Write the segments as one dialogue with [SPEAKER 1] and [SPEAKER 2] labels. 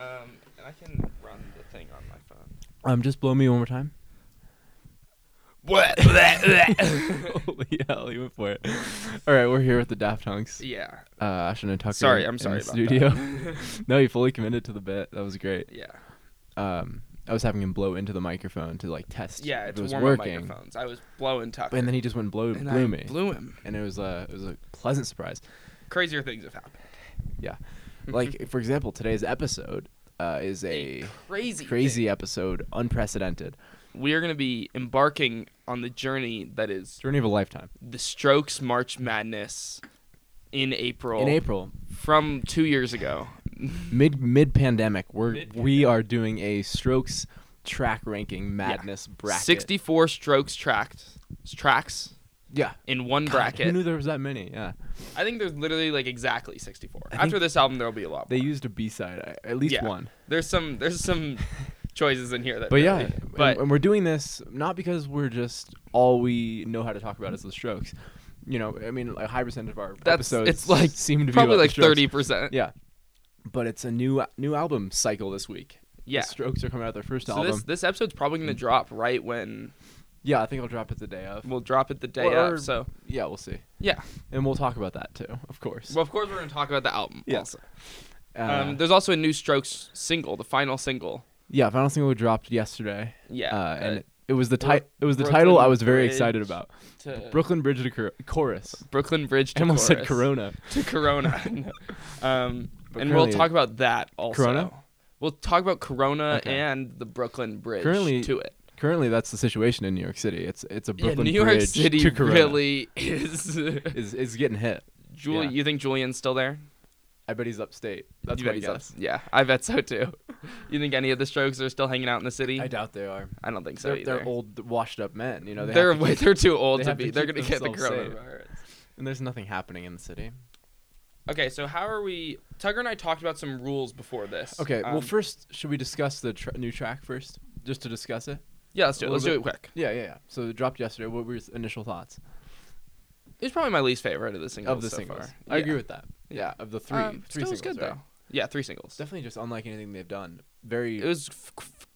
[SPEAKER 1] Um, and I can run the thing on my phone.
[SPEAKER 2] Um, just blow me one more time.
[SPEAKER 1] What?
[SPEAKER 2] Holy hell, you went for it. All right, we're here with the Daft Punks.
[SPEAKER 1] yeah.
[SPEAKER 2] Uh, Ashton and Tucker.
[SPEAKER 1] Sorry,
[SPEAKER 2] in
[SPEAKER 1] I'm sorry
[SPEAKER 2] the
[SPEAKER 1] about
[SPEAKER 2] studio.
[SPEAKER 1] that.
[SPEAKER 2] no, you fully committed to the bit. That was great.
[SPEAKER 1] yeah.
[SPEAKER 2] Um, I was having him blow into the microphone to like test.
[SPEAKER 1] Yeah,
[SPEAKER 2] if
[SPEAKER 1] it's
[SPEAKER 2] it was
[SPEAKER 1] warm
[SPEAKER 2] working.
[SPEAKER 1] up microphones. I was blowing Tucker.
[SPEAKER 2] And then he just went and blow,
[SPEAKER 1] and
[SPEAKER 2] blew
[SPEAKER 1] I
[SPEAKER 2] me.
[SPEAKER 1] blew him.
[SPEAKER 2] and it was a it was a pleasant surprise.
[SPEAKER 1] Crazier things have happened.
[SPEAKER 2] Yeah,
[SPEAKER 1] Mm-hmm.
[SPEAKER 2] like for example, today's episode uh, is a
[SPEAKER 1] Crazy.
[SPEAKER 2] crazy episode, unprecedented
[SPEAKER 1] thing. We are going to be embarking on the journey that is
[SPEAKER 2] journey of a lifetime.
[SPEAKER 1] the Strokes March Madness in April.
[SPEAKER 2] In April,
[SPEAKER 1] From two years ago.
[SPEAKER 2] mid mid pandemic, we're we
[SPEAKER 1] Mid-pandemic.
[SPEAKER 2] are doing a Strokes track ranking madness bracket.
[SPEAKER 1] 64 strokes tracked. Tracks
[SPEAKER 2] yeah.
[SPEAKER 1] in one
[SPEAKER 2] God, Who
[SPEAKER 1] bracket.
[SPEAKER 2] knew there was that many? Yeah,
[SPEAKER 1] I think there's literally like exactly 64.
[SPEAKER 2] I
[SPEAKER 1] After
[SPEAKER 2] think
[SPEAKER 1] this album, there'll be a lot.
[SPEAKER 2] they
[SPEAKER 1] more.
[SPEAKER 2] used a B side, at least
[SPEAKER 1] Yeah.
[SPEAKER 2] one.
[SPEAKER 1] There's some there's some choices in here that.
[SPEAKER 2] But yeah,
[SPEAKER 1] really-
[SPEAKER 2] and-
[SPEAKER 1] but
[SPEAKER 2] and, we're doing this not because we're just all we know how to talk about is the Strokes. You know, I mean, a high percentage of our
[SPEAKER 1] that's
[SPEAKER 2] episodes
[SPEAKER 1] it's like
[SPEAKER 2] seem to be
[SPEAKER 1] probably
[SPEAKER 2] about the
[SPEAKER 1] like
[SPEAKER 2] Strokes.
[SPEAKER 1] 30 percent.
[SPEAKER 2] Yeah, but it's a new new album cycle this week.
[SPEAKER 1] Yeah.
[SPEAKER 2] the Strokes are coming out with their first
[SPEAKER 1] So
[SPEAKER 2] album.
[SPEAKER 1] this this episode's probably
[SPEAKER 2] Mm.
[SPEAKER 1] gonna drop right when
[SPEAKER 2] yeah, I think I'll drop it the day of.
[SPEAKER 1] we'll drop it the day
[SPEAKER 2] Or-
[SPEAKER 1] of. So
[SPEAKER 2] Yeah, we'll see,
[SPEAKER 1] yeah.
[SPEAKER 2] and we'll talk about that too, of course.
[SPEAKER 1] Well, of course we're gonna talk about the album.
[SPEAKER 2] Yeah.
[SPEAKER 1] Also.
[SPEAKER 2] Uh,
[SPEAKER 1] Um, there's also a new Strokes single, the final single.
[SPEAKER 2] yeah, Final Single dropped yesterday,
[SPEAKER 1] Yeah.
[SPEAKER 2] uh, and
[SPEAKER 1] uh,
[SPEAKER 2] it, it was the
[SPEAKER 1] Bro-
[SPEAKER 2] title. It was the
[SPEAKER 1] Brooklyn
[SPEAKER 2] title I was very
[SPEAKER 1] Bridge
[SPEAKER 2] excited about.
[SPEAKER 1] to
[SPEAKER 2] Brooklyn Bridge to Cor- chorus.
[SPEAKER 1] Brooklyn Bridge to
[SPEAKER 2] I almost said
[SPEAKER 1] Chorus.
[SPEAKER 2] Corona.
[SPEAKER 1] to Corona. um,
[SPEAKER 2] But
[SPEAKER 1] and we'll
[SPEAKER 2] currently-
[SPEAKER 1] talk about that also.
[SPEAKER 2] Corona?
[SPEAKER 1] We'll talk about Corona
[SPEAKER 2] Okay.
[SPEAKER 1] and the Brooklyn Bridge
[SPEAKER 2] Currently,
[SPEAKER 1] to it.
[SPEAKER 2] Currently, that's the situation in New York City. It's it's a
[SPEAKER 1] Yeah,
[SPEAKER 2] Brooklyn
[SPEAKER 1] New York
[SPEAKER 2] Bridge
[SPEAKER 1] City
[SPEAKER 2] to Corona.
[SPEAKER 1] really is.
[SPEAKER 2] is is getting hit.
[SPEAKER 1] Julie,
[SPEAKER 2] Yeah.
[SPEAKER 1] you think Julian's still there?
[SPEAKER 2] I bet he's upstate. That's
[SPEAKER 1] you
[SPEAKER 2] what
[SPEAKER 1] bet
[SPEAKER 2] my
[SPEAKER 1] he's
[SPEAKER 2] guess.
[SPEAKER 1] up- Yeah, I bet so too. you think any of the Strokes are still hanging out in the city?
[SPEAKER 2] I doubt they are.
[SPEAKER 1] I don't think so
[SPEAKER 2] They're,
[SPEAKER 1] either.
[SPEAKER 2] they're old, washed up men. You know, they
[SPEAKER 1] They're
[SPEAKER 2] have to
[SPEAKER 1] way,
[SPEAKER 2] keep-
[SPEAKER 1] they're too old
[SPEAKER 2] they
[SPEAKER 1] to
[SPEAKER 2] have to
[SPEAKER 1] be. They're
[SPEAKER 2] keep
[SPEAKER 1] gonna get the
[SPEAKER 2] themselves safe.
[SPEAKER 1] coronavirus.
[SPEAKER 2] and there's nothing happening in the city.
[SPEAKER 1] Okay, so how are we? Tugger and I talked about some rules before this.
[SPEAKER 2] Okay, well,
[SPEAKER 1] Um,
[SPEAKER 2] first, should we discuss the tr new track first, just to discuss it?
[SPEAKER 1] yeah, let's do
[SPEAKER 2] a
[SPEAKER 1] it. Let's do
[SPEAKER 2] little
[SPEAKER 1] it quick.
[SPEAKER 2] Yeah, yeah, yeah. So it dropped yesterday. What were your initial thoughts
[SPEAKER 1] It's probably my least favorite of the singles
[SPEAKER 2] of the
[SPEAKER 1] so
[SPEAKER 2] singles?
[SPEAKER 1] far.
[SPEAKER 2] I
[SPEAKER 1] Yeah.
[SPEAKER 2] agree with that. Yeah,
[SPEAKER 1] Yeah.
[SPEAKER 2] of the three,
[SPEAKER 1] Um, still
[SPEAKER 2] three singles.
[SPEAKER 1] was good
[SPEAKER 2] right?
[SPEAKER 1] though. Yeah, three singles.
[SPEAKER 2] It's definitely just unlike anything they've done. Very.
[SPEAKER 1] It was f- f-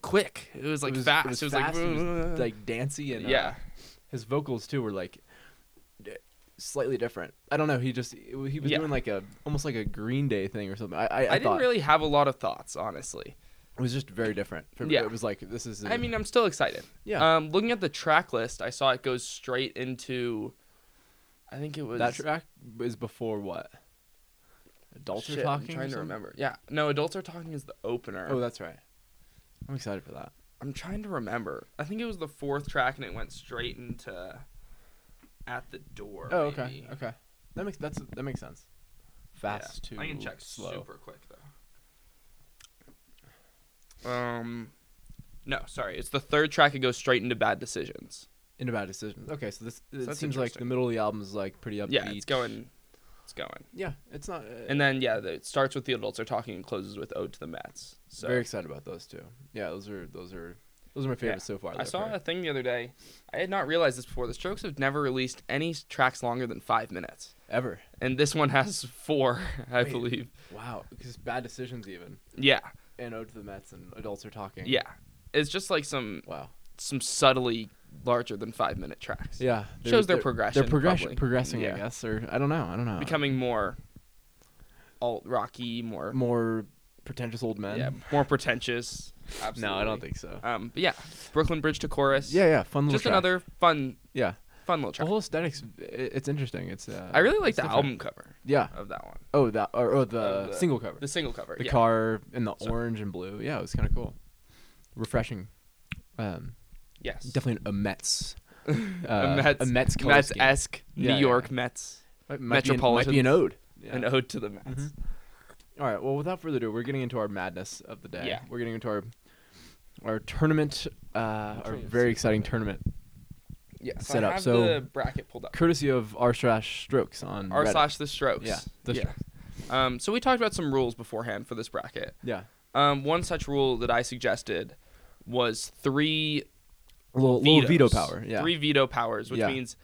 [SPEAKER 1] quick. It was like fast. It was,
[SPEAKER 2] fast,
[SPEAKER 1] like,
[SPEAKER 2] it was, like dancey and uh,
[SPEAKER 1] yeah,
[SPEAKER 2] his vocals too were like d- slightly different. I don't know. He just he was
[SPEAKER 1] Yeah.
[SPEAKER 2] doing like a almost like a Green Day thing or something. I I, I,
[SPEAKER 1] I, didn't
[SPEAKER 2] thought
[SPEAKER 1] really have a lot of thoughts, honestly.
[SPEAKER 2] it was just very different. For-
[SPEAKER 1] Yeah.
[SPEAKER 2] It was like this is. I
[SPEAKER 1] I mean, I'm still excited.
[SPEAKER 2] yeah.
[SPEAKER 1] Um, looking at the track list, I saw it goes straight into. I think it was
[SPEAKER 2] that track is before what? Adults
[SPEAKER 1] Shit,
[SPEAKER 2] are
[SPEAKER 1] I'm
[SPEAKER 2] talking. or
[SPEAKER 1] trying to
[SPEAKER 2] something?
[SPEAKER 1] remember. Yeah, no, adults are talking is the opener.
[SPEAKER 2] Oh, that's right. I'm excited for that.
[SPEAKER 1] I'm trying to remember. I think it was the fourth track, and it went straight into. At the door.
[SPEAKER 2] Oh, okay,
[SPEAKER 1] maybe.
[SPEAKER 2] okay. That makes that's that makes sense.
[SPEAKER 1] Yeah.
[SPEAKER 2] Fast too.
[SPEAKER 1] I can check
[SPEAKER 2] slow.
[SPEAKER 1] super quick though. Um, no, sorry, it's the third track. It goes straight into bad decisions.
[SPEAKER 2] Into bad decisions. Okay, so this it
[SPEAKER 1] that's
[SPEAKER 2] seems like the
[SPEAKER 1] interesting.
[SPEAKER 2] middle of the album is like pretty upbeat.
[SPEAKER 1] Yeah, it's going, it's going.
[SPEAKER 2] Yeah, it's not. Uh,
[SPEAKER 1] And then yeah, the, it starts with the adults are talking and closes with ode to the Mets. So
[SPEAKER 2] Very excited about those two. Yeah, those are those are those are my favorites so far.
[SPEAKER 1] I
[SPEAKER 2] that
[SPEAKER 1] saw
[SPEAKER 2] I've
[SPEAKER 1] a
[SPEAKER 2] heard.
[SPEAKER 1] thing the other day. I had not realized this before. The Strokes have never released any s- tracks longer than five minutes,
[SPEAKER 2] ever.
[SPEAKER 1] and this one has four, I
[SPEAKER 2] Wait.
[SPEAKER 1] believe.
[SPEAKER 2] Wow, because bad decisions even
[SPEAKER 1] Yeah,
[SPEAKER 2] and ode to the Mets and adults are talking.
[SPEAKER 1] yeah. It's just like some
[SPEAKER 2] Wow.
[SPEAKER 1] some subtly larger than five minute tracks.
[SPEAKER 2] Yeah. they're-
[SPEAKER 1] Shows their
[SPEAKER 2] they're-
[SPEAKER 1] progression,
[SPEAKER 2] They're progression,
[SPEAKER 1] probably.
[SPEAKER 2] progressing, I
[SPEAKER 1] Yeah.
[SPEAKER 2] guess, or I don't know. I don't know.
[SPEAKER 1] becoming more alt rocky, more
[SPEAKER 2] more pretentious old men.
[SPEAKER 1] yeah, more pretentious.
[SPEAKER 2] No, I don't think so.
[SPEAKER 1] Um, but yeah, Brooklyn Bridge to chorus.
[SPEAKER 2] yeah, yeah. Fun little.
[SPEAKER 1] just
[SPEAKER 2] track.
[SPEAKER 1] another fun,
[SPEAKER 2] Yeah.
[SPEAKER 1] fun little
[SPEAKER 2] The
[SPEAKER 1] track.
[SPEAKER 2] whole aesthetics. i- It's interesting. It's. Uh,
[SPEAKER 1] I really like
[SPEAKER 2] it's
[SPEAKER 1] the
[SPEAKER 2] different.
[SPEAKER 1] album cover
[SPEAKER 2] Yeah.
[SPEAKER 1] of that one,
[SPEAKER 2] Oh, that or, or the,
[SPEAKER 1] Uh, the-
[SPEAKER 2] single cover.
[SPEAKER 1] the single cover.
[SPEAKER 2] the
[SPEAKER 1] yeah.
[SPEAKER 2] car and the
[SPEAKER 1] So-
[SPEAKER 2] orange and blue. Yeah, it was kind of cool. Refreshing. Um,
[SPEAKER 1] yes,
[SPEAKER 2] definitely a Mets. uh,
[SPEAKER 1] a Mets,
[SPEAKER 2] Mets color
[SPEAKER 1] Mets
[SPEAKER 2] scheme.
[SPEAKER 1] esque
[SPEAKER 2] Yeah,
[SPEAKER 1] New
[SPEAKER 2] yeah.
[SPEAKER 1] York Mets,
[SPEAKER 2] Might- might be an- might be an
[SPEAKER 1] Metropolitans.
[SPEAKER 2] ode.
[SPEAKER 1] an ode to the Mets.
[SPEAKER 2] Mhm. All right. Well, without further ado, we're getting into our madness of the day.
[SPEAKER 1] Yeah.
[SPEAKER 2] We're getting into our our tournament, uh, our
[SPEAKER 1] Tournament.
[SPEAKER 2] very exciting tournament,
[SPEAKER 1] Yeah, so
[SPEAKER 2] Set
[SPEAKER 1] I
[SPEAKER 2] up,
[SPEAKER 1] have
[SPEAKER 2] so-
[SPEAKER 1] the bracket pulled up.
[SPEAKER 2] courtesy of r slash strokes on
[SPEAKER 1] R
[SPEAKER 2] Reddit.
[SPEAKER 1] slash the Strokes.
[SPEAKER 2] Yeah, the Strokes.
[SPEAKER 1] Um, so we talked about some rules beforehand for this bracket.
[SPEAKER 2] Yeah.
[SPEAKER 1] Um, one such rule that I suggested was three
[SPEAKER 2] A little, little veto
[SPEAKER 1] vetoes.
[SPEAKER 2] power. Yeah.
[SPEAKER 1] Three veto powers, which
[SPEAKER 2] Yeah.
[SPEAKER 1] means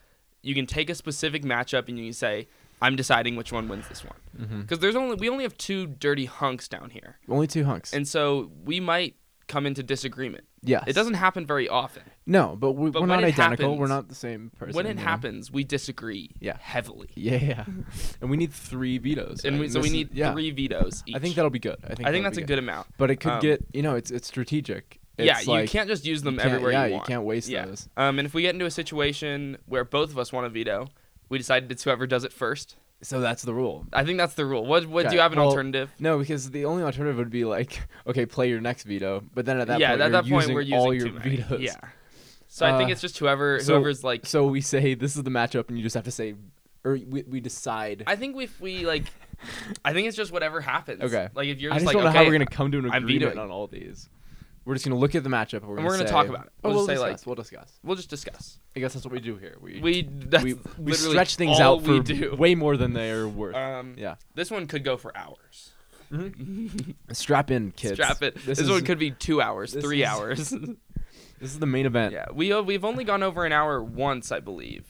[SPEAKER 1] you can take a specific matchup and you can say, I'm deciding which one wins this one
[SPEAKER 2] Mhm.
[SPEAKER 1] because there's only we only have two dirty hunks down here,
[SPEAKER 2] Only two hunks.
[SPEAKER 1] and so we might come into disagreement.
[SPEAKER 2] yes.
[SPEAKER 1] It doesn't happen very often.
[SPEAKER 2] No, but, we,
[SPEAKER 1] But
[SPEAKER 2] we're
[SPEAKER 1] when
[SPEAKER 2] not
[SPEAKER 1] it
[SPEAKER 2] identical. we're
[SPEAKER 1] happens-
[SPEAKER 2] not the same person.
[SPEAKER 1] when it
[SPEAKER 2] you know?
[SPEAKER 1] happens, we disagree
[SPEAKER 2] Yeah.
[SPEAKER 1] heavily,
[SPEAKER 2] Yeah, yeah. And we need three vetoes.
[SPEAKER 1] and
[SPEAKER 2] I
[SPEAKER 1] we,
[SPEAKER 2] mean,
[SPEAKER 1] so we
[SPEAKER 2] this is-
[SPEAKER 1] need
[SPEAKER 2] yeah.
[SPEAKER 1] three vetoes. Each.
[SPEAKER 2] I think that'll be good. I think
[SPEAKER 1] I think
[SPEAKER 2] that'll
[SPEAKER 1] that's
[SPEAKER 2] be
[SPEAKER 1] a good amount.
[SPEAKER 2] But it could
[SPEAKER 1] um,
[SPEAKER 2] get you know it's it's strategic.
[SPEAKER 1] yeah,
[SPEAKER 2] It's like,
[SPEAKER 1] you can't just use them
[SPEAKER 2] can't-
[SPEAKER 1] everywhere
[SPEAKER 2] yeah,
[SPEAKER 1] you want.
[SPEAKER 2] can't waste
[SPEAKER 1] Yeah.
[SPEAKER 2] those.
[SPEAKER 1] Um, and if we get into a situation where both of us want a veto, we decided it's whoever does it first.
[SPEAKER 2] So that's the rule.
[SPEAKER 1] I think that's the rule. What, what do
[SPEAKER 2] Okay,
[SPEAKER 1] you have an
[SPEAKER 2] well,
[SPEAKER 1] alternative?
[SPEAKER 2] No, because the only alternative would be like, okay, play your next veto. But then at that
[SPEAKER 1] yeah,
[SPEAKER 2] point,
[SPEAKER 1] at
[SPEAKER 2] you're
[SPEAKER 1] that point
[SPEAKER 2] using
[SPEAKER 1] we're using
[SPEAKER 2] all
[SPEAKER 1] too
[SPEAKER 2] your
[SPEAKER 1] many.
[SPEAKER 2] vetoes.
[SPEAKER 1] Yeah. So I think
[SPEAKER 2] Uh,
[SPEAKER 1] it's just whoever
[SPEAKER 2] so-
[SPEAKER 1] whoever's like.
[SPEAKER 2] So we say this is the matchup, and you just have to say, or we, we decide.
[SPEAKER 1] I think if we like, I think it's just whatever happens.
[SPEAKER 2] Okay.
[SPEAKER 1] Like if you're
[SPEAKER 2] I
[SPEAKER 1] just, like
[SPEAKER 2] just don't know
[SPEAKER 1] okay,
[SPEAKER 2] how we're gonna come to an
[SPEAKER 1] I'm
[SPEAKER 2] agreement
[SPEAKER 1] vetoing.
[SPEAKER 2] on all these. We're just gonna look at the matchup, and we're
[SPEAKER 1] And we're
[SPEAKER 2] gonna
[SPEAKER 1] gonna
[SPEAKER 2] say-
[SPEAKER 1] talk about it.
[SPEAKER 2] Oh,
[SPEAKER 1] We'll
[SPEAKER 2] we'll
[SPEAKER 1] just say, like-
[SPEAKER 2] discuss, we'll discuss.
[SPEAKER 1] we'll just discuss.
[SPEAKER 2] I guess that's what we do here. We
[SPEAKER 1] We that's
[SPEAKER 2] we, we
[SPEAKER 1] literally
[SPEAKER 2] stretch things
[SPEAKER 1] all
[SPEAKER 2] out for
[SPEAKER 1] we do.
[SPEAKER 2] way more than they are worth.
[SPEAKER 1] Um,
[SPEAKER 2] yeah,
[SPEAKER 1] this one could go for hours.
[SPEAKER 2] strap in, kids.
[SPEAKER 1] Strap it. This,
[SPEAKER 2] is
[SPEAKER 1] one could be two hours,
[SPEAKER 2] this
[SPEAKER 1] three
[SPEAKER 2] is-
[SPEAKER 1] hours.
[SPEAKER 2] This is the main event.
[SPEAKER 1] yeah, we uh, we've only gone over an hour once, I believe.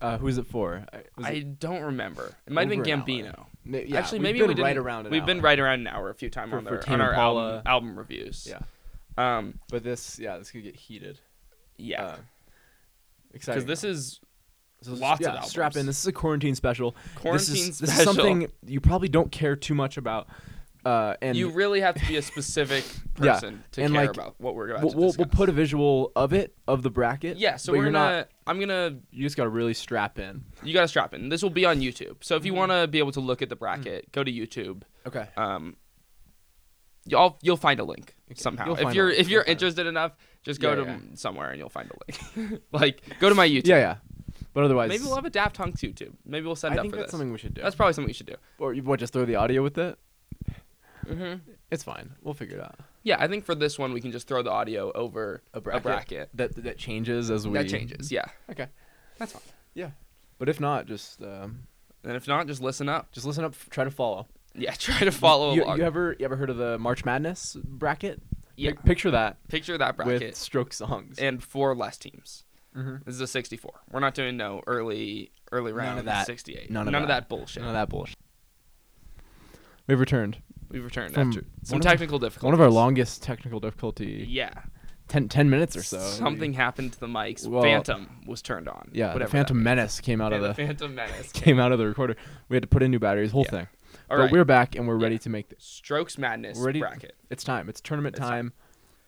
[SPEAKER 2] Uh, who is it for? I, was
[SPEAKER 1] I
[SPEAKER 2] it-
[SPEAKER 1] don't remember. It might have been
[SPEAKER 2] Over an hour.
[SPEAKER 1] Gambino.
[SPEAKER 2] ma- yeah,
[SPEAKER 1] Actually,
[SPEAKER 2] we've
[SPEAKER 1] maybe
[SPEAKER 2] been
[SPEAKER 1] we didn't,
[SPEAKER 2] right around. An
[SPEAKER 1] we've been
[SPEAKER 2] hour.
[SPEAKER 1] right around an hour a few times
[SPEAKER 2] For-
[SPEAKER 1] on,
[SPEAKER 2] for
[SPEAKER 1] their, on
[SPEAKER 2] Tame
[SPEAKER 1] our
[SPEAKER 2] Impala.
[SPEAKER 1] album, album reviews.
[SPEAKER 2] Yeah.
[SPEAKER 1] Yeah. Um.
[SPEAKER 2] But this, yeah, this could get heated.
[SPEAKER 1] Yeah.
[SPEAKER 2] Uh, exciting.
[SPEAKER 1] Because this is
[SPEAKER 2] though. So,
[SPEAKER 1] lots of
[SPEAKER 2] yeah, Strap
[SPEAKER 1] albums.
[SPEAKER 2] in. This is a quarantine special.
[SPEAKER 1] quarantine
[SPEAKER 2] this is, This is
[SPEAKER 1] special.
[SPEAKER 2] something you probably don't care too much about. Uh, and
[SPEAKER 1] you really have to be a specific
[SPEAKER 2] Yeah,
[SPEAKER 1] person to
[SPEAKER 2] and,
[SPEAKER 1] care
[SPEAKER 2] like,
[SPEAKER 1] about what we're about
[SPEAKER 2] we'll,
[SPEAKER 1] to
[SPEAKER 2] we'll, we'll
[SPEAKER 1] discuss.
[SPEAKER 2] put a visual of it of the bracket.
[SPEAKER 1] yeah. So
[SPEAKER 2] but
[SPEAKER 1] we're
[SPEAKER 2] you're
[SPEAKER 1] gonna.
[SPEAKER 2] not.
[SPEAKER 1] I'm gonna.
[SPEAKER 2] You just gotta really strap in.
[SPEAKER 1] You gotta strap in. This will be on YouTube. So
[SPEAKER 2] Mm-hmm.
[SPEAKER 1] if you wanna be able to look at the
[SPEAKER 2] Mm.
[SPEAKER 1] bracket, go to YouTube.
[SPEAKER 2] Okay.
[SPEAKER 1] Um. You'll you'll find a link somehow.
[SPEAKER 2] you'll
[SPEAKER 1] if
[SPEAKER 2] find a
[SPEAKER 1] you're
[SPEAKER 2] link,
[SPEAKER 1] if
[SPEAKER 2] you'll
[SPEAKER 1] you're
[SPEAKER 2] find a link.
[SPEAKER 1] interested enough, just go
[SPEAKER 2] Yeah,
[SPEAKER 1] to
[SPEAKER 2] yeah.
[SPEAKER 1] somewhere and you'll find a link. like go to my YouTube.
[SPEAKER 2] Yeah, yeah. But otherwise,
[SPEAKER 1] Maybe we'll have a Daft Punk YouTube. Maybe we'll send
[SPEAKER 2] I
[SPEAKER 1] up
[SPEAKER 2] think
[SPEAKER 1] for
[SPEAKER 2] that's
[SPEAKER 1] this.
[SPEAKER 2] something we should do.
[SPEAKER 1] That's probably something we should do.
[SPEAKER 2] or you what? Just throw the audio with it.
[SPEAKER 1] hmm
[SPEAKER 2] It's fine. We'll figure it out.
[SPEAKER 1] Yeah, I think for this one we can just throw the audio over
[SPEAKER 2] A
[SPEAKER 1] a bracket.
[SPEAKER 2] that that changes as we
[SPEAKER 1] That changes. Yeah,
[SPEAKER 2] Okay.
[SPEAKER 1] that's fine.
[SPEAKER 2] But if not, just um,
[SPEAKER 1] And if not, just listen up.
[SPEAKER 2] just listen up. f- Try to follow.
[SPEAKER 1] Yeah, try to follow
[SPEAKER 2] You,
[SPEAKER 1] along.
[SPEAKER 2] you ever you ever heard of the March Madness bracket?
[SPEAKER 1] yeah,
[SPEAKER 2] Pic- picture that
[SPEAKER 1] picture that bracket
[SPEAKER 2] with stroke songs.
[SPEAKER 1] and four less teams.
[SPEAKER 2] mm-hmm.
[SPEAKER 1] This is a 64. We're not doing no early early
[SPEAKER 2] None of
[SPEAKER 1] round
[SPEAKER 2] that.
[SPEAKER 1] 68.
[SPEAKER 2] None of that.
[SPEAKER 1] bullshit.
[SPEAKER 2] None of that bullshit. We've returned.
[SPEAKER 1] We've returned
[SPEAKER 2] From
[SPEAKER 1] after some
[SPEAKER 2] one of-
[SPEAKER 1] technical difficulties.
[SPEAKER 2] One of our longest technical difficulty,
[SPEAKER 1] Yeah,
[SPEAKER 2] 10, 10 minutes or so.
[SPEAKER 1] something happened to the mics.
[SPEAKER 2] Well-
[SPEAKER 1] Phantom was turned on.
[SPEAKER 2] Yeah, the
[SPEAKER 1] whatever.
[SPEAKER 2] Phantom
[SPEAKER 1] that
[SPEAKER 2] Menace came out
[SPEAKER 1] means.
[SPEAKER 2] of
[SPEAKER 1] Yeah,
[SPEAKER 2] the
[SPEAKER 1] the Phantom Menace.
[SPEAKER 2] came out of the recorder. We had to put in new batteries, whole
[SPEAKER 1] Yeah.
[SPEAKER 2] thing.
[SPEAKER 1] All
[SPEAKER 2] but
[SPEAKER 1] right,
[SPEAKER 2] we're back and we're ready to make. Th-
[SPEAKER 1] Strokes Madness
[SPEAKER 2] Ready-
[SPEAKER 1] bracket.
[SPEAKER 2] it's time. It's tournament
[SPEAKER 1] It's
[SPEAKER 2] time.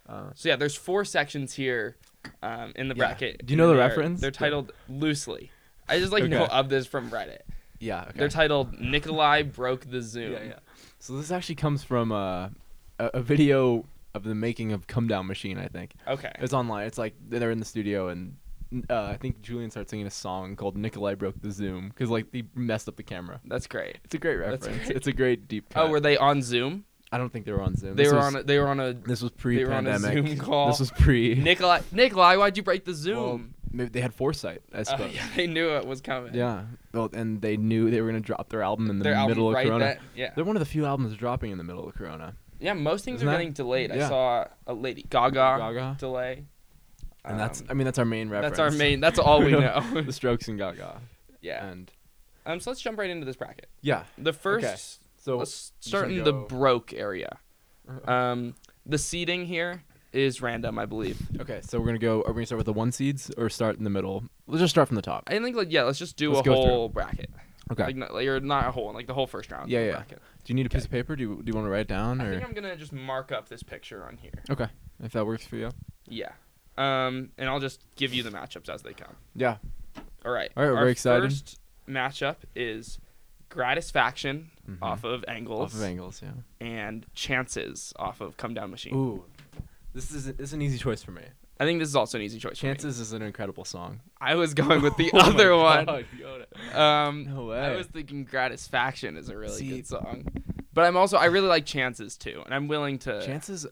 [SPEAKER 1] time. So yeah, there's four sections here um, in the
[SPEAKER 2] Yeah.
[SPEAKER 1] bracket.
[SPEAKER 2] Do you know the
[SPEAKER 1] and they're-
[SPEAKER 2] reference?
[SPEAKER 1] They're
[SPEAKER 2] Yeah.
[SPEAKER 1] titled loosely. I just like know
[SPEAKER 2] Okay.
[SPEAKER 1] of this from Reddit.
[SPEAKER 2] Yeah. Okay.
[SPEAKER 1] They're titled Nikolai broke the Zoom.
[SPEAKER 2] Yeah, yeah. So this actually comes from uh, a, a video of the making of Come Down Machine, I think.
[SPEAKER 1] Okay.
[SPEAKER 2] It's online. It's like they're in the studio and uh, I think Julian starts singing a song called Nikolai Broke the Zoom because like they messed up the camera.
[SPEAKER 1] That's great.
[SPEAKER 2] It's a great
[SPEAKER 1] That's
[SPEAKER 2] reference.
[SPEAKER 1] great.
[SPEAKER 2] It's a great deep cut.
[SPEAKER 1] Oh, were they on Zoom?
[SPEAKER 2] I don't think they were on Zoom.
[SPEAKER 1] They
[SPEAKER 2] This
[SPEAKER 1] were
[SPEAKER 2] was-
[SPEAKER 1] on. A, they were on a
[SPEAKER 2] This was pre-pandemic.
[SPEAKER 1] Zoom call.
[SPEAKER 2] This was pre.
[SPEAKER 1] Nikolai. Nikolai, why'd you break the
[SPEAKER 2] Well,
[SPEAKER 1] Zoom?
[SPEAKER 2] maybe they had foresight, I
[SPEAKER 1] Oh,
[SPEAKER 2] suppose.
[SPEAKER 1] yeah, they knew it was coming.
[SPEAKER 2] yeah. Well, and they knew they were gonna drop their album in the
[SPEAKER 1] Their album
[SPEAKER 2] middle of
[SPEAKER 1] right
[SPEAKER 2] Corona.
[SPEAKER 1] that- yeah.
[SPEAKER 2] They're one of the few albums dropping in the middle of Corona.
[SPEAKER 1] Yeah. Most things
[SPEAKER 2] Isn't
[SPEAKER 1] are
[SPEAKER 2] that-
[SPEAKER 1] getting delayed.
[SPEAKER 2] yeah.
[SPEAKER 1] I saw a Lady Gaga,
[SPEAKER 2] Gaga.
[SPEAKER 1] delay.
[SPEAKER 2] And that's
[SPEAKER 1] Um,
[SPEAKER 2] I mean that's our main reference.
[SPEAKER 1] that's our main. That's all we know.
[SPEAKER 2] the Strokes and Gaga.
[SPEAKER 1] yeah.
[SPEAKER 2] And
[SPEAKER 1] Um. So let's jump right into this bracket.
[SPEAKER 2] yeah.
[SPEAKER 1] The first.
[SPEAKER 2] So uh,
[SPEAKER 1] Let's
[SPEAKER 2] you
[SPEAKER 1] start
[SPEAKER 2] wanna
[SPEAKER 1] in the
[SPEAKER 2] go-
[SPEAKER 1] broke area. Um, the seating here is random, I believe.
[SPEAKER 2] okay, so we're gonna go. Are we gonna start with the one seeds or start in the middle? Let's just start from the top.
[SPEAKER 1] I think like yeah, let's just do
[SPEAKER 2] Let's
[SPEAKER 1] a
[SPEAKER 2] go through.
[SPEAKER 1] whole bracket.
[SPEAKER 2] Okay.
[SPEAKER 1] Like, not, like or not a whole one, like the whole first round.
[SPEAKER 2] Yeah,
[SPEAKER 1] of the
[SPEAKER 2] yeah.
[SPEAKER 1] Bracket.
[SPEAKER 2] do you need a piece of paper? Do you, do you want to write it down
[SPEAKER 1] I
[SPEAKER 2] or?
[SPEAKER 1] think I'm gonna just mark up this picture on here.
[SPEAKER 2] okay, if that works for you.
[SPEAKER 1] Yeah. Um, and I'll just give you the matchups as they come.
[SPEAKER 2] Yeah.
[SPEAKER 1] All right.
[SPEAKER 2] All right, we're
[SPEAKER 1] Our
[SPEAKER 2] excited.
[SPEAKER 1] First matchup is Gratisfaction
[SPEAKER 2] Mhm.
[SPEAKER 1] off of Angles
[SPEAKER 2] Off of angles, yeah.
[SPEAKER 1] and Chances off of Come Down Machine.
[SPEAKER 2] Ooh, this is this is an easy choice for me.
[SPEAKER 1] I think this is also an easy choice. for me.
[SPEAKER 2] Chances is an incredible song.
[SPEAKER 1] I was going with the
[SPEAKER 2] Oh my
[SPEAKER 1] other one.
[SPEAKER 2] God, Yoda.
[SPEAKER 1] Um,
[SPEAKER 2] No
[SPEAKER 1] I
[SPEAKER 2] way.
[SPEAKER 1] was thinking Gratisfaction is a really
[SPEAKER 2] See-
[SPEAKER 1] good song. But I'm also, I really like Chances too. And I'm willing to
[SPEAKER 2] Chances,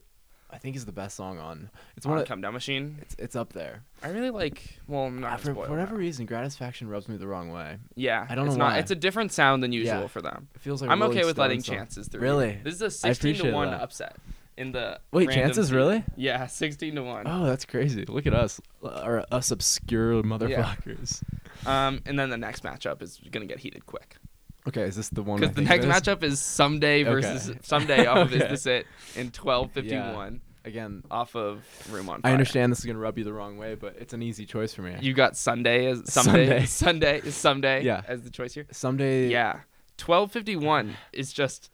[SPEAKER 2] I think is the best song on. It's one
[SPEAKER 1] on
[SPEAKER 2] of
[SPEAKER 1] Come Down Machine.
[SPEAKER 2] it's it's up there.
[SPEAKER 1] I really like, well, I'm not
[SPEAKER 2] Uh,
[SPEAKER 1] gonna
[SPEAKER 2] for,
[SPEAKER 1] spoil
[SPEAKER 2] for
[SPEAKER 1] that.
[SPEAKER 2] whatever reason, Gratisfaction rubs me the wrong way.
[SPEAKER 1] Yeah.
[SPEAKER 2] I don't
[SPEAKER 1] it's
[SPEAKER 2] know why.
[SPEAKER 1] It's a different sound than usual
[SPEAKER 2] Yeah.
[SPEAKER 1] for them.
[SPEAKER 2] It feels like a
[SPEAKER 1] I'm okay
[SPEAKER 2] Rolling
[SPEAKER 1] with letting
[SPEAKER 2] Stones song.
[SPEAKER 1] Chances through.
[SPEAKER 2] Really?
[SPEAKER 1] This is a
[SPEAKER 2] I
[SPEAKER 1] 16 to
[SPEAKER 2] appreciate
[SPEAKER 1] 1
[SPEAKER 2] that.
[SPEAKER 1] upset in the.
[SPEAKER 2] Wait,
[SPEAKER 1] random
[SPEAKER 2] Chances
[SPEAKER 1] seed.
[SPEAKER 2] really?
[SPEAKER 1] Yeah, 16 to 1.
[SPEAKER 2] Oh, that's crazy. Look at us, l- or us obscure motherfuckers. Oh.
[SPEAKER 1] Um, and then the next matchup is going to get heated quick.
[SPEAKER 2] Okay, is this the one? I
[SPEAKER 1] Because the
[SPEAKER 2] think
[SPEAKER 1] next
[SPEAKER 2] it is?
[SPEAKER 1] matchup is someday versus
[SPEAKER 2] Okay.
[SPEAKER 1] someday off of is
[SPEAKER 2] Okay.
[SPEAKER 1] this it in twelve fifty one
[SPEAKER 2] again.
[SPEAKER 1] off of Room on Fire.
[SPEAKER 2] I understand this is gonna rub you the wrong way, but it's an easy choice for me.
[SPEAKER 1] You got Sunday as someday, Sunday is someday
[SPEAKER 2] Yeah. Uh,
[SPEAKER 1] as the choice here.
[SPEAKER 2] Someday,
[SPEAKER 1] Yeah, twelve fifty one is just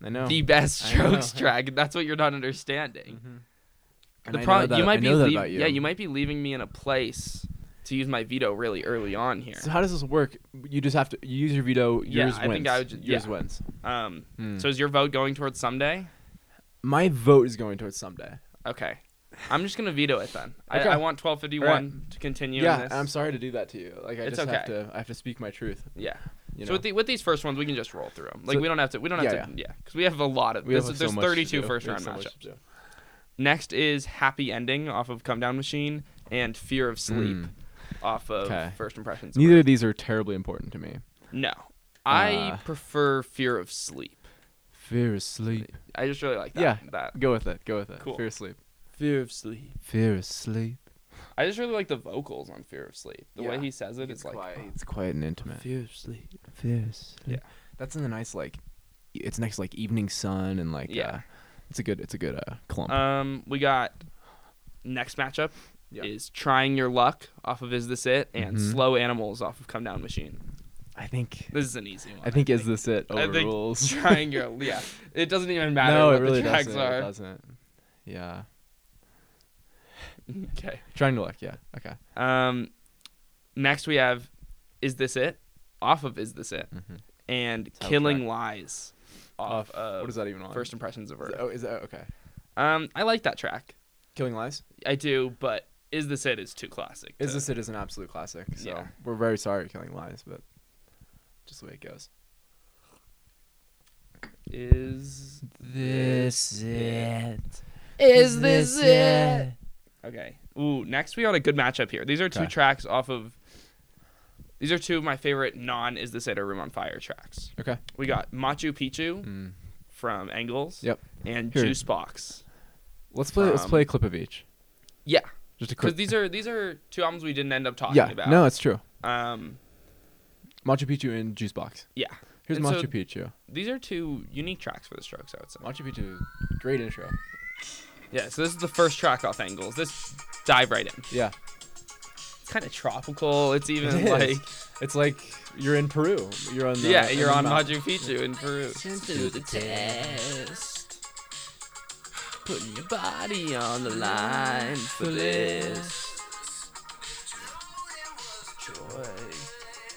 [SPEAKER 2] I know.
[SPEAKER 1] the best
[SPEAKER 2] Oh. I know.
[SPEAKER 1] strokes track. That's what you're not understanding.
[SPEAKER 2] Mhm. And
[SPEAKER 1] The
[SPEAKER 2] I know
[SPEAKER 1] problem
[SPEAKER 2] that-
[SPEAKER 1] you might
[SPEAKER 2] I
[SPEAKER 1] be
[SPEAKER 2] know that
[SPEAKER 1] leav-
[SPEAKER 2] about you.
[SPEAKER 1] yeah you might be leaving me in a place to use my veto really early on here.
[SPEAKER 2] So how does this work? You just have to you use your veto. Yours
[SPEAKER 1] Yeah, I
[SPEAKER 2] wins.
[SPEAKER 1] think I would ju-
[SPEAKER 2] yours
[SPEAKER 1] yeah.
[SPEAKER 2] wins.
[SPEAKER 1] Um,
[SPEAKER 2] Hmm.
[SPEAKER 1] so is your vote going towards someday?
[SPEAKER 2] My vote is going towards someday.
[SPEAKER 1] Okay, I'm just gonna veto it then.
[SPEAKER 2] Okay.
[SPEAKER 1] I, I want twelve fifty one to continue. in
[SPEAKER 2] yeah,
[SPEAKER 1] this.
[SPEAKER 2] and I'm sorry to do that to you. Like I
[SPEAKER 1] It's
[SPEAKER 2] just have
[SPEAKER 1] okay.
[SPEAKER 2] to. I have to speak my truth.
[SPEAKER 1] Yeah.
[SPEAKER 2] You know.
[SPEAKER 1] So with, the, with these first ones, we can just roll through them. Like
[SPEAKER 2] So-
[SPEAKER 1] we don't have to. We don't have
[SPEAKER 2] yeah,
[SPEAKER 1] to. Yeah, because we have a lot of.
[SPEAKER 2] we
[SPEAKER 1] this,
[SPEAKER 2] have so
[SPEAKER 1] there's
[SPEAKER 2] much to
[SPEAKER 1] 32
[SPEAKER 2] do.
[SPEAKER 1] first
[SPEAKER 2] We
[SPEAKER 1] round
[SPEAKER 2] have so much
[SPEAKER 1] matchups.
[SPEAKER 2] to do.
[SPEAKER 1] Next is Happy Ending off of Come Down Machine and Fear of Sleep
[SPEAKER 2] Mm.
[SPEAKER 1] off of
[SPEAKER 2] Okay.
[SPEAKER 1] First Impressions.
[SPEAKER 2] Neither of these are terribly important to me.
[SPEAKER 1] No, I
[SPEAKER 2] Uh,
[SPEAKER 1] prefer Fear of Sleep.
[SPEAKER 2] Fear is sleep.
[SPEAKER 1] I just really like that.
[SPEAKER 2] Yeah.
[SPEAKER 1] That
[SPEAKER 2] Go with it. Go with it.
[SPEAKER 1] Cool.
[SPEAKER 2] Fear is sleep.
[SPEAKER 1] Fear of Sleep.
[SPEAKER 2] Fear is sleep.
[SPEAKER 1] I just really like the vocals on Fear of Sleep. The way
[SPEAKER 2] Yeah.
[SPEAKER 1] he says it, it's like oh,
[SPEAKER 2] it's quiet and intimate.
[SPEAKER 1] Fear of Sleep.
[SPEAKER 2] Fear is sleep.
[SPEAKER 1] Yeah.
[SPEAKER 2] That's in the nice like. e- It's next like evening sun and like
[SPEAKER 1] Yeah.
[SPEAKER 2] Uh, it's a good it's a good uh clump.
[SPEAKER 1] Um, we got next matchup
[SPEAKER 2] Yeah.
[SPEAKER 1] is Trying Your Luck off of Is This It and
[SPEAKER 2] Mhm.
[SPEAKER 1] Slow Animals off of Come Down Machine.
[SPEAKER 2] I think
[SPEAKER 1] This is an easy one.
[SPEAKER 2] I think is this it
[SPEAKER 1] I think
[SPEAKER 2] overrules.
[SPEAKER 1] trying your yeah. It doesn't even matter
[SPEAKER 2] no,
[SPEAKER 1] what
[SPEAKER 2] it really
[SPEAKER 1] the tracks
[SPEAKER 2] doesn't. It
[SPEAKER 1] are.
[SPEAKER 2] doesn't. Yeah,
[SPEAKER 1] Okay.
[SPEAKER 2] trying to look. Yeah, okay.
[SPEAKER 1] Um, next we have "Is This It" off of "Is This It"
[SPEAKER 2] Mhm.
[SPEAKER 1] and
[SPEAKER 2] Soundtrack.
[SPEAKER 1] "Killing Lies" off, of
[SPEAKER 2] what is that even on?
[SPEAKER 1] First Impressions of
[SPEAKER 2] Is
[SPEAKER 1] Earth.
[SPEAKER 2] that- oh, is that okay?
[SPEAKER 1] Um, I like that track.
[SPEAKER 2] Killing Lies.
[SPEAKER 1] I do, but "Is This It" is too classic.
[SPEAKER 2] Is
[SPEAKER 1] to-
[SPEAKER 2] this it is an absolute classic. So
[SPEAKER 1] Yeah.
[SPEAKER 2] we're very sorry, Killing Lies, but just the way it goes.
[SPEAKER 1] is
[SPEAKER 2] This it.
[SPEAKER 1] is this it? Okay. Ooh, next we got a good matchup here. These are two
[SPEAKER 2] Okay.
[SPEAKER 1] tracks off of. These are two of my favorite non "Is This It" or "Room on Fire" tracks.
[SPEAKER 2] Okay.
[SPEAKER 1] We got Machu Picchu.
[SPEAKER 2] Mm.
[SPEAKER 1] from Engels.
[SPEAKER 2] Yep.
[SPEAKER 1] And
[SPEAKER 2] Here.
[SPEAKER 1] Juice Box.
[SPEAKER 2] Let's play. let's
[SPEAKER 1] Um,
[SPEAKER 2] play a clip of each.
[SPEAKER 1] Yeah,
[SPEAKER 2] Just
[SPEAKER 1] because
[SPEAKER 2] a quick.
[SPEAKER 1] these are these are two albums we didn't end up talking
[SPEAKER 2] yeah.
[SPEAKER 1] about.
[SPEAKER 2] No, it's true.
[SPEAKER 1] Um,
[SPEAKER 2] Machu Picchu and Juice Box.
[SPEAKER 1] Yeah.
[SPEAKER 2] Here's
[SPEAKER 1] And so-
[SPEAKER 2] Machu Picchu.
[SPEAKER 1] these are two unique tracks for the Strokes, I would say.
[SPEAKER 2] Machu Picchu, great intro.
[SPEAKER 1] Yeah. So this is the first track off Engels. This dive right in.
[SPEAKER 2] Yeah.
[SPEAKER 1] It's kind of tropical. It's even
[SPEAKER 2] It is.
[SPEAKER 1] like
[SPEAKER 2] It's like you're in Peru. You're on. The,
[SPEAKER 1] yeah,
[SPEAKER 2] in
[SPEAKER 1] you're
[SPEAKER 2] the
[SPEAKER 1] on
[SPEAKER 2] mountain.
[SPEAKER 1] Machu Picchu in Peru.
[SPEAKER 2] to the
[SPEAKER 1] test. Putting your body on the line for this. Joy.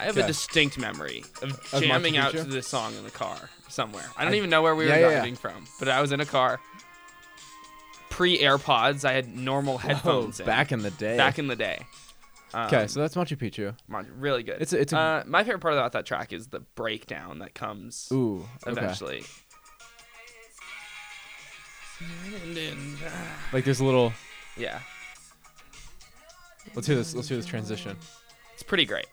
[SPEAKER 1] I have a
[SPEAKER 2] Okay.
[SPEAKER 1] distinct memory of
[SPEAKER 2] Machu
[SPEAKER 1] jamming out to
[SPEAKER 2] Picchu?
[SPEAKER 1] this song in the car somewhere. I don't
[SPEAKER 2] I-
[SPEAKER 1] even know where we were
[SPEAKER 2] Yeah, yeah, yeah.
[SPEAKER 1] driving from, but I was in a car. Pre AirPods, I had normal headphones
[SPEAKER 2] Oh,
[SPEAKER 1] in,
[SPEAKER 2] back in the day.
[SPEAKER 1] back in the day.
[SPEAKER 2] Okay,
[SPEAKER 1] Um,
[SPEAKER 2] so that's Machu Picchu.
[SPEAKER 1] Mon- really good.
[SPEAKER 2] It's a- it's a-
[SPEAKER 1] uh, my favorite part about that track is the breakdown that comes
[SPEAKER 2] Ooh, okay.
[SPEAKER 1] eventually.
[SPEAKER 2] Like there's a little.
[SPEAKER 1] Yeah,
[SPEAKER 2] Let's hear this. Let's hear this transition.
[SPEAKER 1] it's pretty great.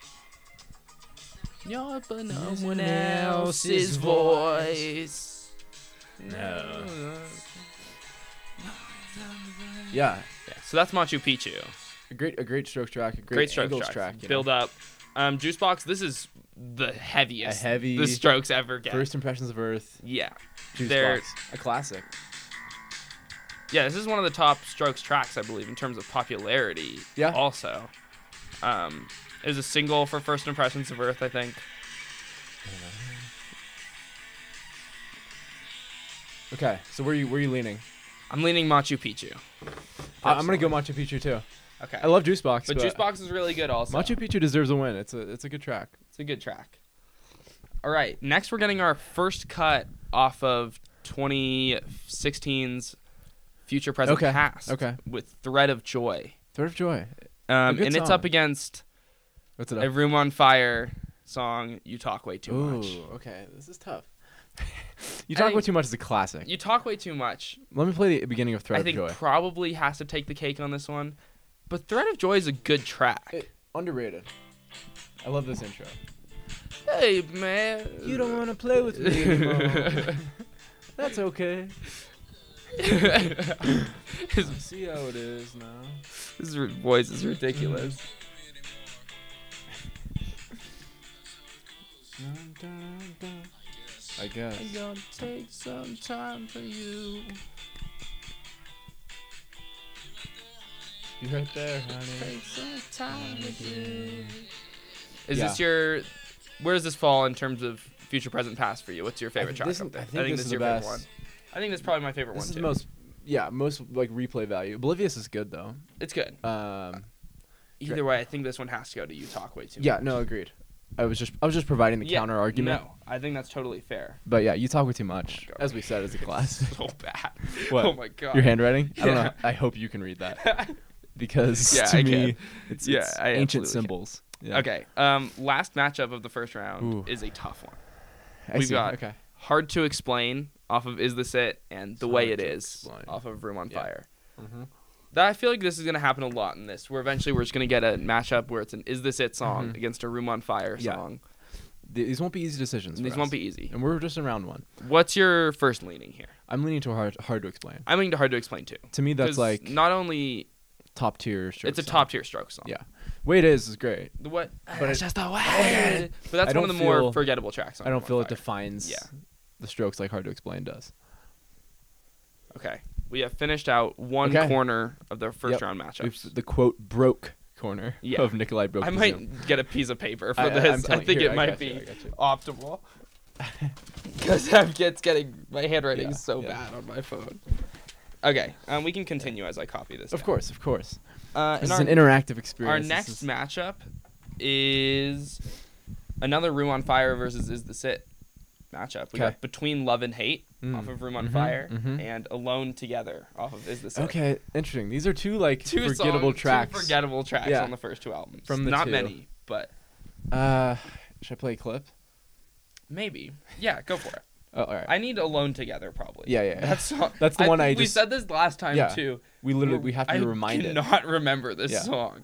[SPEAKER 1] You're but someone else's
[SPEAKER 2] else's
[SPEAKER 1] voice.
[SPEAKER 2] No. Yeah,
[SPEAKER 1] Yeah, so that's Machu Picchu.
[SPEAKER 2] a great, a great stroke track. A great,
[SPEAKER 1] Great, strokes
[SPEAKER 2] angles
[SPEAKER 1] track.
[SPEAKER 2] track. you know.
[SPEAKER 1] Build up. Um, Juicebox. This is the heaviest.
[SPEAKER 2] heavy-
[SPEAKER 1] The Strokes ever get.
[SPEAKER 2] First impressions of Earth.
[SPEAKER 1] yeah.
[SPEAKER 2] Juice
[SPEAKER 1] They're-
[SPEAKER 2] Box. A classic.
[SPEAKER 1] Yeah, this is one of the top Strokes tracks, I believe, in terms of popularity.
[SPEAKER 2] Yeah.
[SPEAKER 1] Also, um, it was a single for First Impressions of Earth, I think.
[SPEAKER 2] Okay, so where are you where are you leaning?
[SPEAKER 1] I'm leaning Machu Picchu.
[SPEAKER 2] I, am gonna go Machu Picchu too.
[SPEAKER 1] Okay.
[SPEAKER 2] I love Juice Box,
[SPEAKER 1] but
[SPEAKER 2] but
[SPEAKER 1] Juice Box is really good. Also,
[SPEAKER 2] Machu Picchu deserves a win. It's a it's a good track.
[SPEAKER 1] it's a good track. All right. Next, we're getting our first cut off of 2016's Future Present
[SPEAKER 2] Okay,
[SPEAKER 1] Past.
[SPEAKER 2] okay.
[SPEAKER 1] With Thread of Joy.
[SPEAKER 2] Thread of Joy.
[SPEAKER 1] Um,
[SPEAKER 2] good
[SPEAKER 1] and it's up
[SPEAKER 2] song.
[SPEAKER 1] against
[SPEAKER 2] What's it
[SPEAKER 1] a
[SPEAKER 2] up?
[SPEAKER 1] Room on Fire song. You talk way too much.
[SPEAKER 2] Ooh, okay, this is tough. you
[SPEAKER 1] I
[SPEAKER 2] talk way
[SPEAKER 1] think-
[SPEAKER 2] too much is a classic.
[SPEAKER 1] You talk way too much.
[SPEAKER 2] Let me play the beginning of Thread
[SPEAKER 1] I think
[SPEAKER 2] of Joy.
[SPEAKER 1] probably has to take the cake on this one. But Thread of Joy is a good track.
[SPEAKER 2] It- underrated. I love this intro.
[SPEAKER 1] hey man,
[SPEAKER 2] wanna play with That's okay.
[SPEAKER 1] his,
[SPEAKER 2] see how it is now.
[SPEAKER 1] his r- voice is ridiculous.
[SPEAKER 2] I guess.
[SPEAKER 1] gonna take some time for you.
[SPEAKER 2] You right there, honey.
[SPEAKER 1] some time with you. Is
[SPEAKER 2] Yeah.
[SPEAKER 1] this your? Where does this fall in terms of future, present, past for you? What's your favorite track?
[SPEAKER 2] this,
[SPEAKER 1] up there?
[SPEAKER 2] I think, this, is the
[SPEAKER 1] your
[SPEAKER 2] best.
[SPEAKER 1] favorite one. I think that's probably my favorite
[SPEAKER 2] This
[SPEAKER 1] one
[SPEAKER 2] is
[SPEAKER 1] too.
[SPEAKER 2] the most. Yeah, most like replay value. Oblivious is good though.
[SPEAKER 1] it's good.
[SPEAKER 2] Um,
[SPEAKER 1] Either way, I think this one has to go to You Talk Way Too.
[SPEAKER 2] yeah,
[SPEAKER 1] Much.
[SPEAKER 2] no, agreed. I was just I was just providing the
[SPEAKER 1] Yeah,
[SPEAKER 2] counter argument.
[SPEAKER 1] No, I think that's totally fair.
[SPEAKER 2] But yeah, you talk way too much,
[SPEAKER 1] Oh, God.
[SPEAKER 2] as we said as a class.
[SPEAKER 1] So bad.
[SPEAKER 2] What?
[SPEAKER 1] Oh my god.
[SPEAKER 2] Your handwriting? I don't know.
[SPEAKER 1] Yeah.
[SPEAKER 2] I hope you can read that because
[SPEAKER 1] Yeah,
[SPEAKER 2] to
[SPEAKER 1] I
[SPEAKER 2] me,
[SPEAKER 1] can.
[SPEAKER 2] it's,
[SPEAKER 1] Yeah,
[SPEAKER 2] it's
[SPEAKER 1] I absolutely can.
[SPEAKER 2] ancient symbols. Yeah.
[SPEAKER 1] Okay. Um, last matchup of the first round
[SPEAKER 2] Ooh.
[SPEAKER 1] is a tough one.
[SPEAKER 2] I
[SPEAKER 1] We've
[SPEAKER 2] see.
[SPEAKER 1] got-
[SPEAKER 2] okay.
[SPEAKER 1] Hard to explain off of Is This It and The
[SPEAKER 2] It's
[SPEAKER 1] Way
[SPEAKER 2] hard
[SPEAKER 1] It
[SPEAKER 2] to
[SPEAKER 1] Is
[SPEAKER 2] explain.
[SPEAKER 1] off of Room on
[SPEAKER 2] Yeah.
[SPEAKER 1] Fire. Mm-hmm.
[SPEAKER 2] Mhm.
[SPEAKER 1] That I feel like this is gonna happen a lot in this. Where eventually we're just gonna get a matchup where it's an Is This It song
[SPEAKER 2] Mhm.
[SPEAKER 1] against a Room on Fire
[SPEAKER 2] Yeah.
[SPEAKER 1] song.
[SPEAKER 2] Th- These won't be easy decisions. for
[SPEAKER 1] These
[SPEAKER 2] us.
[SPEAKER 1] won't be easy.
[SPEAKER 2] And we're just in round one.
[SPEAKER 1] What's your first leaning here?
[SPEAKER 2] I'm leaning to hard, hard to explain.
[SPEAKER 1] I'm leaning to Hard to Explain too.
[SPEAKER 2] To me,
[SPEAKER 1] 'Cause
[SPEAKER 2] that's like
[SPEAKER 1] not only
[SPEAKER 2] top tier. Stroke
[SPEAKER 1] it's a
[SPEAKER 2] song.
[SPEAKER 1] top tier stroke song.
[SPEAKER 2] Yeah. Way it is is great.
[SPEAKER 1] The what? But Oh,
[SPEAKER 2] But
[SPEAKER 1] it's
[SPEAKER 2] it-
[SPEAKER 1] just the way. But that's
[SPEAKER 2] I
[SPEAKER 1] one of
[SPEAKER 2] don't
[SPEAKER 1] the more
[SPEAKER 2] feel-
[SPEAKER 1] forgettable tracks. On
[SPEAKER 2] I
[SPEAKER 1] Room
[SPEAKER 2] don't
[SPEAKER 1] on
[SPEAKER 2] feel it
[SPEAKER 1] Fire.
[SPEAKER 2] defines
[SPEAKER 1] Yeah.
[SPEAKER 2] the strokes like hard to explain does.
[SPEAKER 1] Okay. We have finished out one
[SPEAKER 2] Okay.
[SPEAKER 1] corner of the first
[SPEAKER 2] Yep.
[SPEAKER 1] round matchup.
[SPEAKER 2] We've- the quote broke corner
[SPEAKER 1] Yeah.
[SPEAKER 2] of Nikolai broke.
[SPEAKER 1] I
[SPEAKER 2] the
[SPEAKER 1] might
[SPEAKER 2] Zoom.
[SPEAKER 1] get a piece of paper for
[SPEAKER 2] I- I- I'm
[SPEAKER 1] this. I,
[SPEAKER 2] telling-
[SPEAKER 1] think
[SPEAKER 2] here,
[SPEAKER 1] it
[SPEAKER 2] I
[SPEAKER 1] might
[SPEAKER 2] got you, I
[SPEAKER 1] be
[SPEAKER 2] got you.
[SPEAKER 1] optimal. Because I'm it's getting my handwriting
[SPEAKER 2] Yeah,
[SPEAKER 1] is so
[SPEAKER 2] yeah.
[SPEAKER 1] bad on my phone. Okay, um, we can continue as I copy this.
[SPEAKER 2] Of
[SPEAKER 1] down.
[SPEAKER 2] course, of course.
[SPEAKER 1] Uh, and
[SPEAKER 2] This is
[SPEAKER 1] our,
[SPEAKER 2] an interactive
[SPEAKER 1] our
[SPEAKER 2] experience. This
[SPEAKER 1] next
[SPEAKER 2] is-
[SPEAKER 1] matchup is another Room on Fire versus Is This It matchup. We
[SPEAKER 2] Okay.
[SPEAKER 1] got Between Love and Hate
[SPEAKER 2] Mm.
[SPEAKER 1] off of Room on
[SPEAKER 2] Mhm,
[SPEAKER 1] Fire
[SPEAKER 2] mhm.
[SPEAKER 1] and Alone Together off of Is This It.
[SPEAKER 2] Okay, interesting. These are two like
[SPEAKER 1] two
[SPEAKER 2] forgettable
[SPEAKER 1] songs, two
[SPEAKER 2] tracks.
[SPEAKER 1] forgettable tracks
[SPEAKER 2] Yeah.
[SPEAKER 1] on the first two albums.
[SPEAKER 2] From the
[SPEAKER 1] not
[SPEAKER 2] two.
[SPEAKER 1] many, but
[SPEAKER 2] uh, should I play a clip?
[SPEAKER 1] maybe. Yeah, go for it.
[SPEAKER 2] Oh, all right.
[SPEAKER 1] I need Alone Together probably.
[SPEAKER 2] Yeah, yeah, yeah.
[SPEAKER 1] That's
[SPEAKER 2] That's the one I
[SPEAKER 1] think We
[SPEAKER 2] just-
[SPEAKER 1] said this last time
[SPEAKER 2] Yeah.
[SPEAKER 1] too.
[SPEAKER 2] we literally we have to
[SPEAKER 1] I
[SPEAKER 2] be reminded.
[SPEAKER 1] cannot remember this
[SPEAKER 2] Yeah.
[SPEAKER 1] song.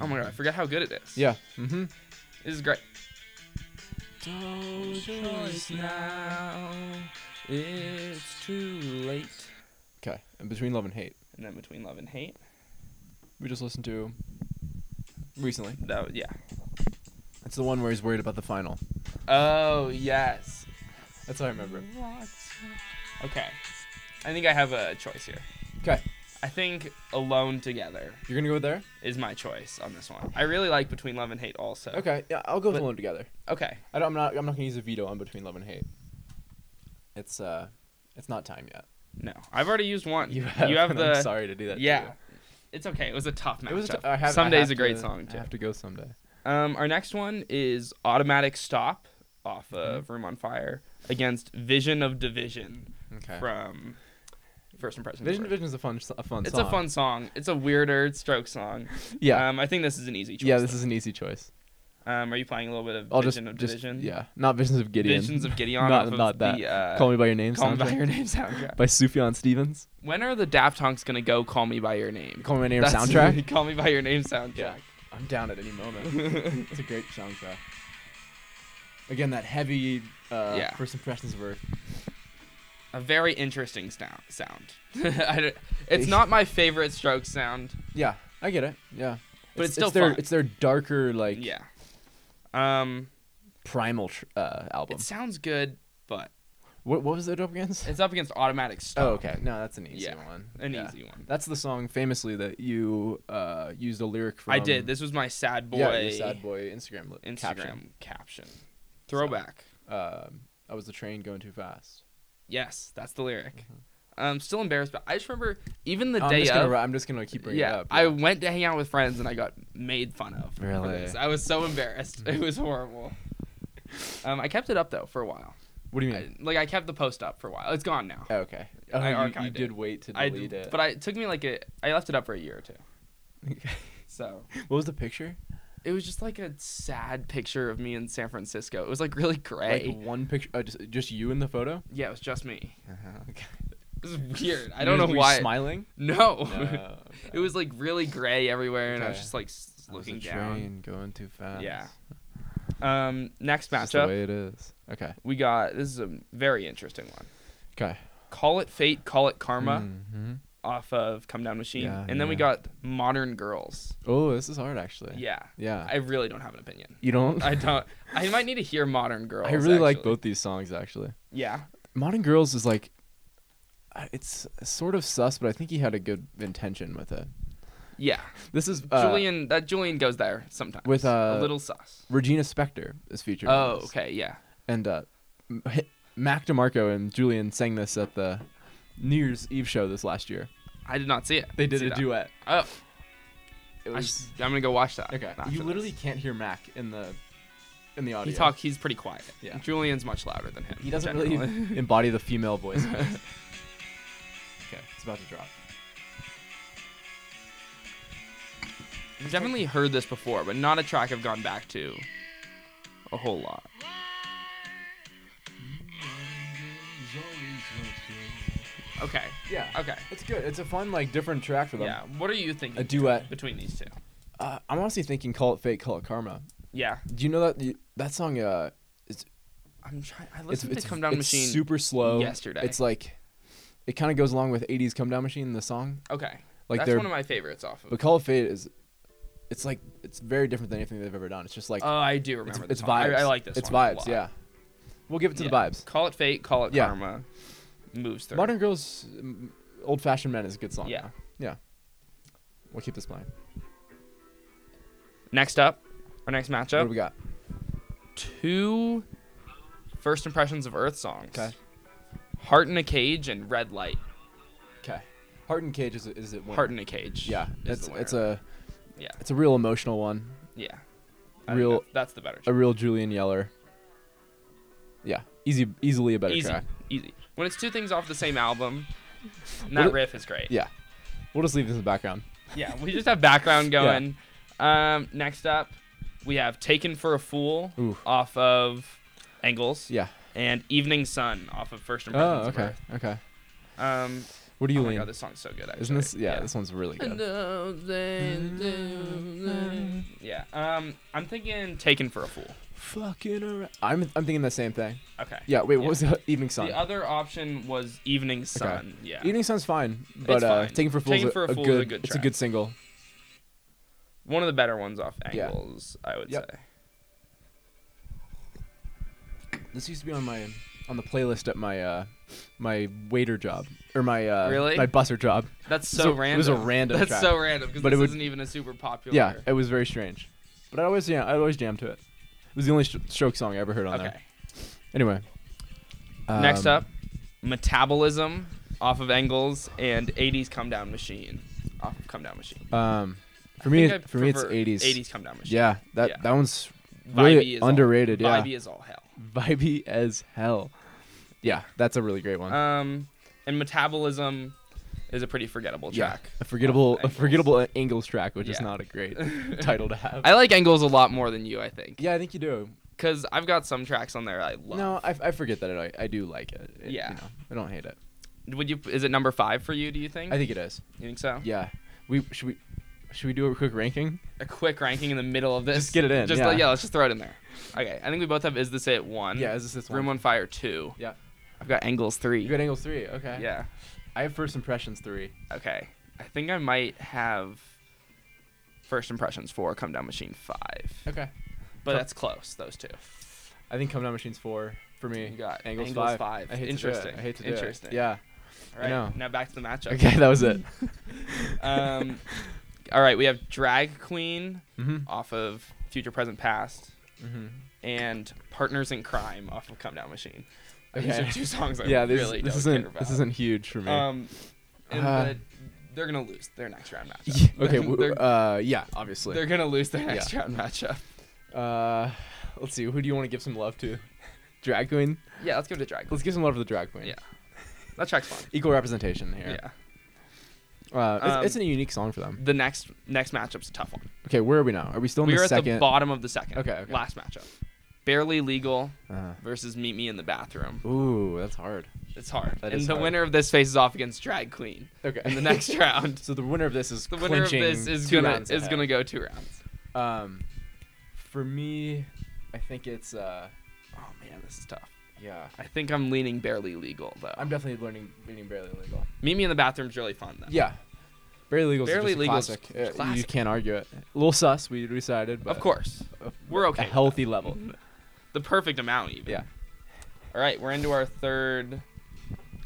[SPEAKER 1] Oh my god, I forget how good it is.
[SPEAKER 2] Yeah. Mm-hmm.
[SPEAKER 1] This is great.
[SPEAKER 2] Mm-hmm.
[SPEAKER 1] No choice now. It's too late.
[SPEAKER 2] Okay. And between love and hate,
[SPEAKER 1] And then between love and hate.
[SPEAKER 2] we just listened to recently.
[SPEAKER 1] That was, yeah.
[SPEAKER 2] It's the one where he's worried about the final.
[SPEAKER 1] Oh yes.
[SPEAKER 2] That's what I remember.
[SPEAKER 1] Okay. I think I have a choice here.
[SPEAKER 2] Okay.
[SPEAKER 1] I think Alone Together
[SPEAKER 2] You're gonna go with there.
[SPEAKER 1] is my choice on this one. I really like Between Love and Hate also.
[SPEAKER 2] Okay. Yeah, I'll go with
[SPEAKER 1] But-
[SPEAKER 2] alone together.
[SPEAKER 1] Okay.
[SPEAKER 2] I don't, I'm not. I'm not gonna use a veto on between love and hate. It's uh, it's not time yet.
[SPEAKER 1] No. I've already used one. You have,
[SPEAKER 2] and
[SPEAKER 1] the
[SPEAKER 2] I'm sorry to do that. to
[SPEAKER 1] Yeah.
[SPEAKER 2] you.
[SPEAKER 1] It's okay. It was a tough matchup.
[SPEAKER 2] It was. t- I have,
[SPEAKER 1] Someday's
[SPEAKER 2] I have
[SPEAKER 1] a great
[SPEAKER 2] to-
[SPEAKER 1] song too.
[SPEAKER 2] I have to go someday.
[SPEAKER 1] Um our next one is Automatic Stop off of
[SPEAKER 2] Mm-hmm.
[SPEAKER 1] Room on Fire against Vision of Division
[SPEAKER 2] Okay.
[SPEAKER 1] from First Impression.
[SPEAKER 2] Vision
[SPEAKER 1] Disorder.
[SPEAKER 2] Division is a fun, s- a fun
[SPEAKER 1] It's
[SPEAKER 2] song.
[SPEAKER 1] a fun song. It's a weirder stroke song.
[SPEAKER 2] Yeah.
[SPEAKER 1] Um, I think this is an easy choice.
[SPEAKER 2] yeah, this is an easy choice.
[SPEAKER 1] though. Um, are you playing a little bit of
[SPEAKER 2] I'll
[SPEAKER 1] Vision
[SPEAKER 2] just,
[SPEAKER 1] of
[SPEAKER 2] just
[SPEAKER 1] Division?
[SPEAKER 2] yeah, not Visions of Gideon.
[SPEAKER 1] Visions of Gideon.
[SPEAKER 2] Not-
[SPEAKER 1] off of
[SPEAKER 2] not that.
[SPEAKER 1] The, uh,
[SPEAKER 2] Call Me by Your Name.
[SPEAKER 1] Call Me by
[SPEAKER 2] soundtrack
[SPEAKER 1] Your Name soundtrack.
[SPEAKER 2] by Sufjan Stevens.
[SPEAKER 1] When are the Daft Punk's gonna go Call Me by Your Name?
[SPEAKER 2] Call Me by Your Name
[SPEAKER 1] That's-
[SPEAKER 2] soundtrack.
[SPEAKER 1] Call Me by Your Name soundtrack.
[SPEAKER 2] I'm down at any moment. it's a great soundtrack. Again, that heavy uh,
[SPEAKER 1] Yeah.
[SPEAKER 2] first impressions were.
[SPEAKER 1] a very interesting sound. Sound. I don't- it's not my favorite stroke sound,
[SPEAKER 2] Yeah, I get it. Yeah,
[SPEAKER 1] But it's still
[SPEAKER 2] their
[SPEAKER 1] fun.
[SPEAKER 2] it's their darker like
[SPEAKER 1] yeah. Um,
[SPEAKER 2] primal tr- uh, album.
[SPEAKER 1] it sounds good, but
[SPEAKER 2] What what was it up against?
[SPEAKER 1] it's up against Automatic Stop.
[SPEAKER 2] oh, okay. No, that's an easy
[SPEAKER 1] Yeah,
[SPEAKER 2] one.
[SPEAKER 1] an
[SPEAKER 2] Yeah.
[SPEAKER 1] easy one.
[SPEAKER 2] That's the song famously that you uh, used a lyric from.
[SPEAKER 1] I did. This was my sad boy,
[SPEAKER 2] Yeah, your sad boy Instagram li-
[SPEAKER 1] Instagram
[SPEAKER 2] caption.
[SPEAKER 1] caption. Throwback.
[SPEAKER 2] Um, I was the train going too fast.
[SPEAKER 1] Yes, that's the lyric. I'm still embarrassed, but I just remember even the
[SPEAKER 2] Uh-huh. Oh, I'm
[SPEAKER 1] day
[SPEAKER 2] just
[SPEAKER 1] of.
[SPEAKER 2] gonna. ri- I'm just gonna keep bringing
[SPEAKER 1] yeah,
[SPEAKER 2] it up.
[SPEAKER 1] I went to hang out with friends and I got made fun of. for
[SPEAKER 2] Really?
[SPEAKER 1] this. I was so embarrassed. it was horrible. Um, I kept it up though for a while.
[SPEAKER 2] what do you
[SPEAKER 1] I,
[SPEAKER 2] mean?
[SPEAKER 1] like I kept the post up for a while. It's gone now.
[SPEAKER 2] oh, okay. Oh,
[SPEAKER 1] I
[SPEAKER 2] you- you,
[SPEAKER 1] archived it.
[SPEAKER 2] did wait to
[SPEAKER 1] I
[SPEAKER 2] delete it.
[SPEAKER 1] but I, it took me like a I left it up for a year or two. So
[SPEAKER 2] what was the picture?
[SPEAKER 1] it was just like a sad picture of me in San Francisco. It was like really gray.
[SPEAKER 2] Like one picture. Uh, just, just you in the photo.
[SPEAKER 1] yeah, it was just me.
[SPEAKER 2] Okay.
[SPEAKER 1] It was Uh-huh. weird. I don't know why.
[SPEAKER 2] smiling.
[SPEAKER 1] no.
[SPEAKER 2] No,
[SPEAKER 1] it was like really gray everywhere, and I was
[SPEAKER 2] Okay.
[SPEAKER 1] just like s-
[SPEAKER 2] I was the
[SPEAKER 1] looking down.
[SPEAKER 2] Train going too fast.
[SPEAKER 1] Yeah. Um, next
[SPEAKER 2] That's the
[SPEAKER 1] matchup
[SPEAKER 2] way it is. Okay.
[SPEAKER 1] we got this is a very interesting one.
[SPEAKER 2] Okay.
[SPEAKER 1] Call it fate, call it karma
[SPEAKER 2] Mm-hmm.
[SPEAKER 1] off of Come Down Machine,
[SPEAKER 2] Yeah,
[SPEAKER 1] and then we
[SPEAKER 2] yeah.
[SPEAKER 1] got Modern Girls.
[SPEAKER 2] Oh, this is hard actually.
[SPEAKER 1] Yeah,
[SPEAKER 2] Yeah.
[SPEAKER 1] I really don't have an opinion.
[SPEAKER 2] you don't.
[SPEAKER 1] I don't. I might need to hear Modern Girls.
[SPEAKER 2] I really like
[SPEAKER 1] actually.
[SPEAKER 2] both these songs actually.
[SPEAKER 1] Yeah,
[SPEAKER 2] Modern Girls is like, uh, it's sort of sus, but I think he had a good intention with it.
[SPEAKER 1] yeah.
[SPEAKER 2] This is uh,
[SPEAKER 1] Julian, that Julian goes there sometimes
[SPEAKER 2] with,
[SPEAKER 1] a
[SPEAKER 2] uh,
[SPEAKER 1] little sus.
[SPEAKER 2] Regina Spektor is featured. on
[SPEAKER 1] Oh,
[SPEAKER 2] this.
[SPEAKER 1] okay, yeah.
[SPEAKER 2] And uh, M- Mac DeMarco and Julian sang this at the New Year's Eve show this last year.
[SPEAKER 1] I did not see it.
[SPEAKER 2] They did
[SPEAKER 1] See
[SPEAKER 2] a
[SPEAKER 1] that.
[SPEAKER 2] duet.
[SPEAKER 1] Oh,
[SPEAKER 2] It
[SPEAKER 1] I
[SPEAKER 2] was
[SPEAKER 1] am gonna go watch that.
[SPEAKER 2] okay.
[SPEAKER 1] after
[SPEAKER 2] You literally
[SPEAKER 1] this.
[SPEAKER 2] can't hear Mac in the in the audio.
[SPEAKER 1] He talk. He's pretty quiet.
[SPEAKER 2] Yeah.
[SPEAKER 1] Julian's much louder than him.
[SPEAKER 2] He doesn't
[SPEAKER 1] generally.
[SPEAKER 2] really embody the female voice. okay, it's about to drop.
[SPEAKER 1] I've definitely heard this before, but not a track I've gone back to a whole lot. Okay.
[SPEAKER 2] Yeah.
[SPEAKER 1] Okay.
[SPEAKER 2] It's good. It's a fun, like, different track for them.
[SPEAKER 1] Yeah. What are you thinking?
[SPEAKER 2] A duet.
[SPEAKER 1] between these two.
[SPEAKER 2] Uh, I'm honestly thinking "Call It Fate, Call It Karma."
[SPEAKER 1] Yeah.
[SPEAKER 2] Do you know that you- that song? Uh,
[SPEAKER 1] I'm trying. I
[SPEAKER 2] it's
[SPEAKER 1] listened
[SPEAKER 2] it's,
[SPEAKER 1] to Come Down
[SPEAKER 2] it's
[SPEAKER 1] Machine.
[SPEAKER 2] super slow.
[SPEAKER 1] yesterday.
[SPEAKER 2] it's like it kind of goes along with '80s "Come Down Machine" the song.
[SPEAKER 1] okay.
[SPEAKER 2] Like
[SPEAKER 1] That's
[SPEAKER 2] they're
[SPEAKER 1] one of my favorites off of.
[SPEAKER 2] but "Call It Fate" is it's like it's very different than anything they've ever done. It's just like
[SPEAKER 1] Oh, I do
[SPEAKER 2] it's,
[SPEAKER 1] remember.
[SPEAKER 2] it's
[SPEAKER 1] this one.
[SPEAKER 2] vibes.
[SPEAKER 1] I, I like this.
[SPEAKER 2] It's
[SPEAKER 1] one a
[SPEAKER 2] vibes.
[SPEAKER 1] lot.
[SPEAKER 2] Yeah, we'll give it to the
[SPEAKER 1] Yeah.
[SPEAKER 2] vibes.
[SPEAKER 1] Call it fate. Call it
[SPEAKER 2] Yeah.
[SPEAKER 1] karma. Moves through.
[SPEAKER 2] Modern Girls, mm, Old Fashioned Men is a good song.
[SPEAKER 1] Yeah.
[SPEAKER 2] yeah. We'll keep this playing.
[SPEAKER 1] Next up, our next
[SPEAKER 2] What
[SPEAKER 1] matchup.
[SPEAKER 2] do we got?
[SPEAKER 1] two first impressions of Earth songs.
[SPEAKER 2] Okay.
[SPEAKER 1] Heart in a Cage and Red Light.
[SPEAKER 2] Okay. Heart in Cage is is it one?
[SPEAKER 1] Heart in a Cage.
[SPEAKER 2] Yeah,
[SPEAKER 1] is
[SPEAKER 2] it's
[SPEAKER 1] the
[SPEAKER 2] it's
[SPEAKER 1] winner.
[SPEAKER 2] a
[SPEAKER 1] Yeah.
[SPEAKER 2] it's a real emotional one.
[SPEAKER 1] yeah. I think
[SPEAKER 2] real-
[SPEAKER 1] that's, that's the better.
[SPEAKER 2] A
[SPEAKER 1] Track.
[SPEAKER 2] real Julian Yeller. Yeah, easy, easily a better
[SPEAKER 1] Easy,
[SPEAKER 2] track.
[SPEAKER 1] easy. When it's two things off the same album, and
[SPEAKER 2] What
[SPEAKER 1] that
[SPEAKER 2] a-
[SPEAKER 1] riff is great.
[SPEAKER 2] Yeah, we'll just leave this in the background.
[SPEAKER 1] Yeah, we just have background going. Um, next up, we have Taken for a Fool
[SPEAKER 2] Ooh.
[SPEAKER 1] off of Angles
[SPEAKER 2] Yeah.
[SPEAKER 1] and Evening Sun off of First
[SPEAKER 2] Oh,
[SPEAKER 1] Impressions. of
[SPEAKER 2] okay,
[SPEAKER 1] Earth.
[SPEAKER 2] okay.
[SPEAKER 1] Um,
[SPEAKER 2] What do you
[SPEAKER 1] oh my
[SPEAKER 2] lean?
[SPEAKER 1] god, this song's so good. Actually.
[SPEAKER 2] Isn't this? Yeah, this one's really
[SPEAKER 1] And
[SPEAKER 2] good. uh,
[SPEAKER 1] those days- Yeah. Um, I'm thinking Taken for a Fool.
[SPEAKER 2] Fucking around. I'm I'm thinking the same thing.
[SPEAKER 1] Okay.
[SPEAKER 2] Yeah. Wait, what
[SPEAKER 1] Yeah.
[SPEAKER 2] was the evening sun?
[SPEAKER 1] The other option was Evening Sun. Yeah.
[SPEAKER 2] Evening sun's fine, but
[SPEAKER 1] It's
[SPEAKER 2] uh,
[SPEAKER 1] fine.
[SPEAKER 2] taking for fools,
[SPEAKER 1] Taking for a
[SPEAKER 2] a,
[SPEAKER 1] Fool is a
[SPEAKER 2] good,
[SPEAKER 1] good
[SPEAKER 2] It's a
[SPEAKER 1] track.
[SPEAKER 2] good single.
[SPEAKER 1] One of the better ones off
[SPEAKER 2] Yeah.
[SPEAKER 1] angles, I would
[SPEAKER 2] Yep.
[SPEAKER 1] say.
[SPEAKER 2] This used to be on my on the playlist at my uh my waiter job or my uh
[SPEAKER 1] Really?
[SPEAKER 2] my busser job.
[SPEAKER 1] That's so,
[SPEAKER 2] So- it
[SPEAKER 1] random.
[SPEAKER 2] was a random
[SPEAKER 1] That's
[SPEAKER 2] track.
[SPEAKER 1] so random because
[SPEAKER 2] But
[SPEAKER 1] this
[SPEAKER 2] it would-
[SPEAKER 1] isn't even a super popular.
[SPEAKER 2] Yeah, it was very strange, but I always yeah I always jammed to it. It was the only sh- stroke song I ever heard on
[SPEAKER 1] Okay.
[SPEAKER 2] there. Anyway.
[SPEAKER 1] Next
[SPEAKER 2] um,
[SPEAKER 1] up, Metabolism off of Angles and 80s Come Down Machine off of Come Down Machine.
[SPEAKER 2] Um, for
[SPEAKER 1] I
[SPEAKER 2] me,
[SPEAKER 1] think I
[SPEAKER 2] it- for me, it's
[SPEAKER 1] prefer
[SPEAKER 2] 80s.
[SPEAKER 1] 80s Come Down Machine.
[SPEAKER 2] Yeah, that
[SPEAKER 1] Yeah.
[SPEAKER 2] that one's
[SPEAKER 1] Vibey
[SPEAKER 2] really
[SPEAKER 1] is all-
[SPEAKER 2] underrated. yeah,
[SPEAKER 1] Vibey is all hell.
[SPEAKER 2] vibey as hell. Yeah, that's a really great one.
[SPEAKER 1] Um, and metabolism is a pretty forgettable
[SPEAKER 2] yeah,
[SPEAKER 1] track.
[SPEAKER 2] a forgettable, a
[SPEAKER 1] Angles.
[SPEAKER 2] forgettable Angles track, which is
[SPEAKER 1] Yeah.
[SPEAKER 2] not a great title to have.
[SPEAKER 1] I like angles a lot more than you, I think,
[SPEAKER 2] yeah, I think you do.
[SPEAKER 1] because I've got some tracks on there I love.
[SPEAKER 2] No, I, I forget that I, I do like it. It- you
[SPEAKER 1] Yeah.
[SPEAKER 2] know, I don't hate it.
[SPEAKER 1] Would you? Is it number five for you? Do you think?
[SPEAKER 2] I think it is.
[SPEAKER 1] you think so.
[SPEAKER 2] Yeah, we should we should we do a quick ranking?
[SPEAKER 1] A quick ranking in the middle of this.
[SPEAKER 2] Just get it in,
[SPEAKER 1] Just
[SPEAKER 2] yeah.
[SPEAKER 1] let- yeah. Let's just throw it in there. Okay. I think we both have is this it one.
[SPEAKER 2] Yeah, is this this
[SPEAKER 1] Room
[SPEAKER 2] one?
[SPEAKER 1] on Fire two.
[SPEAKER 2] Yeah.
[SPEAKER 1] I've got angles three.
[SPEAKER 2] You got Angles three. Okay.
[SPEAKER 1] Yeah.
[SPEAKER 2] I have First Impressions three.
[SPEAKER 1] Okay. I think I might have. First impressions four, come down machine five,
[SPEAKER 2] Okay.
[SPEAKER 1] but
[SPEAKER 2] Come-
[SPEAKER 1] that's close. Those two.
[SPEAKER 2] I think Come Down Machines four for me.
[SPEAKER 1] You got
[SPEAKER 2] Angles,
[SPEAKER 1] Angles
[SPEAKER 2] five.
[SPEAKER 1] five.
[SPEAKER 2] I hate To do
[SPEAKER 1] Interesting.
[SPEAKER 2] it. I hate to do it.
[SPEAKER 1] Interesting.
[SPEAKER 2] Yeah.
[SPEAKER 1] All right.
[SPEAKER 2] know.
[SPEAKER 1] Now back to the matchup.
[SPEAKER 2] Okay, that was it.
[SPEAKER 1] Um, all right, we have Drag Queen
[SPEAKER 2] hmm
[SPEAKER 1] off of Future Present Past
[SPEAKER 2] hmm
[SPEAKER 1] Mm-hmm. and Partners in Crime off of Come Down Machine. These
[SPEAKER 2] Okay.
[SPEAKER 1] are two songs I
[SPEAKER 2] Yeah, this,
[SPEAKER 1] really
[SPEAKER 2] this
[SPEAKER 1] don't
[SPEAKER 2] isn't
[SPEAKER 1] care about.
[SPEAKER 2] this isn't huge for me.
[SPEAKER 1] Um, and
[SPEAKER 2] Uh,
[SPEAKER 1] the- they're gonna lose their next round matchup.
[SPEAKER 2] Yeah, okay,
[SPEAKER 1] they're,
[SPEAKER 2] w- uh, yeah, obviously.
[SPEAKER 1] they're gonna lose their next round matchup.
[SPEAKER 2] Uh, let's see. Who do you want to give some love to? Drag queen.
[SPEAKER 1] Yeah, let's go to Drag Queen.
[SPEAKER 2] Let's give some love to the drag queen.
[SPEAKER 1] Yeah. That track's fun.
[SPEAKER 2] Equal representation
[SPEAKER 1] Yeah.
[SPEAKER 2] here. Uh, it's,
[SPEAKER 1] Um,
[SPEAKER 2] it's a unique song for them.
[SPEAKER 1] The next next matchup's a tough one.
[SPEAKER 2] Okay, where are we now? Are we still in
[SPEAKER 1] We're
[SPEAKER 2] the
[SPEAKER 1] at
[SPEAKER 2] second?
[SPEAKER 1] the bottom of the second.
[SPEAKER 2] Okay, okay.
[SPEAKER 1] Last matchup. Barely legal
[SPEAKER 2] uh,
[SPEAKER 1] versus Meet Me in the Bathroom.
[SPEAKER 2] ooh, that's hard.
[SPEAKER 1] It's hard.
[SPEAKER 2] That
[SPEAKER 1] and
[SPEAKER 2] is
[SPEAKER 1] the
[SPEAKER 2] hard.
[SPEAKER 1] winner of this faces off against Drag Queen
[SPEAKER 2] Okay.
[SPEAKER 1] in the next round.
[SPEAKER 2] so the winner of this is
[SPEAKER 1] The winner of this
[SPEAKER 2] clinching
[SPEAKER 1] is
[SPEAKER 2] two
[SPEAKER 1] gonna
[SPEAKER 2] rounds
[SPEAKER 1] is
[SPEAKER 2] ahead.
[SPEAKER 1] gonna go two rounds.
[SPEAKER 2] Um, for me, I think it's uh,
[SPEAKER 1] Oh man, this is tough.
[SPEAKER 2] I Yeah.
[SPEAKER 1] I think I'm leaning barely legal though.
[SPEAKER 2] I'm definitely learning learning barely legal.
[SPEAKER 1] Meet me in the bathroom's really fun though.
[SPEAKER 2] Yeah. Barely legal.
[SPEAKER 1] Barely
[SPEAKER 2] Barely legal.
[SPEAKER 1] Legal's
[SPEAKER 2] Classic.
[SPEAKER 1] just
[SPEAKER 2] Uh, You
[SPEAKER 1] classic.
[SPEAKER 2] can't argue it. A little sus. We decided. But
[SPEAKER 1] Of course.
[SPEAKER 2] a-
[SPEAKER 1] We're okay
[SPEAKER 2] A
[SPEAKER 1] with
[SPEAKER 2] healthy level.
[SPEAKER 1] The perfect amount even.
[SPEAKER 2] Yeah.
[SPEAKER 1] All right, we're into our third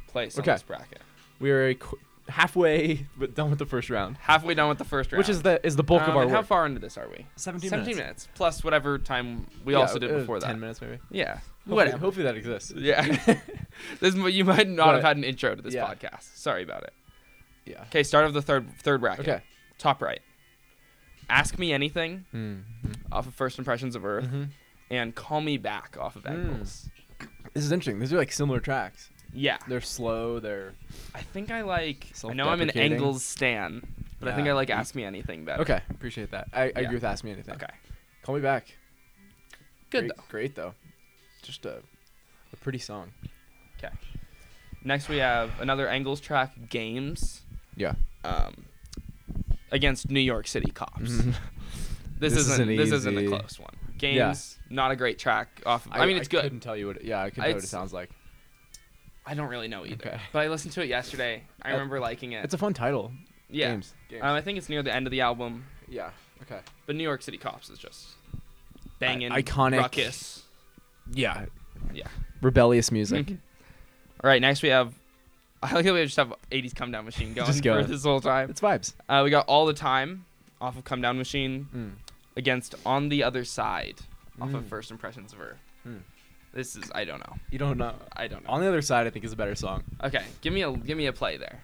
[SPEAKER 1] place
[SPEAKER 2] Okay.
[SPEAKER 1] on this bracket.
[SPEAKER 2] We are qu- halfway, but done with the first round,
[SPEAKER 1] Halfway done with the first round.
[SPEAKER 2] which is the is the bulk of
[SPEAKER 1] Um,
[SPEAKER 2] our
[SPEAKER 1] and How
[SPEAKER 2] work.
[SPEAKER 1] far into this are we?
[SPEAKER 3] 17,
[SPEAKER 1] 17
[SPEAKER 3] minutes.
[SPEAKER 1] minutes plus whatever time we
[SPEAKER 2] Yeah,
[SPEAKER 1] also did
[SPEAKER 2] uh,
[SPEAKER 1] before that.
[SPEAKER 2] Ten minutes maybe.
[SPEAKER 1] Yeah.
[SPEAKER 2] Hopefully,
[SPEAKER 1] Whatever.
[SPEAKER 2] hopefully that exists.
[SPEAKER 1] Yeah. this m- you might not have
[SPEAKER 2] But-
[SPEAKER 1] had an intro to this
[SPEAKER 2] yeah.
[SPEAKER 1] podcast. Sorry about it.
[SPEAKER 2] Yeah.
[SPEAKER 1] Okay, start of the third third bracket.
[SPEAKER 2] Okay.
[SPEAKER 1] Top right. Ask me anything off of First Impressions of Earth
[SPEAKER 2] Mhm.
[SPEAKER 1] and Call Me Back off
[SPEAKER 2] Hmm.
[SPEAKER 1] of Eggpulse.
[SPEAKER 2] This is interesting. These are like similar tracks.
[SPEAKER 1] Yeah.
[SPEAKER 2] They're slow. They're
[SPEAKER 1] I think I like I know I'm an
[SPEAKER 2] Self-deprecating.
[SPEAKER 1] Engels stan, but I think
[SPEAKER 2] Yeah.
[SPEAKER 1] I like Ask Me Anything better.
[SPEAKER 2] okay. Appreciate that. I, I
[SPEAKER 1] Yeah.
[SPEAKER 2] agree with Ask Me Anything.
[SPEAKER 1] Okay.
[SPEAKER 2] Call me back.
[SPEAKER 1] Good
[SPEAKER 2] great,
[SPEAKER 1] though.
[SPEAKER 2] Great though. Just a, a pretty song.
[SPEAKER 1] Okay. Next we have another Engels track, Games.
[SPEAKER 2] Yeah.
[SPEAKER 1] Um against New York City cops. This,
[SPEAKER 2] Mm-hmm. This
[SPEAKER 1] isn't,
[SPEAKER 2] isn't
[SPEAKER 1] this isn't a
[SPEAKER 2] easy.
[SPEAKER 1] close one. Games, not a great track off of, I, mean it's
[SPEAKER 2] I
[SPEAKER 1] good.
[SPEAKER 2] couldn't tell you what. It, yeah, I couldn't tell what it
[SPEAKER 1] It's-
[SPEAKER 2] sounds like.
[SPEAKER 1] I don't really know either.
[SPEAKER 2] Okay.
[SPEAKER 1] But I listened to it yesterday. I
[SPEAKER 2] Uh,
[SPEAKER 1] remember liking it.
[SPEAKER 2] It's a fun title.
[SPEAKER 1] yeah.
[SPEAKER 2] Games. Games.
[SPEAKER 1] Um, I think it's near the end of the album.
[SPEAKER 2] yeah. Okay.
[SPEAKER 1] But New York City Cops is just banging,
[SPEAKER 2] iconic.
[SPEAKER 1] ruckus.
[SPEAKER 2] Yeah.
[SPEAKER 1] Yeah.
[SPEAKER 2] Rebellious music.
[SPEAKER 1] Mhm. All right, next we have. I like that we just have 80s Come Down Machine going
[SPEAKER 2] Just
[SPEAKER 1] for
[SPEAKER 2] going.
[SPEAKER 1] this whole time.
[SPEAKER 2] it's vibes.
[SPEAKER 1] Uh, we got All the Time off of Come Down Machine against On the Other Side off of
[SPEAKER 2] Mm.
[SPEAKER 1] First Impressions of Her.
[SPEAKER 2] Mm.
[SPEAKER 1] This is I don't know.
[SPEAKER 2] You don't know.
[SPEAKER 1] I don't know.
[SPEAKER 2] On the other side, I think is a better song.
[SPEAKER 1] okay, give me a give me a play there.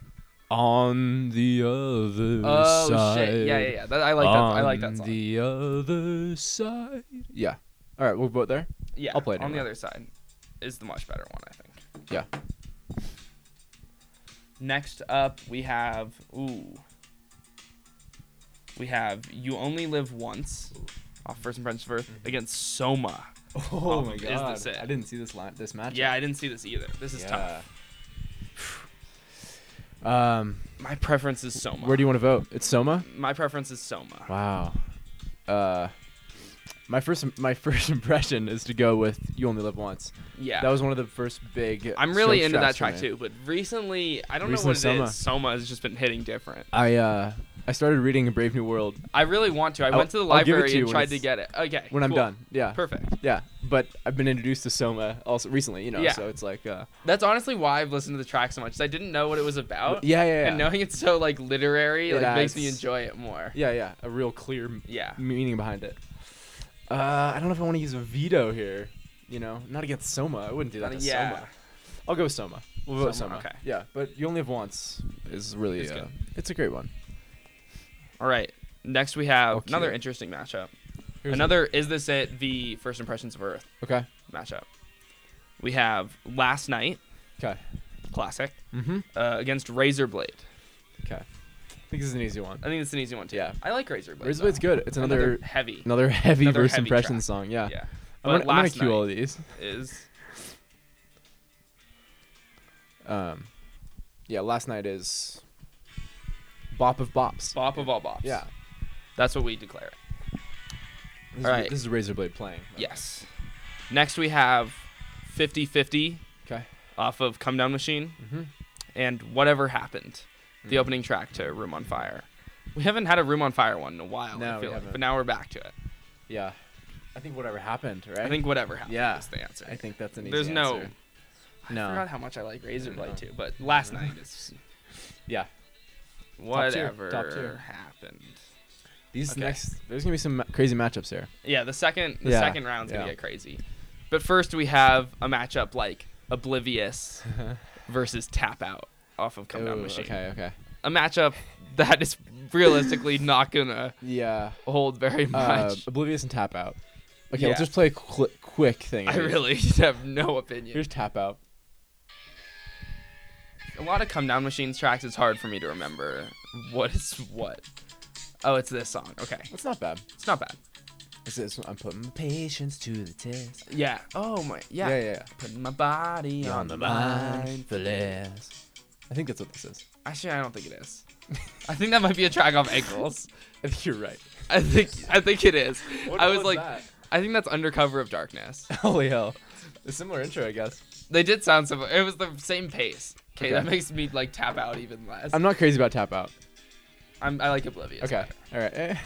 [SPEAKER 2] On the other
[SPEAKER 1] Oh shit! Yeah, yeah, yeah. That, I like that. I like that song.
[SPEAKER 2] the other side. Yeah. All right, we'll vote there.
[SPEAKER 1] yeah,
[SPEAKER 2] I'll play it
[SPEAKER 1] on the
[SPEAKER 2] anyway.
[SPEAKER 1] other side is the much better one, I think.
[SPEAKER 2] Yeah.
[SPEAKER 1] Next up, we have ooh. We have you only live once, off First Impressions of Earth
[SPEAKER 2] Mm-hmm.
[SPEAKER 1] against Soma.
[SPEAKER 2] Oh,
[SPEAKER 1] my God. Is this it?
[SPEAKER 2] I didn't see this line, this match.
[SPEAKER 1] Yeah, I didn't see this either. This is tough.
[SPEAKER 2] Um,
[SPEAKER 1] My preference is Soma.
[SPEAKER 2] where do you want to vote? It's Soma.
[SPEAKER 1] My preference is Soma.
[SPEAKER 2] Wow. Uh, my first my first impression is to go with "You Only Live Once."
[SPEAKER 1] Yeah.
[SPEAKER 2] That was one of the first big.
[SPEAKER 1] I'm really
[SPEAKER 2] Strokes
[SPEAKER 1] into that track
[SPEAKER 2] tracks for me.
[SPEAKER 1] too, but recently I don't
[SPEAKER 2] Recently
[SPEAKER 1] know what it
[SPEAKER 2] Soma.
[SPEAKER 1] is. Soma has just been hitting different.
[SPEAKER 2] I uh, I started reading "A Brave New World"
[SPEAKER 1] I really want to. I
[SPEAKER 2] I'll-
[SPEAKER 1] went to the
[SPEAKER 2] I'll give it
[SPEAKER 1] library
[SPEAKER 2] to you
[SPEAKER 1] and
[SPEAKER 2] when
[SPEAKER 1] tried
[SPEAKER 2] it's-
[SPEAKER 1] to get it. Okay.
[SPEAKER 2] when I'm
[SPEAKER 1] cool.
[SPEAKER 2] done. Yeah.
[SPEAKER 1] Perfect.
[SPEAKER 2] Yeah, but I've been introduced to Soma also recently, you know,
[SPEAKER 1] Yeah.
[SPEAKER 2] so it's like, uh,
[SPEAKER 1] That's honestly why I've listened to the track so much. Is I didn't know what it was about.
[SPEAKER 2] yeah, yeah, yeah,
[SPEAKER 1] Oh, And knowing it's so like literary,
[SPEAKER 2] It
[SPEAKER 1] like makes
[SPEAKER 2] adds-
[SPEAKER 1] me enjoy it more.
[SPEAKER 2] yeah, yeah, a real clear m-
[SPEAKER 1] Yeah.
[SPEAKER 2] meaning behind it. Uh, I don't know if I want to use a veto here, you know, not against Soma. I wouldn't do that.
[SPEAKER 1] Uh,
[SPEAKER 2] To
[SPEAKER 1] yeah.
[SPEAKER 2] Soma. I'll go with Soma. We'll vote
[SPEAKER 1] Soma,
[SPEAKER 2] Soma.
[SPEAKER 1] okay.
[SPEAKER 2] Yeah, but you only have once is really
[SPEAKER 1] It's
[SPEAKER 2] uh,
[SPEAKER 1] good.
[SPEAKER 2] it's a great one.
[SPEAKER 1] All right. Next we have
[SPEAKER 2] Oh, cute.
[SPEAKER 1] another interesting matchup.
[SPEAKER 2] Here's
[SPEAKER 1] another is this it the first impressions of Earth
[SPEAKER 2] Okay.
[SPEAKER 1] matchup. We have last night
[SPEAKER 2] Okay.
[SPEAKER 1] classic
[SPEAKER 2] Mm-hmm.
[SPEAKER 1] uh, against Razorblade.
[SPEAKER 2] Okay. I think this is an easy one.
[SPEAKER 1] I think it's an easy one too.
[SPEAKER 2] Yeah.
[SPEAKER 1] I like Razorblade.
[SPEAKER 2] Razorbade's
[SPEAKER 1] though.
[SPEAKER 2] good. It's another
[SPEAKER 1] heavy.
[SPEAKER 2] another heavy
[SPEAKER 1] another
[SPEAKER 2] verse
[SPEAKER 1] heavy
[SPEAKER 2] impression
[SPEAKER 1] track.
[SPEAKER 2] song. Yeah.
[SPEAKER 1] Yeah. But
[SPEAKER 2] I'm gonna, I'm gonna
[SPEAKER 1] last
[SPEAKER 2] cue all
[SPEAKER 1] night
[SPEAKER 2] of these.
[SPEAKER 1] is
[SPEAKER 2] Um, yeah, last night is Bop of Bops.
[SPEAKER 1] bop of all bops.
[SPEAKER 2] Yeah.
[SPEAKER 1] That's what we declare it.
[SPEAKER 2] This,
[SPEAKER 1] All
[SPEAKER 2] is,
[SPEAKER 1] right.
[SPEAKER 2] this is Razorblade playing.
[SPEAKER 1] Yes. Next we have 50-50
[SPEAKER 2] Okay.
[SPEAKER 1] off of Come Down Machine
[SPEAKER 2] Mhm.
[SPEAKER 1] and Whatever Happened, the
[SPEAKER 2] Hmm.
[SPEAKER 1] opening track to Room on Fire. We haven't had a Room on Fire one in a while,
[SPEAKER 2] No,
[SPEAKER 1] I
[SPEAKER 2] we
[SPEAKER 1] feel like,
[SPEAKER 2] haven't.
[SPEAKER 1] but now we're back to it.
[SPEAKER 2] Yeah. I think whatever happened, right?
[SPEAKER 1] I think Whatever Happened
[SPEAKER 2] Yeah.
[SPEAKER 1] is the answer.
[SPEAKER 2] I think that's an easy
[SPEAKER 1] There's no-
[SPEAKER 2] answer.
[SPEAKER 1] I forgot
[SPEAKER 2] No.
[SPEAKER 1] how much I like
[SPEAKER 2] No.
[SPEAKER 1] Razorblade too, but last
[SPEAKER 2] Mm-hmm.
[SPEAKER 1] night is
[SPEAKER 2] Yeah. tier, top
[SPEAKER 1] Whatever
[SPEAKER 2] tier.
[SPEAKER 1] Happened.
[SPEAKER 2] These
[SPEAKER 1] Okay.
[SPEAKER 2] next there's going to be some ma- crazy matchups here.
[SPEAKER 1] Yeah, the second the
[SPEAKER 2] Yeah,
[SPEAKER 1] second round's gonna
[SPEAKER 2] yeah.
[SPEAKER 1] get crazy. But first we have a matchup like Oblivious versus Tap Out off of Come Down
[SPEAKER 2] Ooh,
[SPEAKER 1] Machine.
[SPEAKER 2] Okay, okay.
[SPEAKER 1] A matchup that is realistically not gonna
[SPEAKER 2] Yeah.
[SPEAKER 1] hold very
[SPEAKER 2] Uh,
[SPEAKER 1] much.
[SPEAKER 2] Oblivious and Tap Out. Okay,
[SPEAKER 1] Yeah.
[SPEAKER 2] let's just play a cl- quick thing.
[SPEAKER 1] I
[SPEAKER 2] here.
[SPEAKER 1] really have no opinion.
[SPEAKER 2] Here's Tap Out.
[SPEAKER 1] A lot of Come Down Machines tracks. It's hard for me to remember what is what. Oh, it's this song. Okay,
[SPEAKER 2] That's not bad.
[SPEAKER 1] it's not bad.
[SPEAKER 2] This is I'm putting my patience to the test.
[SPEAKER 1] Yeah. Oh my. Yeah.
[SPEAKER 2] Yeah, yeah, yeah.
[SPEAKER 1] Putting my body on the line.
[SPEAKER 2] for less. I think that's what this is.
[SPEAKER 1] Actually, I don't think it is. I think that might be a track off Ankles.
[SPEAKER 2] I think you're right.
[SPEAKER 1] I think I think it is. I was like, I think that's Under Cover of Darkness.
[SPEAKER 2] Holy hell. A similar intro, I guess.
[SPEAKER 1] They did sound similar. It was the same pace. Okay,
[SPEAKER 2] Okay.
[SPEAKER 1] that makes me like tap out even less.
[SPEAKER 2] I'm not crazy about tap out.
[SPEAKER 1] I'm, I like Oblivious.
[SPEAKER 2] Okay. All right. Eh.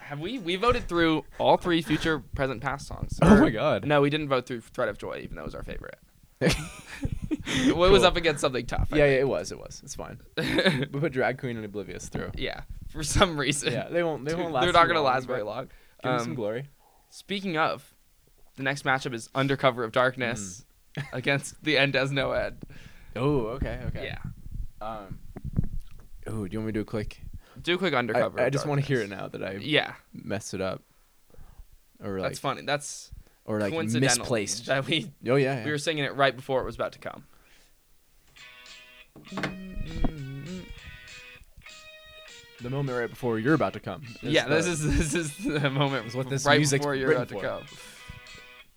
[SPEAKER 1] Have we we voted through all three future present past songs?
[SPEAKER 2] Oh
[SPEAKER 1] Or-
[SPEAKER 2] my God.
[SPEAKER 1] No, we didn't vote through Thread of Joy, even though it was our favorite. What was
[SPEAKER 2] Cool.
[SPEAKER 1] up against something tough?
[SPEAKER 2] Yeah, yeah, it was. It was. It's fine.
[SPEAKER 1] yeah.
[SPEAKER 2] We put drag queen and oblivious through.
[SPEAKER 1] yeah. For some reason.
[SPEAKER 2] Yeah, they won't. They won't last.
[SPEAKER 1] They're not
[SPEAKER 2] too
[SPEAKER 1] gonna last
[SPEAKER 2] but
[SPEAKER 1] very long.
[SPEAKER 2] Give me some
[SPEAKER 1] Um,
[SPEAKER 2] glory.
[SPEAKER 1] Speaking of, the next matchup is Undercover of Darkness against The End As No End.
[SPEAKER 2] Oh, okay, Mm. okay.
[SPEAKER 1] Yeah.
[SPEAKER 2] Um. Oh, do you want me to do a quick?
[SPEAKER 1] Do a quick
[SPEAKER 2] I,
[SPEAKER 1] Undercover.
[SPEAKER 2] I
[SPEAKER 1] of
[SPEAKER 2] just want to hear it
[SPEAKER 1] Darkness.
[SPEAKER 2] now that I
[SPEAKER 1] Yeah,
[SPEAKER 2] messed it up, or like,
[SPEAKER 1] that's funny. That's
[SPEAKER 2] or like
[SPEAKER 1] coincidental
[SPEAKER 2] misplaced. Oh
[SPEAKER 1] that we
[SPEAKER 2] yeah, yeah.
[SPEAKER 1] we were singing it right before it was about to come.
[SPEAKER 2] the moment right before you're about to come.
[SPEAKER 1] yeah, this
[SPEAKER 2] the-
[SPEAKER 1] is this is the moment
[SPEAKER 2] is what this
[SPEAKER 1] right
[SPEAKER 2] music's
[SPEAKER 1] before you're about
[SPEAKER 2] written
[SPEAKER 1] to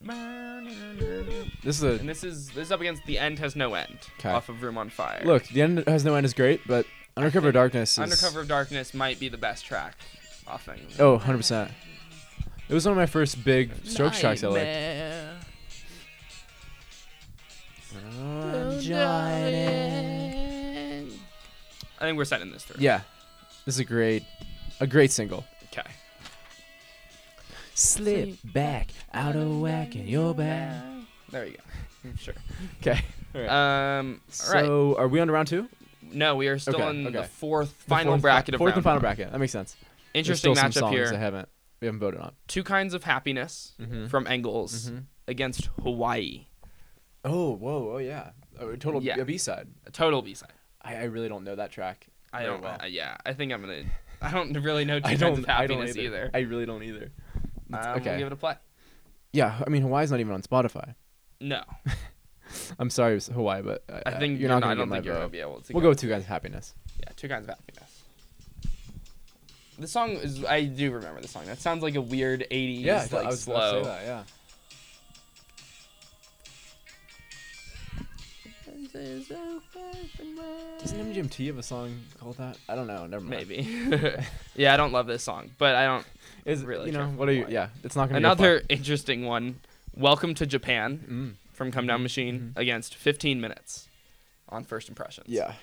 [SPEAKER 1] come.
[SPEAKER 2] this is a
[SPEAKER 1] And this is this is up against the end has no end
[SPEAKER 2] 'Kay.
[SPEAKER 1] off of Room on Fire.
[SPEAKER 2] look. The end has no end is great, but undercover darkness. Is,
[SPEAKER 1] Undercover of Darkness might be the best track off thing.
[SPEAKER 2] Oh, 100 percent. It was one of my first big Strokes tracks I liked.
[SPEAKER 1] Nightmare. I think we're sending this through.
[SPEAKER 2] Yeah, this is a great, a great single.
[SPEAKER 1] Okay.
[SPEAKER 2] Slip back out of whack and you're back.
[SPEAKER 1] There you go. Sure.
[SPEAKER 2] Okay. Uh, All right.
[SPEAKER 1] Um. All right.
[SPEAKER 2] So are we on to round two?
[SPEAKER 1] No, we are still
[SPEAKER 2] Okay,
[SPEAKER 1] in the
[SPEAKER 2] okay.
[SPEAKER 1] fourth
[SPEAKER 2] The
[SPEAKER 1] final
[SPEAKER 2] fourth-
[SPEAKER 1] bracket of
[SPEAKER 2] fourth
[SPEAKER 1] round
[SPEAKER 2] and final
[SPEAKER 1] one.
[SPEAKER 2] bracket. That makes sense. There's
[SPEAKER 1] Interesting
[SPEAKER 2] still some
[SPEAKER 1] matchup
[SPEAKER 2] songs I
[SPEAKER 1] here.
[SPEAKER 2] haven't we haven't voted on.
[SPEAKER 1] Two kinds of happiness
[SPEAKER 2] Mhm.
[SPEAKER 1] from Engels
[SPEAKER 2] Mhm.
[SPEAKER 1] against Hawaii.
[SPEAKER 2] Oh whoa oh yeah, oh, a total
[SPEAKER 1] Yeah.
[SPEAKER 2] a B side.
[SPEAKER 1] A total B side.
[SPEAKER 2] I, I really don't know that track.
[SPEAKER 1] I
[SPEAKER 2] very
[SPEAKER 1] don't.
[SPEAKER 2] well.
[SPEAKER 1] I- yeah, I think I'm gonna. I don't really know two
[SPEAKER 2] I
[SPEAKER 1] kinds of
[SPEAKER 2] don't. I don't
[SPEAKER 1] happiness
[SPEAKER 2] either.
[SPEAKER 1] either.
[SPEAKER 2] I really don't either.
[SPEAKER 1] Um, we'll
[SPEAKER 2] okay.
[SPEAKER 1] give it a play.
[SPEAKER 2] Yeah, I mean Hawaii's not even on Spotify.
[SPEAKER 1] No,
[SPEAKER 2] I'm sorry, it was Hawaii, but I,
[SPEAKER 1] I think
[SPEAKER 2] Uh, you're not.
[SPEAKER 1] I
[SPEAKER 2] gonna
[SPEAKER 1] don't
[SPEAKER 2] get my
[SPEAKER 1] think you're gonna
[SPEAKER 2] vote.
[SPEAKER 1] be able to.
[SPEAKER 2] We'll
[SPEAKER 1] get-
[SPEAKER 2] go with two guys happiness.
[SPEAKER 1] Yeah, two kinds of happiness. The song is. I do remember the song. That sounds like a weird '80s
[SPEAKER 2] Yeah, I,
[SPEAKER 1] like
[SPEAKER 2] thought- I was
[SPEAKER 1] slow.
[SPEAKER 2] about to say that, yeah. Doesn't MGMT have a song called that? I don't know. Never mind.
[SPEAKER 1] Maybe. yeah, I don't love this song, but I don't.
[SPEAKER 2] Is
[SPEAKER 1] Really
[SPEAKER 2] you know
[SPEAKER 1] careful
[SPEAKER 2] what are you?
[SPEAKER 1] why.
[SPEAKER 2] Yeah, it's not gonna
[SPEAKER 1] Another interesting one. Welcome to Japan
[SPEAKER 2] Be a fun- mm,
[SPEAKER 1] from Come Down Machine against 15 Minutes on First Impressions.
[SPEAKER 2] yeah,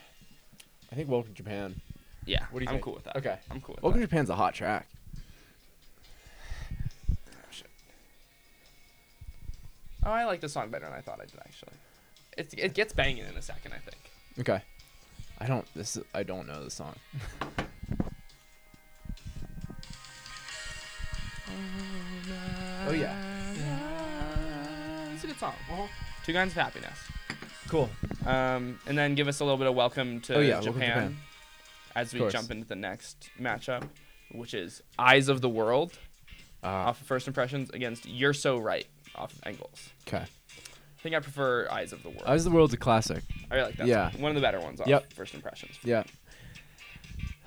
[SPEAKER 2] I think Welcome to Japan.
[SPEAKER 1] Yeah.
[SPEAKER 2] What do you
[SPEAKER 1] I'm
[SPEAKER 2] think?
[SPEAKER 1] cool with that.
[SPEAKER 2] Okay.
[SPEAKER 1] I'm cool with
[SPEAKER 2] Welcome
[SPEAKER 1] that.
[SPEAKER 2] to Japan's a hot track.
[SPEAKER 1] Oh, I like this song better than I thought I did actually. It, it gets banging in a second, I think.
[SPEAKER 2] Okay. I don't. This is, I don't know the song. Oh yeah.
[SPEAKER 1] It's a good song.
[SPEAKER 2] Uh-huh.
[SPEAKER 1] Two kinds of happiness.
[SPEAKER 2] Cool.
[SPEAKER 1] Um, and then give us a little bit of welcome to
[SPEAKER 2] Oh, yeah,
[SPEAKER 1] Japan,
[SPEAKER 2] welcome to Japan.
[SPEAKER 1] as we
[SPEAKER 2] course.
[SPEAKER 1] jump into the next matchup, which is Eyes of the World
[SPEAKER 2] Uh,
[SPEAKER 1] off of First Impressions against You're So Right off of Engels.
[SPEAKER 2] okay.
[SPEAKER 1] I think I prefer Eyes of the World. I,
[SPEAKER 2] Eyes of the World's a classic.
[SPEAKER 1] really like that.
[SPEAKER 2] yeah.
[SPEAKER 1] song. One of the better ones off
[SPEAKER 2] Yep.
[SPEAKER 1] First Impressions.
[SPEAKER 2] Yeah.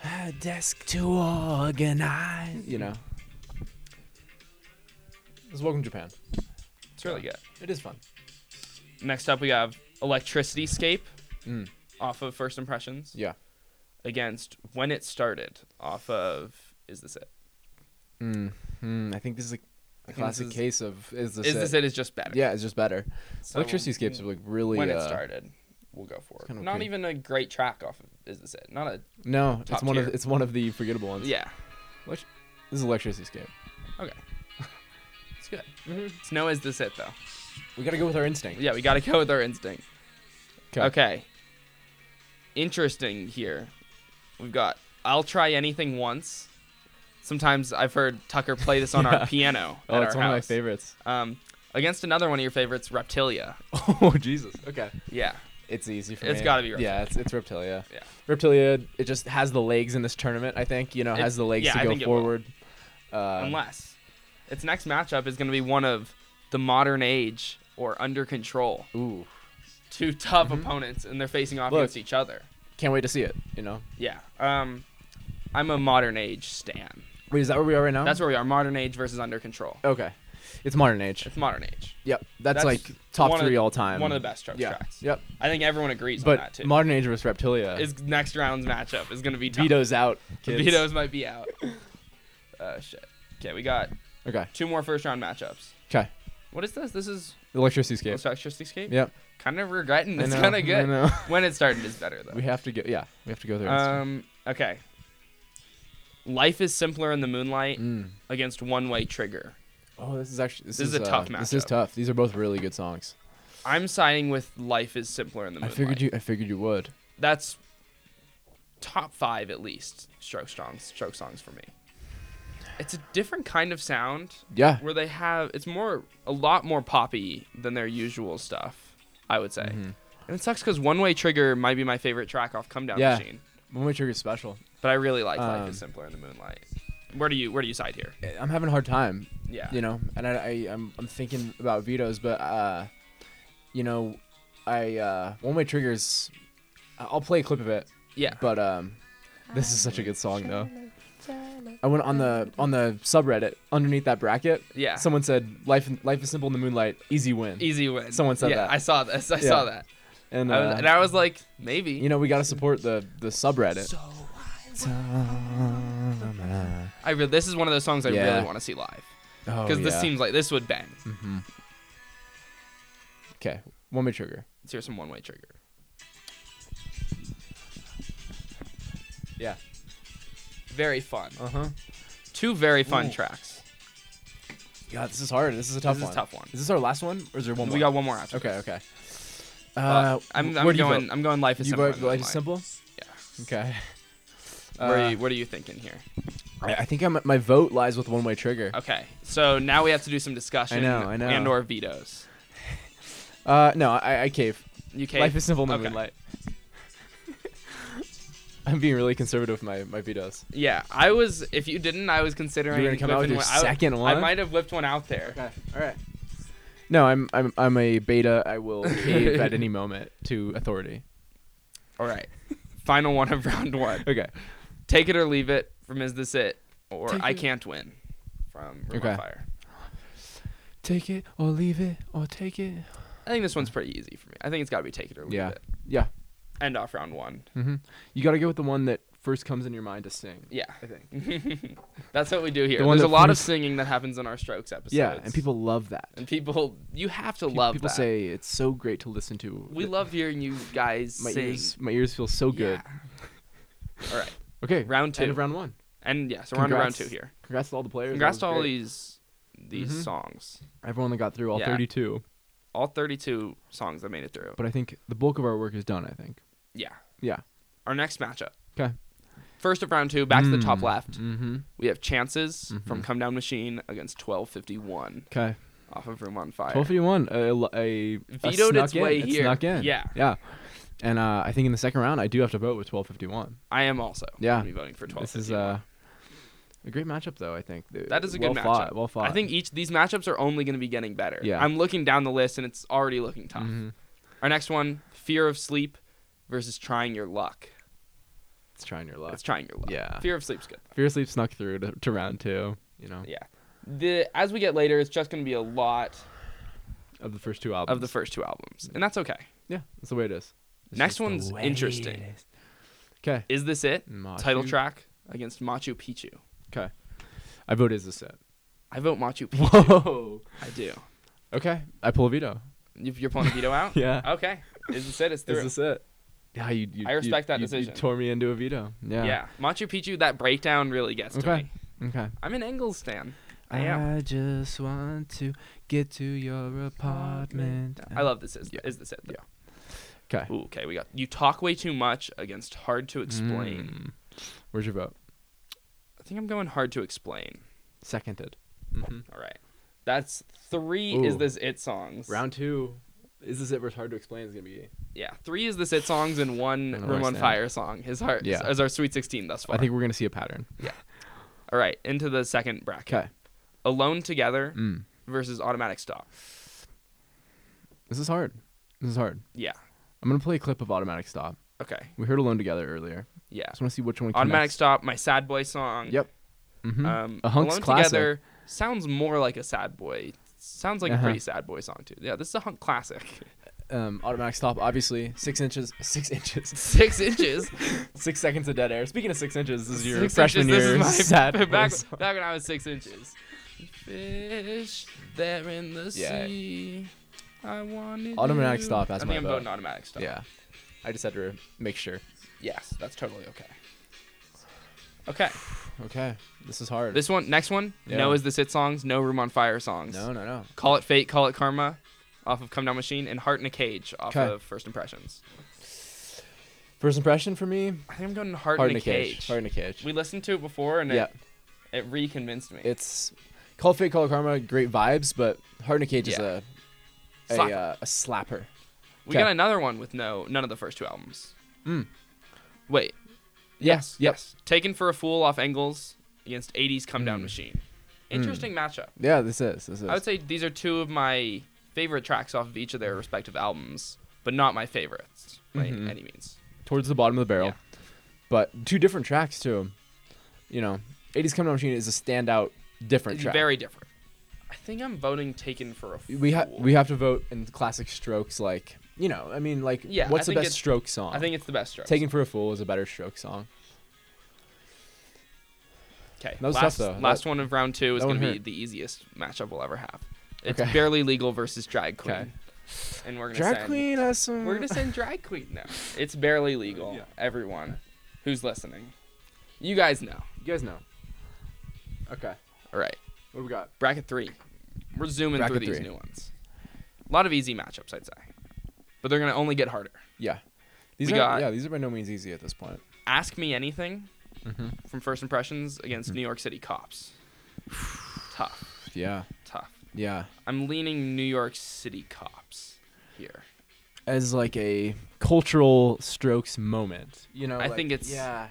[SPEAKER 2] Desk to organize. You know. It's Welcome to Japan.
[SPEAKER 1] It's really good.
[SPEAKER 2] It is fun.
[SPEAKER 1] Next up, we have Electricity Scape
[SPEAKER 2] Mm.
[SPEAKER 1] off of First Impressions
[SPEAKER 2] Yeah.
[SPEAKER 1] against When It Started off of Is This It?
[SPEAKER 2] Mm. Mm. I think this is a, a
[SPEAKER 1] this
[SPEAKER 2] classic
[SPEAKER 1] is-
[SPEAKER 2] case of is this
[SPEAKER 1] Is
[SPEAKER 2] it?
[SPEAKER 1] This It is just better.
[SPEAKER 2] Yeah, it's just better.
[SPEAKER 1] So,
[SPEAKER 2] Electricity Escapes
[SPEAKER 1] yeah.
[SPEAKER 2] like really
[SPEAKER 1] when it
[SPEAKER 2] uh,
[SPEAKER 1] started. We'll go for it.
[SPEAKER 2] kind of
[SPEAKER 1] Not
[SPEAKER 2] pretty-
[SPEAKER 1] even a great track off of is this it? Not a
[SPEAKER 2] No,
[SPEAKER 1] top
[SPEAKER 2] it's one
[SPEAKER 1] tier.
[SPEAKER 2] of it's one of the forgettable ones.
[SPEAKER 1] yeah.
[SPEAKER 2] This is Electricity Escape.
[SPEAKER 1] Okay, it's good. It's no is this it though?
[SPEAKER 2] We gotta go with our instinct.
[SPEAKER 1] Mm-hmm. Yeah, we gotta go with our instinct.
[SPEAKER 2] 'Kay.
[SPEAKER 1] Okay. Interesting here. We've got I'll try anything once. Sometimes I've heard Tucker play this on
[SPEAKER 2] Yeah.
[SPEAKER 1] our piano.
[SPEAKER 2] Oh,
[SPEAKER 1] at
[SPEAKER 2] it's
[SPEAKER 1] our
[SPEAKER 2] one of my
[SPEAKER 1] house.
[SPEAKER 2] favorites.
[SPEAKER 1] Um, against another one of your favorites, Reptilia.
[SPEAKER 2] Oh Jesus. Okay.
[SPEAKER 1] Yeah.
[SPEAKER 2] It's easy for me.
[SPEAKER 1] It's gotta be
[SPEAKER 2] Yeah, it's, it's Reptilia.
[SPEAKER 1] Yeah.
[SPEAKER 2] Reptilia. It just has the legs in this tournament. I think you know
[SPEAKER 1] It-
[SPEAKER 2] has the legs
[SPEAKER 1] yeah, I
[SPEAKER 2] to
[SPEAKER 1] think
[SPEAKER 2] go
[SPEAKER 1] it will.
[SPEAKER 2] forward. Uh,
[SPEAKER 1] Unless its next matchup is gonna be one of the modern age or under control.
[SPEAKER 2] Ooh.
[SPEAKER 1] two tough opponents and they're facing off
[SPEAKER 2] Mm-hmm. Look.
[SPEAKER 1] against each other.
[SPEAKER 2] Can't wait to see it. You know.
[SPEAKER 1] Yeah. Um, I'm a modern age stan.
[SPEAKER 2] Wait, is that where we are right now?
[SPEAKER 1] That's where we are. Modern age versus under control.
[SPEAKER 2] Okay. It's modern age.
[SPEAKER 1] It's modern age.
[SPEAKER 2] Yep. That's,
[SPEAKER 1] That's
[SPEAKER 2] like top
[SPEAKER 1] one of-
[SPEAKER 2] three all time.
[SPEAKER 1] One of the best Strokes
[SPEAKER 2] Yeah.
[SPEAKER 1] tracks.
[SPEAKER 2] Yep.
[SPEAKER 1] I think everyone agrees on that
[SPEAKER 2] But
[SPEAKER 1] too.
[SPEAKER 2] modern age versus Reptilia.
[SPEAKER 1] His next round's matchup is gonna be tough.
[SPEAKER 2] Veto's out. Kids.
[SPEAKER 1] Veto's might be out. Uh, shit. Okay, we got
[SPEAKER 2] Okay.
[SPEAKER 1] Two more first round matchups.
[SPEAKER 2] Okay.
[SPEAKER 1] What is this? This is
[SPEAKER 2] Electricity Escape.
[SPEAKER 1] Electricity Escape.
[SPEAKER 2] Yep.
[SPEAKER 1] Kind of regretting.
[SPEAKER 2] I
[SPEAKER 1] It's
[SPEAKER 2] know,
[SPEAKER 1] kind
[SPEAKER 2] I
[SPEAKER 1] of good.
[SPEAKER 2] know.
[SPEAKER 1] When it started is better though.
[SPEAKER 2] we have to go. Yeah, we have to go there.
[SPEAKER 1] Um. Okay. Life is simpler in the moonlight
[SPEAKER 2] Mm.
[SPEAKER 1] against One Way Trigger.
[SPEAKER 2] Oh, this is actually this,
[SPEAKER 1] This is a
[SPEAKER 2] uh,
[SPEAKER 1] tough
[SPEAKER 2] This is
[SPEAKER 1] matchup.
[SPEAKER 2] tough. These are both really good songs.
[SPEAKER 1] I'm siding with Life is simpler in the
[SPEAKER 2] I
[SPEAKER 1] moonlight.
[SPEAKER 2] figured you. I figured you would.
[SPEAKER 1] That's top five at least stroke songs. Stroke songs for me. It's a different kind of sound
[SPEAKER 2] Yeah.
[SPEAKER 1] where they have it's more a lot more poppy than their usual stuff. I would say,
[SPEAKER 2] Mm-hmm.
[SPEAKER 1] and it sucks because One Way Trigger might be my favorite track off Come Down
[SPEAKER 2] Yeah.
[SPEAKER 1] Machine,
[SPEAKER 2] One Way Trigger is special.
[SPEAKER 1] but I really like Life
[SPEAKER 2] Um,
[SPEAKER 1] is Simpler in the Moonlight. Where do you where do you side here?
[SPEAKER 2] I- Eh, I'm having a hard time,
[SPEAKER 1] Yeah,
[SPEAKER 2] you know, and I, I I'm I'm thinking about vetoes, but uh, you know, I uh, One Way Triggers. I- I'll play a clip of it,
[SPEAKER 1] yeah.
[SPEAKER 2] but um, this is such a good song though. I went on the on the subreddit underneath that bracket.
[SPEAKER 1] Yeah.
[SPEAKER 2] Someone said life life is simple in the moonlight, easy win.
[SPEAKER 1] Easy win.
[SPEAKER 2] Someone said
[SPEAKER 1] yeah,
[SPEAKER 2] that.
[SPEAKER 1] I saw this. I saw
[SPEAKER 2] Yeah.
[SPEAKER 1] that.
[SPEAKER 2] And,
[SPEAKER 1] I was,
[SPEAKER 2] uh,
[SPEAKER 1] and I was like, maybe.
[SPEAKER 2] you know, we gotta support the the subreddit.
[SPEAKER 1] So I re- this is one of those songs I
[SPEAKER 2] Yeah.
[SPEAKER 1] really want to see live
[SPEAKER 2] Oh,
[SPEAKER 1] because this seems like this would bang.
[SPEAKER 2] Mm-hmm. okay. One way trigger.
[SPEAKER 1] Let's hear some one way trigger.
[SPEAKER 2] Yeah.
[SPEAKER 1] Very fun.
[SPEAKER 2] Uh huh.
[SPEAKER 1] Two very fun
[SPEAKER 2] Ooh.
[SPEAKER 1] tracks.
[SPEAKER 2] God, this is hard. This is a tough
[SPEAKER 1] This is
[SPEAKER 2] one.
[SPEAKER 1] a tough one.
[SPEAKER 2] Is this our last one, or is there one more?
[SPEAKER 1] We got one more after.
[SPEAKER 2] Okay. Okay. Uh,
[SPEAKER 1] Uh, I'm,
[SPEAKER 2] wh-
[SPEAKER 1] I'm
[SPEAKER 2] where do you
[SPEAKER 1] going.
[SPEAKER 2] vote?
[SPEAKER 1] I'm going. Life is
[SPEAKER 2] You
[SPEAKER 1] simple.
[SPEAKER 2] vote life is simple.
[SPEAKER 1] Yeah.
[SPEAKER 2] Okay.
[SPEAKER 1] Where are
[SPEAKER 2] Uh,
[SPEAKER 1] you, what are you thinking here?
[SPEAKER 2] I, I think I'm, my vote lies with one way trigger.
[SPEAKER 1] Okay. So now we have to do some discussion.
[SPEAKER 2] know, I know.
[SPEAKER 1] And or vetoes.
[SPEAKER 2] Uh, no, I, I cave.
[SPEAKER 1] You cave?
[SPEAKER 2] Life is simple in the
[SPEAKER 1] Okay.
[SPEAKER 2] moonlight. I'm being really conservative with my, my vetoes.
[SPEAKER 1] Yeah, I was. If you didn't, I was considering.
[SPEAKER 2] You were gonna come out with
[SPEAKER 1] whipping
[SPEAKER 2] your
[SPEAKER 1] one- I w-
[SPEAKER 2] second
[SPEAKER 1] I
[SPEAKER 2] one?
[SPEAKER 1] might have whipped one out there.
[SPEAKER 2] Okay. All right. No, I'm I'm I'm a beta. I will cave at any moment to authority.
[SPEAKER 1] All right, final one of round one.
[SPEAKER 2] Okay.
[SPEAKER 1] Take it or leave it from Is This It or
[SPEAKER 2] Take
[SPEAKER 1] I
[SPEAKER 2] it.
[SPEAKER 1] Can't Win from Room
[SPEAKER 2] Okay.
[SPEAKER 1] on Fire.
[SPEAKER 2] Take it or leave it or take it.
[SPEAKER 1] I think this one's pretty easy for me. I think it's got to be Take It or Leave
[SPEAKER 2] Yeah.
[SPEAKER 1] It.
[SPEAKER 2] Yeah.
[SPEAKER 1] End off round one.
[SPEAKER 2] hmm You got to go with the one that first comes in your mind to sing.
[SPEAKER 1] Yeah,
[SPEAKER 2] I think.
[SPEAKER 1] that's what we do here.
[SPEAKER 2] The one
[SPEAKER 1] There's a
[SPEAKER 2] that
[SPEAKER 1] lot of
[SPEAKER 2] first-
[SPEAKER 1] singing that happens in our Strokes episodes.
[SPEAKER 2] Yeah, and people love that.
[SPEAKER 1] and people, you have to love
[SPEAKER 2] people
[SPEAKER 1] that.
[SPEAKER 2] say it's so great to listen to.
[SPEAKER 1] we
[SPEAKER 2] that
[SPEAKER 1] love hearing you guys
[SPEAKER 2] my
[SPEAKER 1] sing.
[SPEAKER 2] ears. My ears feel so good.
[SPEAKER 1] Yeah. All right,
[SPEAKER 2] Okay.
[SPEAKER 1] round
[SPEAKER 2] End
[SPEAKER 1] two.
[SPEAKER 2] of round one.
[SPEAKER 1] and yeah, so we're on to round
[SPEAKER 2] Congrats.
[SPEAKER 1] two here.
[SPEAKER 2] Congrats to all the players. that
[SPEAKER 1] Congrats
[SPEAKER 2] was
[SPEAKER 1] to all
[SPEAKER 2] great.
[SPEAKER 1] these these
[SPEAKER 2] Mhm.
[SPEAKER 1] songs.
[SPEAKER 2] Everyone that got through all
[SPEAKER 1] Yeah.
[SPEAKER 2] 32.
[SPEAKER 1] All 32 songs that made it through.
[SPEAKER 2] But I think the bulk of our work is done. I think.
[SPEAKER 1] Yeah.
[SPEAKER 2] Yeah.
[SPEAKER 1] Our next matchup.
[SPEAKER 2] 'Kay.
[SPEAKER 1] First of round two, back to the top
[SPEAKER 2] Mm,
[SPEAKER 1] left.
[SPEAKER 2] Mhm.
[SPEAKER 1] We have Chances
[SPEAKER 2] Mm-hmm.
[SPEAKER 1] from Come Down Machine against 1251
[SPEAKER 2] Okay.
[SPEAKER 1] off of Room on Fire.
[SPEAKER 2] Twelve fifty one. A, a, a
[SPEAKER 1] Vetoed
[SPEAKER 2] snuck
[SPEAKER 1] its
[SPEAKER 2] in.
[SPEAKER 1] way
[SPEAKER 2] It
[SPEAKER 1] here.
[SPEAKER 2] Snuck in.
[SPEAKER 1] Yeah.
[SPEAKER 2] Yeah. And uh, I think in the second round, I do have to vote with twelve fifty one.
[SPEAKER 1] I am also
[SPEAKER 2] Yeah.
[SPEAKER 1] going to be voting for 1251.
[SPEAKER 2] This is uh, a great matchup, though. I think Th-
[SPEAKER 1] That is a
[SPEAKER 2] well
[SPEAKER 1] good matchup.
[SPEAKER 2] Fought, well fought.
[SPEAKER 1] I think each these matchups are only going to be getting better.
[SPEAKER 2] Yeah.
[SPEAKER 1] I'm looking down the list and it's already looking tough.
[SPEAKER 2] Mhm.
[SPEAKER 1] Our next one, Fear of Sleep versus Trying Your Luck.
[SPEAKER 2] it's trying your luck.
[SPEAKER 1] It's Trying Your Luck.
[SPEAKER 2] Uh, Yeah.
[SPEAKER 1] Fear of Sleep's good.
[SPEAKER 2] Fiercely snuck through to, to round two. You know,
[SPEAKER 1] Yeah. The as we get later, it's just going to be a lot
[SPEAKER 2] of the first two albums.
[SPEAKER 1] of the first two albums, and that's okay.
[SPEAKER 2] yeah, that's the way it is.
[SPEAKER 1] Next one's interesting.
[SPEAKER 2] Okay.
[SPEAKER 1] Is this it?
[SPEAKER 2] Machu-
[SPEAKER 1] Title track against Machu Picchu.
[SPEAKER 2] Okay. I vote is this it.
[SPEAKER 1] I vote Machu Picchu.
[SPEAKER 2] Whoa.
[SPEAKER 1] I do.
[SPEAKER 2] Okay. I pull a veto.
[SPEAKER 1] You- You're pulling a veto out.
[SPEAKER 2] Yeah.
[SPEAKER 1] Okay. Is this it? It's through.
[SPEAKER 2] Is this it? Yeah, you. you
[SPEAKER 1] I respect
[SPEAKER 2] you-
[SPEAKER 1] that
[SPEAKER 2] you-
[SPEAKER 1] decision.
[SPEAKER 2] You tore me into a veto.
[SPEAKER 1] yeah.
[SPEAKER 2] Yeah.
[SPEAKER 1] Machu Picchu. That breakdown really gets to
[SPEAKER 2] Okay.
[SPEAKER 1] me.
[SPEAKER 2] Okay.
[SPEAKER 1] I'm an Engels fan. I am.
[SPEAKER 2] just want to get to your apartment.
[SPEAKER 1] I love this. Is,
[SPEAKER 2] Yeah.
[SPEAKER 1] is this it? Though.
[SPEAKER 2] Okay.
[SPEAKER 1] Ooh, okay. We got you. Talk way too much against hard to explain.
[SPEAKER 2] Mm. Where's your vote?
[SPEAKER 1] I think I'm going hard to explain.
[SPEAKER 2] Seconded. Mm-hmm.
[SPEAKER 1] All right. That's three. Is
[SPEAKER 2] Ooh.
[SPEAKER 1] this it? Songs.
[SPEAKER 2] Round two. Is this it? Versus hard to explain. Is gonna be.
[SPEAKER 1] Yeah, three is the sit songs and one
[SPEAKER 2] I don't
[SPEAKER 1] Room on
[SPEAKER 2] understand.
[SPEAKER 1] Fire song. His heart
[SPEAKER 2] Yeah.
[SPEAKER 1] is our Sweet 16 thus far.
[SPEAKER 2] I think we're gonna see a pattern.
[SPEAKER 1] All right, into the second bracket.
[SPEAKER 2] Okay.
[SPEAKER 1] Alone Together
[SPEAKER 2] Mm.
[SPEAKER 1] versus Automatic Stop.
[SPEAKER 2] This is hard. This is hard.
[SPEAKER 1] Yeah.
[SPEAKER 2] I'm gonna play a clip of Automatic Stop.
[SPEAKER 1] Okay.
[SPEAKER 2] We heard Alone Together earlier.
[SPEAKER 1] Yeah.
[SPEAKER 2] I just want to see which one.
[SPEAKER 1] Automatic
[SPEAKER 2] connects.
[SPEAKER 1] Stop, my Sad Boy song.
[SPEAKER 2] Yep. Mhm.
[SPEAKER 1] Um,
[SPEAKER 2] A Hunks
[SPEAKER 1] Alone
[SPEAKER 2] classic.
[SPEAKER 1] Together sounds more like a Sad Boy. Sounds like
[SPEAKER 2] Uh-huh.
[SPEAKER 1] a pretty Sad Boy song too. Yeah, this is a Hunk classic.
[SPEAKER 2] um, automatic stop. Obviously, six inches. Six inches.
[SPEAKER 1] Six inches.
[SPEAKER 2] Six seconds of dead air. Speaking of six inches, this is your
[SPEAKER 1] Six
[SPEAKER 2] freshman
[SPEAKER 1] inches,
[SPEAKER 2] year.
[SPEAKER 1] This is my
[SPEAKER 2] sad
[SPEAKER 1] back,
[SPEAKER 2] voice.
[SPEAKER 1] back when I was six inches. fish there in the
[SPEAKER 2] Yeah.
[SPEAKER 1] sea. I wanted
[SPEAKER 2] Automatic
[SPEAKER 1] you.
[SPEAKER 2] stop, that's
[SPEAKER 1] I
[SPEAKER 2] my
[SPEAKER 1] think I'm
[SPEAKER 2] vote.
[SPEAKER 1] voting automatic stop.
[SPEAKER 2] Yeah. I just had to make sure.
[SPEAKER 1] Yes, that's totally okay. Okay.
[SPEAKER 2] Okay. This is hard.
[SPEAKER 1] This one, next one,
[SPEAKER 2] Yeah.
[SPEAKER 1] no is the sit songs, no room on fire songs.
[SPEAKER 2] no, no, no.
[SPEAKER 1] Call it fate, call it karma, off of Come Down Machine, and Heart in a Cage off
[SPEAKER 2] 'Kay.
[SPEAKER 1] of First Impressions.
[SPEAKER 2] First impression for me,
[SPEAKER 1] I think I'm going Heart,
[SPEAKER 2] hard
[SPEAKER 1] in a Cage.
[SPEAKER 2] Hard in a cage.
[SPEAKER 1] We listened to it before and
[SPEAKER 2] yeah.
[SPEAKER 1] it, it reconvinced me.
[SPEAKER 2] It's Call Fate, Call Karma, great vibes, but Hard in a Cage
[SPEAKER 1] Yeah.
[SPEAKER 2] is a a,
[SPEAKER 1] Slapper.
[SPEAKER 2] uh, a slapper.
[SPEAKER 1] we
[SPEAKER 2] 'kay.
[SPEAKER 1] got another one with no none of the first two albums.
[SPEAKER 2] Mm.
[SPEAKER 1] Wait,
[SPEAKER 2] Yes. Yep.
[SPEAKER 1] Taken for a Fool off Engels against 80s Come Down
[SPEAKER 2] Mm.
[SPEAKER 1] Machine. Interesting matchup.
[SPEAKER 2] Yeah, this is. This is.
[SPEAKER 1] I would say these are two of my favorite tracks off of each of their respective albums, but not my favorites by
[SPEAKER 2] Mhm.
[SPEAKER 1] any means.
[SPEAKER 2] towards the bottom of the barrel.
[SPEAKER 1] Yeah.
[SPEAKER 2] But two different tracks too. You know, 80s Come Down Machine is a standout different
[SPEAKER 1] It's
[SPEAKER 2] track.
[SPEAKER 1] very different. I think I'm voting Taken for a Fool.
[SPEAKER 2] we have we have to vote in classic strokes like, you know, I mean like
[SPEAKER 1] Yeah,
[SPEAKER 2] what's
[SPEAKER 1] I
[SPEAKER 2] the
[SPEAKER 1] think
[SPEAKER 2] best
[SPEAKER 1] it's-
[SPEAKER 2] stroke song?
[SPEAKER 1] I think it's the best stroke.
[SPEAKER 2] Taken for a Fool is a better stroke song.
[SPEAKER 1] Okay.
[SPEAKER 2] That was tough,
[SPEAKER 1] last,
[SPEAKER 2] though.
[SPEAKER 1] Last
[SPEAKER 2] That-
[SPEAKER 1] one of round two is
[SPEAKER 2] that
[SPEAKER 1] going
[SPEAKER 2] one
[SPEAKER 1] to be
[SPEAKER 2] hurt.
[SPEAKER 1] the easiest matchup we'll ever have. It's
[SPEAKER 2] Okay.
[SPEAKER 1] barely legal versus drag queen,
[SPEAKER 2] Okay.
[SPEAKER 1] and we're going to
[SPEAKER 2] Drag
[SPEAKER 1] send,
[SPEAKER 2] Queen has some
[SPEAKER 1] We're going to send drag queen now. It's barely legal.
[SPEAKER 2] Yeah.
[SPEAKER 1] Everyone who's listening, you guys know.
[SPEAKER 2] You guys know. Okay.
[SPEAKER 1] All right,
[SPEAKER 2] What do we got?
[SPEAKER 1] bracket three. We're zooming
[SPEAKER 2] Bracket
[SPEAKER 1] through these
[SPEAKER 2] three.
[SPEAKER 1] new ones. A lot of easy matchups, I'd say, but they're going to only get harder.
[SPEAKER 2] Yeah. These
[SPEAKER 1] We
[SPEAKER 2] are
[SPEAKER 1] got-
[SPEAKER 2] yeah, these are by no means easy at this point.
[SPEAKER 1] Ask me anything
[SPEAKER 2] Mm-hmm.
[SPEAKER 1] from First Impressions against
[SPEAKER 2] Hmm.
[SPEAKER 1] New York City cops. tough,
[SPEAKER 2] Yeah.
[SPEAKER 1] tough.
[SPEAKER 2] Yeah.
[SPEAKER 1] I'm leaning New York City cops here.
[SPEAKER 2] As like a cultural strokes moment. You know,
[SPEAKER 1] I
[SPEAKER 2] like-
[SPEAKER 1] think it's-
[SPEAKER 2] Yeah.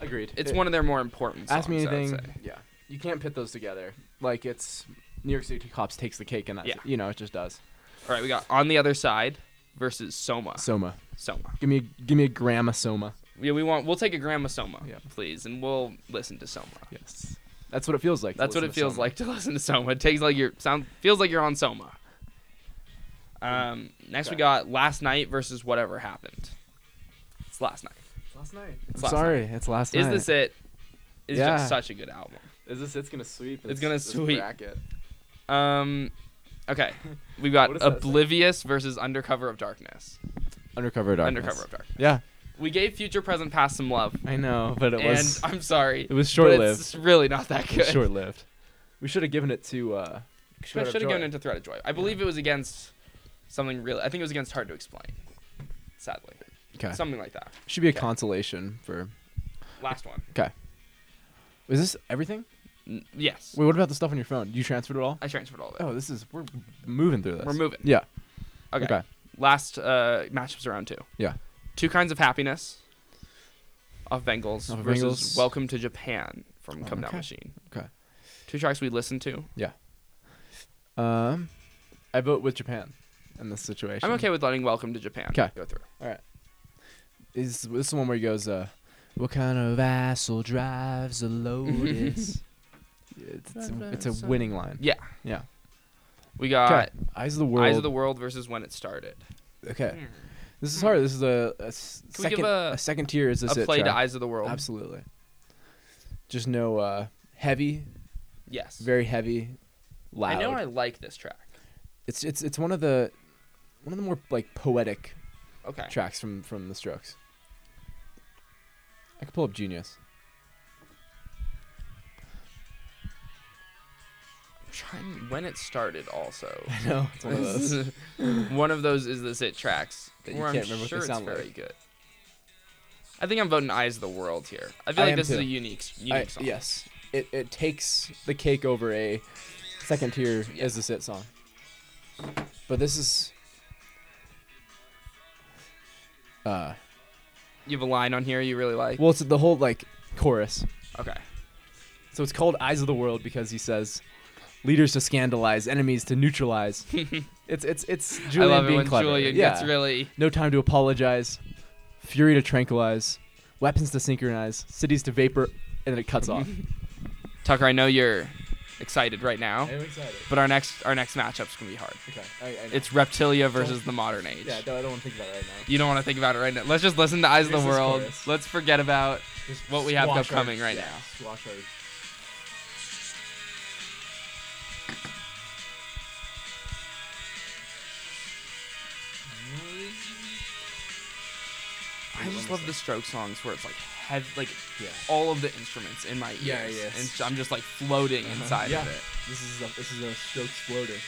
[SPEAKER 2] Agreed.
[SPEAKER 1] It's
[SPEAKER 2] It-
[SPEAKER 1] one of their more important songs.
[SPEAKER 2] Ask me
[SPEAKER 1] I would
[SPEAKER 2] anything.
[SPEAKER 1] say.
[SPEAKER 2] Yeah, you can't pit those together. Like it's New York City Cops takes the cake, and that's
[SPEAKER 1] Yeah.
[SPEAKER 2] you know it just does.
[SPEAKER 1] All right, we got on the other side versus Soma.
[SPEAKER 2] Soma,
[SPEAKER 1] Soma.
[SPEAKER 2] give me a, give me a gram of Soma.
[SPEAKER 1] Yeah, we want. We'll take a grandma Soma,
[SPEAKER 2] Yeah.
[SPEAKER 1] please, and we'll listen to Soma.
[SPEAKER 2] Yes, that's what it feels like. to
[SPEAKER 1] That's what
[SPEAKER 2] listen
[SPEAKER 1] it
[SPEAKER 2] to
[SPEAKER 1] feels
[SPEAKER 2] Soma.
[SPEAKER 1] like to listen to Soma. It takes like your sound feels like you're on Soma. Um, next we
[SPEAKER 2] Okay.
[SPEAKER 1] got last night versus whatever happened. It's last night.
[SPEAKER 2] Last night. I'm
[SPEAKER 1] last
[SPEAKER 2] sorry, it's last
[SPEAKER 1] Is
[SPEAKER 2] night.
[SPEAKER 1] this it? Is
[SPEAKER 2] Yeah.
[SPEAKER 1] just such a good album.
[SPEAKER 2] Is this? It's gonna sweep.
[SPEAKER 1] It's gonna sweep.
[SPEAKER 2] Bracket.
[SPEAKER 1] Um, okay, we've
[SPEAKER 2] What
[SPEAKER 1] got
[SPEAKER 2] does that say?
[SPEAKER 1] Oblivious versus Undercover of Darkness.
[SPEAKER 2] Undercover darkness.
[SPEAKER 1] Undercover of Darkness.
[SPEAKER 2] Yeah,
[SPEAKER 1] We gave Future Present Past some love.
[SPEAKER 2] I know, but it
[SPEAKER 1] and
[SPEAKER 2] was
[SPEAKER 1] I'm sorry.
[SPEAKER 2] it was
[SPEAKER 1] but
[SPEAKER 2] short
[SPEAKER 1] It's
[SPEAKER 2] lived.
[SPEAKER 1] really not that good.
[SPEAKER 2] Short lived. We should have given it to. uh
[SPEAKER 1] I
[SPEAKER 2] Shred of
[SPEAKER 1] should have
[SPEAKER 2] Joy.
[SPEAKER 1] gone into Threat of Joy. I believe it was against something real. I think it was against Hard to Explain. Sadly,
[SPEAKER 2] Okay.
[SPEAKER 1] something like that.
[SPEAKER 2] should be a
[SPEAKER 1] Okay.
[SPEAKER 2] consolation for.
[SPEAKER 1] Last one.
[SPEAKER 2] Is this everything?
[SPEAKER 1] N- yes,
[SPEAKER 2] Wait, what about the stuff on your phone? You transferred it all?
[SPEAKER 1] I transferred all of it.
[SPEAKER 2] Oh, this is we're moving through this.
[SPEAKER 1] We're moving.
[SPEAKER 2] Yeah. Oh,
[SPEAKER 1] Okay. Last uh, matchups around two.
[SPEAKER 2] Yeah.
[SPEAKER 1] Two kinds of happiness. Off Bengals
[SPEAKER 2] Off of
[SPEAKER 1] versus
[SPEAKER 2] Bengals.
[SPEAKER 1] Welcome to Japan from
[SPEAKER 2] Oh,
[SPEAKER 1] Come Down
[SPEAKER 2] okay.
[SPEAKER 1] Machine.
[SPEAKER 2] Okay.
[SPEAKER 1] Two tracks we listened to.
[SPEAKER 2] Um, I vote with Japan in this situation.
[SPEAKER 1] I'm okay with letting Welcome to Japan
[SPEAKER 2] 'Kay.
[SPEAKER 1] go through.
[SPEAKER 2] Is this is the one where he goes, uh, "What kind of asshole drives a Lotus?" it's, it's, a, it's a winning line.
[SPEAKER 1] Yeah.
[SPEAKER 2] Yeah.
[SPEAKER 1] We got
[SPEAKER 2] Eyes of the world.
[SPEAKER 1] Eyes of the World versus When It Started.
[SPEAKER 2] Okay. This is hard. This is a, a s-
[SPEAKER 1] Can we give
[SPEAKER 2] second
[SPEAKER 1] a-
[SPEAKER 2] second tier. Is this
[SPEAKER 1] a
[SPEAKER 2] it
[SPEAKER 1] play to
[SPEAKER 2] track.
[SPEAKER 1] Eyes of the World.
[SPEAKER 2] Absolutely. Just no uh, heavy,
[SPEAKER 1] Yes.
[SPEAKER 2] very heavy, loud.
[SPEAKER 1] I know I like this track.
[SPEAKER 2] It's it's it's one of the one of the more like poetic
[SPEAKER 1] Okay.
[SPEAKER 2] tracks from from the Strokes. I could pull up Genius.
[SPEAKER 1] Trying when it started also.
[SPEAKER 2] I know it's one of those.
[SPEAKER 1] one of those is the sit tracks
[SPEAKER 2] That you
[SPEAKER 1] where
[SPEAKER 2] can't
[SPEAKER 1] I'm
[SPEAKER 2] remember what they
[SPEAKER 1] sure it's
[SPEAKER 2] sound
[SPEAKER 1] very
[SPEAKER 2] like.
[SPEAKER 1] good. I think I'm voting Eyes of the World here. I feel
[SPEAKER 2] I
[SPEAKER 1] like
[SPEAKER 2] am
[SPEAKER 1] this is
[SPEAKER 2] too.
[SPEAKER 1] a unique, unique
[SPEAKER 2] I,
[SPEAKER 1] song.
[SPEAKER 2] yes, it it takes the cake over a second tier
[SPEAKER 1] Yeah.
[SPEAKER 2] as the sit song. But this is. Uh,
[SPEAKER 1] You have a line on here you really like.
[SPEAKER 2] well, it's the whole like chorus.
[SPEAKER 1] okay.
[SPEAKER 2] So it's called Eyes of the World because he says, "Leaders to scandalize, enemies to neutralize." it's it's it's Julian
[SPEAKER 1] I love it
[SPEAKER 2] being
[SPEAKER 1] when
[SPEAKER 2] clever.
[SPEAKER 1] Julian
[SPEAKER 2] yeah.
[SPEAKER 1] gets really.
[SPEAKER 2] No time to apologize. Fury to tranquilize. Weapons to synchronize. Cities to vapor. And then it cuts off.
[SPEAKER 1] Tucker, I know you're excited right now,
[SPEAKER 2] excited.
[SPEAKER 1] but our next our next matchup's gonna be hard.
[SPEAKER 2] Okay. I, I
[SPEAKER 1] It's Reptilia versus the Modern Age.
[SPEAKER 2] no, I don't want to think about it right now.
[SPEAKER 1] You don't want to think about it right now. Let's just listen to Eyes of the
[SPEAKER 2] Here's this
[SPEAKER 1] World.
[SPEAKER 2] chorus.
[SPEAKER 1] Let's forget about what we have squash our- upcoming right yeah, now. just love the stroke songs where it's like heavy, like
[SPEAKER 2] Yeah.
[SPEAKER 1] all of the instruments in my ears,
[SPEAKER 2] Yeah, yes. Uh-huh.
[SPEAKER 1] and so I'm just like floating inside
[SPEAKER 2] yeah.
[SPEAKER 1] of it.
[SPEAKER 2] This is a, this is a stroke floater.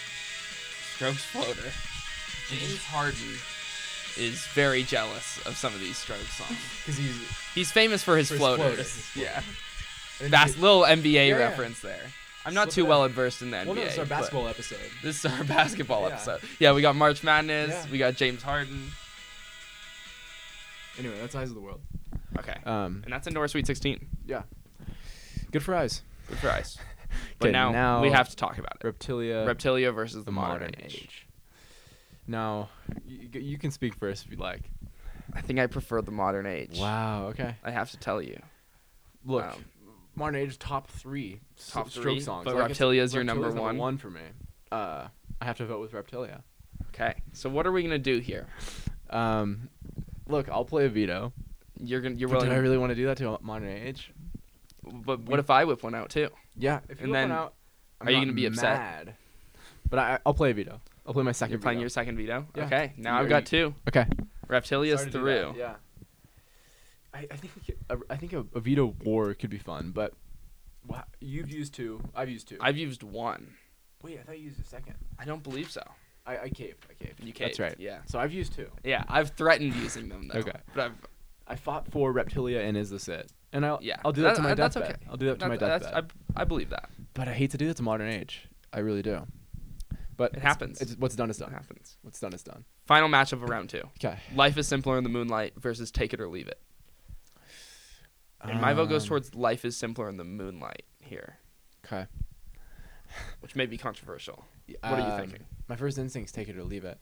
[SPEAKER 1] Strokes floater. James Harden is very jealous of some of these stroke songs.
[SPEAKER 2] Because he's
[SPEAKER 1] He's famous for his
[SPEAKER 2] For his
[SPEAKER 1] floaters.
[SPEAKER 2] floaters.
[SPEAKER 1] Yeah,
[SPEAKER 2] and
[SPEAKER 1] that's
[SPEAKER 2] he-
[SPEAKER 1] little NBA
[SPEAKER 2] yeah.
[SPEAKER 1] reference there. I'm not
[SPEAKER 2] Slip
[SPEAKER 1] too
[SPEAKER 2] it
[SPEAKER 1] well
[SPEAKER 2] in.
[SPEAKER 1] adversed in the NBA.
[SPEAKER 2] Well, no, it's our
[SPEAKER 1] but-
[SPEAKER 2] basketball episode.
[SPEAKER 1] This is our basketball
[SPEAKER 2] Yeah.
[SPEAKER 1] episode. Yeah, we got March Madness.
[SPEAKER 2] Yeah.
[SPEAKER 1] We got James Harden.
[SPEAKER 2] Anyway, that's Eyes of the World.
[SPEAKER 1] Okay,
[SPEAKER 2] Um,
[SPEAKER 1] and that's indoor Sweet 16.
[SPEAKER 2] yeah. Good for Eyes.
[SPEAKER 1] Good for ice. But
[SPEAKER 2] 'Kay,
[SPEAKER 1] now,
[SPEAKER 2] now-
[SPEAKER 1] we have to talk about it.
[SPEAKER 2] Reptilia.
[SPEAKER 1] Reptilia versus the modern, age.
[SPEAKER 2] Now, you, you can speak first if you'd like.
[SPEAKER 1] I think I prefer the modern age.
[SPEAKER 2] Wow. Okay.
[SPEAKER 1] I have to tell you.
[SPEAKER 2] Look,
[SPEAKER 1] Um,
[SPEAKER 2] modern age top three s-
[SPEAKER 1] Top three,
[SPEAKER 2] stroke songs.
[SPEAKER 1] but
[SPEAKER 2] Like, it's-
[SPEAKER 1] Reptilia's your number
[SPEAKER 2] Reptilia's
[SPEAKER 1] one?
[SPEAKER 2] One for me. Uh, I have to vote with Reptilia.
[SPEAKER 1] Okay, so what are we gonna do here?
[SPEAKER 2] Um, look, I'll play a veto.
[SPEAKER 1] You're gonna you're
[SPEAKER 2] But
[SPEAKER 1] willing,
[SPEAKER 2] do I really want to do that to modern age?
[SPEAKER 1] but what if I whip one out too?
[SPEAKER 2] Yeah.
[SPEAKER 1] And
[SPEAKER 2] If whip one
[SPEAKER 1] then,
[SPEAKER 2] out, I'm
[SPEAKER 1] are you
[SPEAKER 2] not
[SPEAKER 1] gonna be upset?
[SPEAKER 2] mad. But I, I'll play a veto. I'll play my 2nd
[SPEAKER 1] You're playing your
[SPEAKER 2] veto.
[SPEAKER 1] second veto.
[SPEAKER 2] Yeah.
[SPEAKER 1] Okay, now
[SPEAKER 2] You-
[SPEAKER 1] I've
[SPEAKER 2] are
[SPEAKER 1] got two.
[SPEAKER 2] you- Okay.
[SPEAKER 1] Reptilia's
[SPEAKER 2] Sorry to do
[SPEAKER 1] through.
[SPEAKER 2] that, Yeah. I, I think we could, a, I think a, a veto war could be fun, but wha- you've used two. I've used two.
[SPEAKER 1] I've used one.
[SPEAKER 2] Wait, I thought you used a second.
[SPEAKER 1] I don't believe so.
[SPEAKER 2] I, I caved. I caved.
[SPEAKER 1] You
[SPEAKER 2] That's
[SPEAKER 1] caved,
[SPEAKER 2] right.
[SPEAKER 1] yeah.
[SPEAKER 2] So I've used two.
[SPEAKER 1] Yeah, I've threatened using them though.
[SPEAKER 2] Okay.
[SPEAKER 1] but I've
[SPEAKER 2] I fought for Reptilia and Is This It? And I'll
[SPEAKER 1] Yeah,
[SPEAKER 2] Oh, I'll do that,
[SPEAKER 1] that-
[SPEAKER 2] to my
[SPEAKER 1] uh, that's
[SPEAKER 2] deathbed.
[SPEAKER 1] okay.
[SPEAKER 2] I'll do that to my
[SPEAKER 1] that's-
[SPEAKER 2] deathbed.
[SPEAKER 1] that's- I, I believe that
[SPEAKER 2] but I hate to do that to modern age. I really do. But
[SPEAKER 1] It
[SPEAKER 2] it's-
[SPEAKER 1] happens.
[SPEAKER 2] It's, what's done is
[SPEAKER 1] that
[SPEAKER 2] done.
[SPEAKER 1] happens.
[SPEAKER 2] What's done is done.
[SPEAKER 1] Final matchup of round two.
[SPEAKER 2] Okay.
[SPEAKER 1] Life is simpler in the moonlight versus Take It or Leave It. And my vote goes towards Life is simpler in the moonlight here,
[SPEAKER 2] Um, Okay.
[SPEAKER 1] which may be controversial. What are you thinking?
[SPEAKER 2] Um, My first instinct's take it or leave it,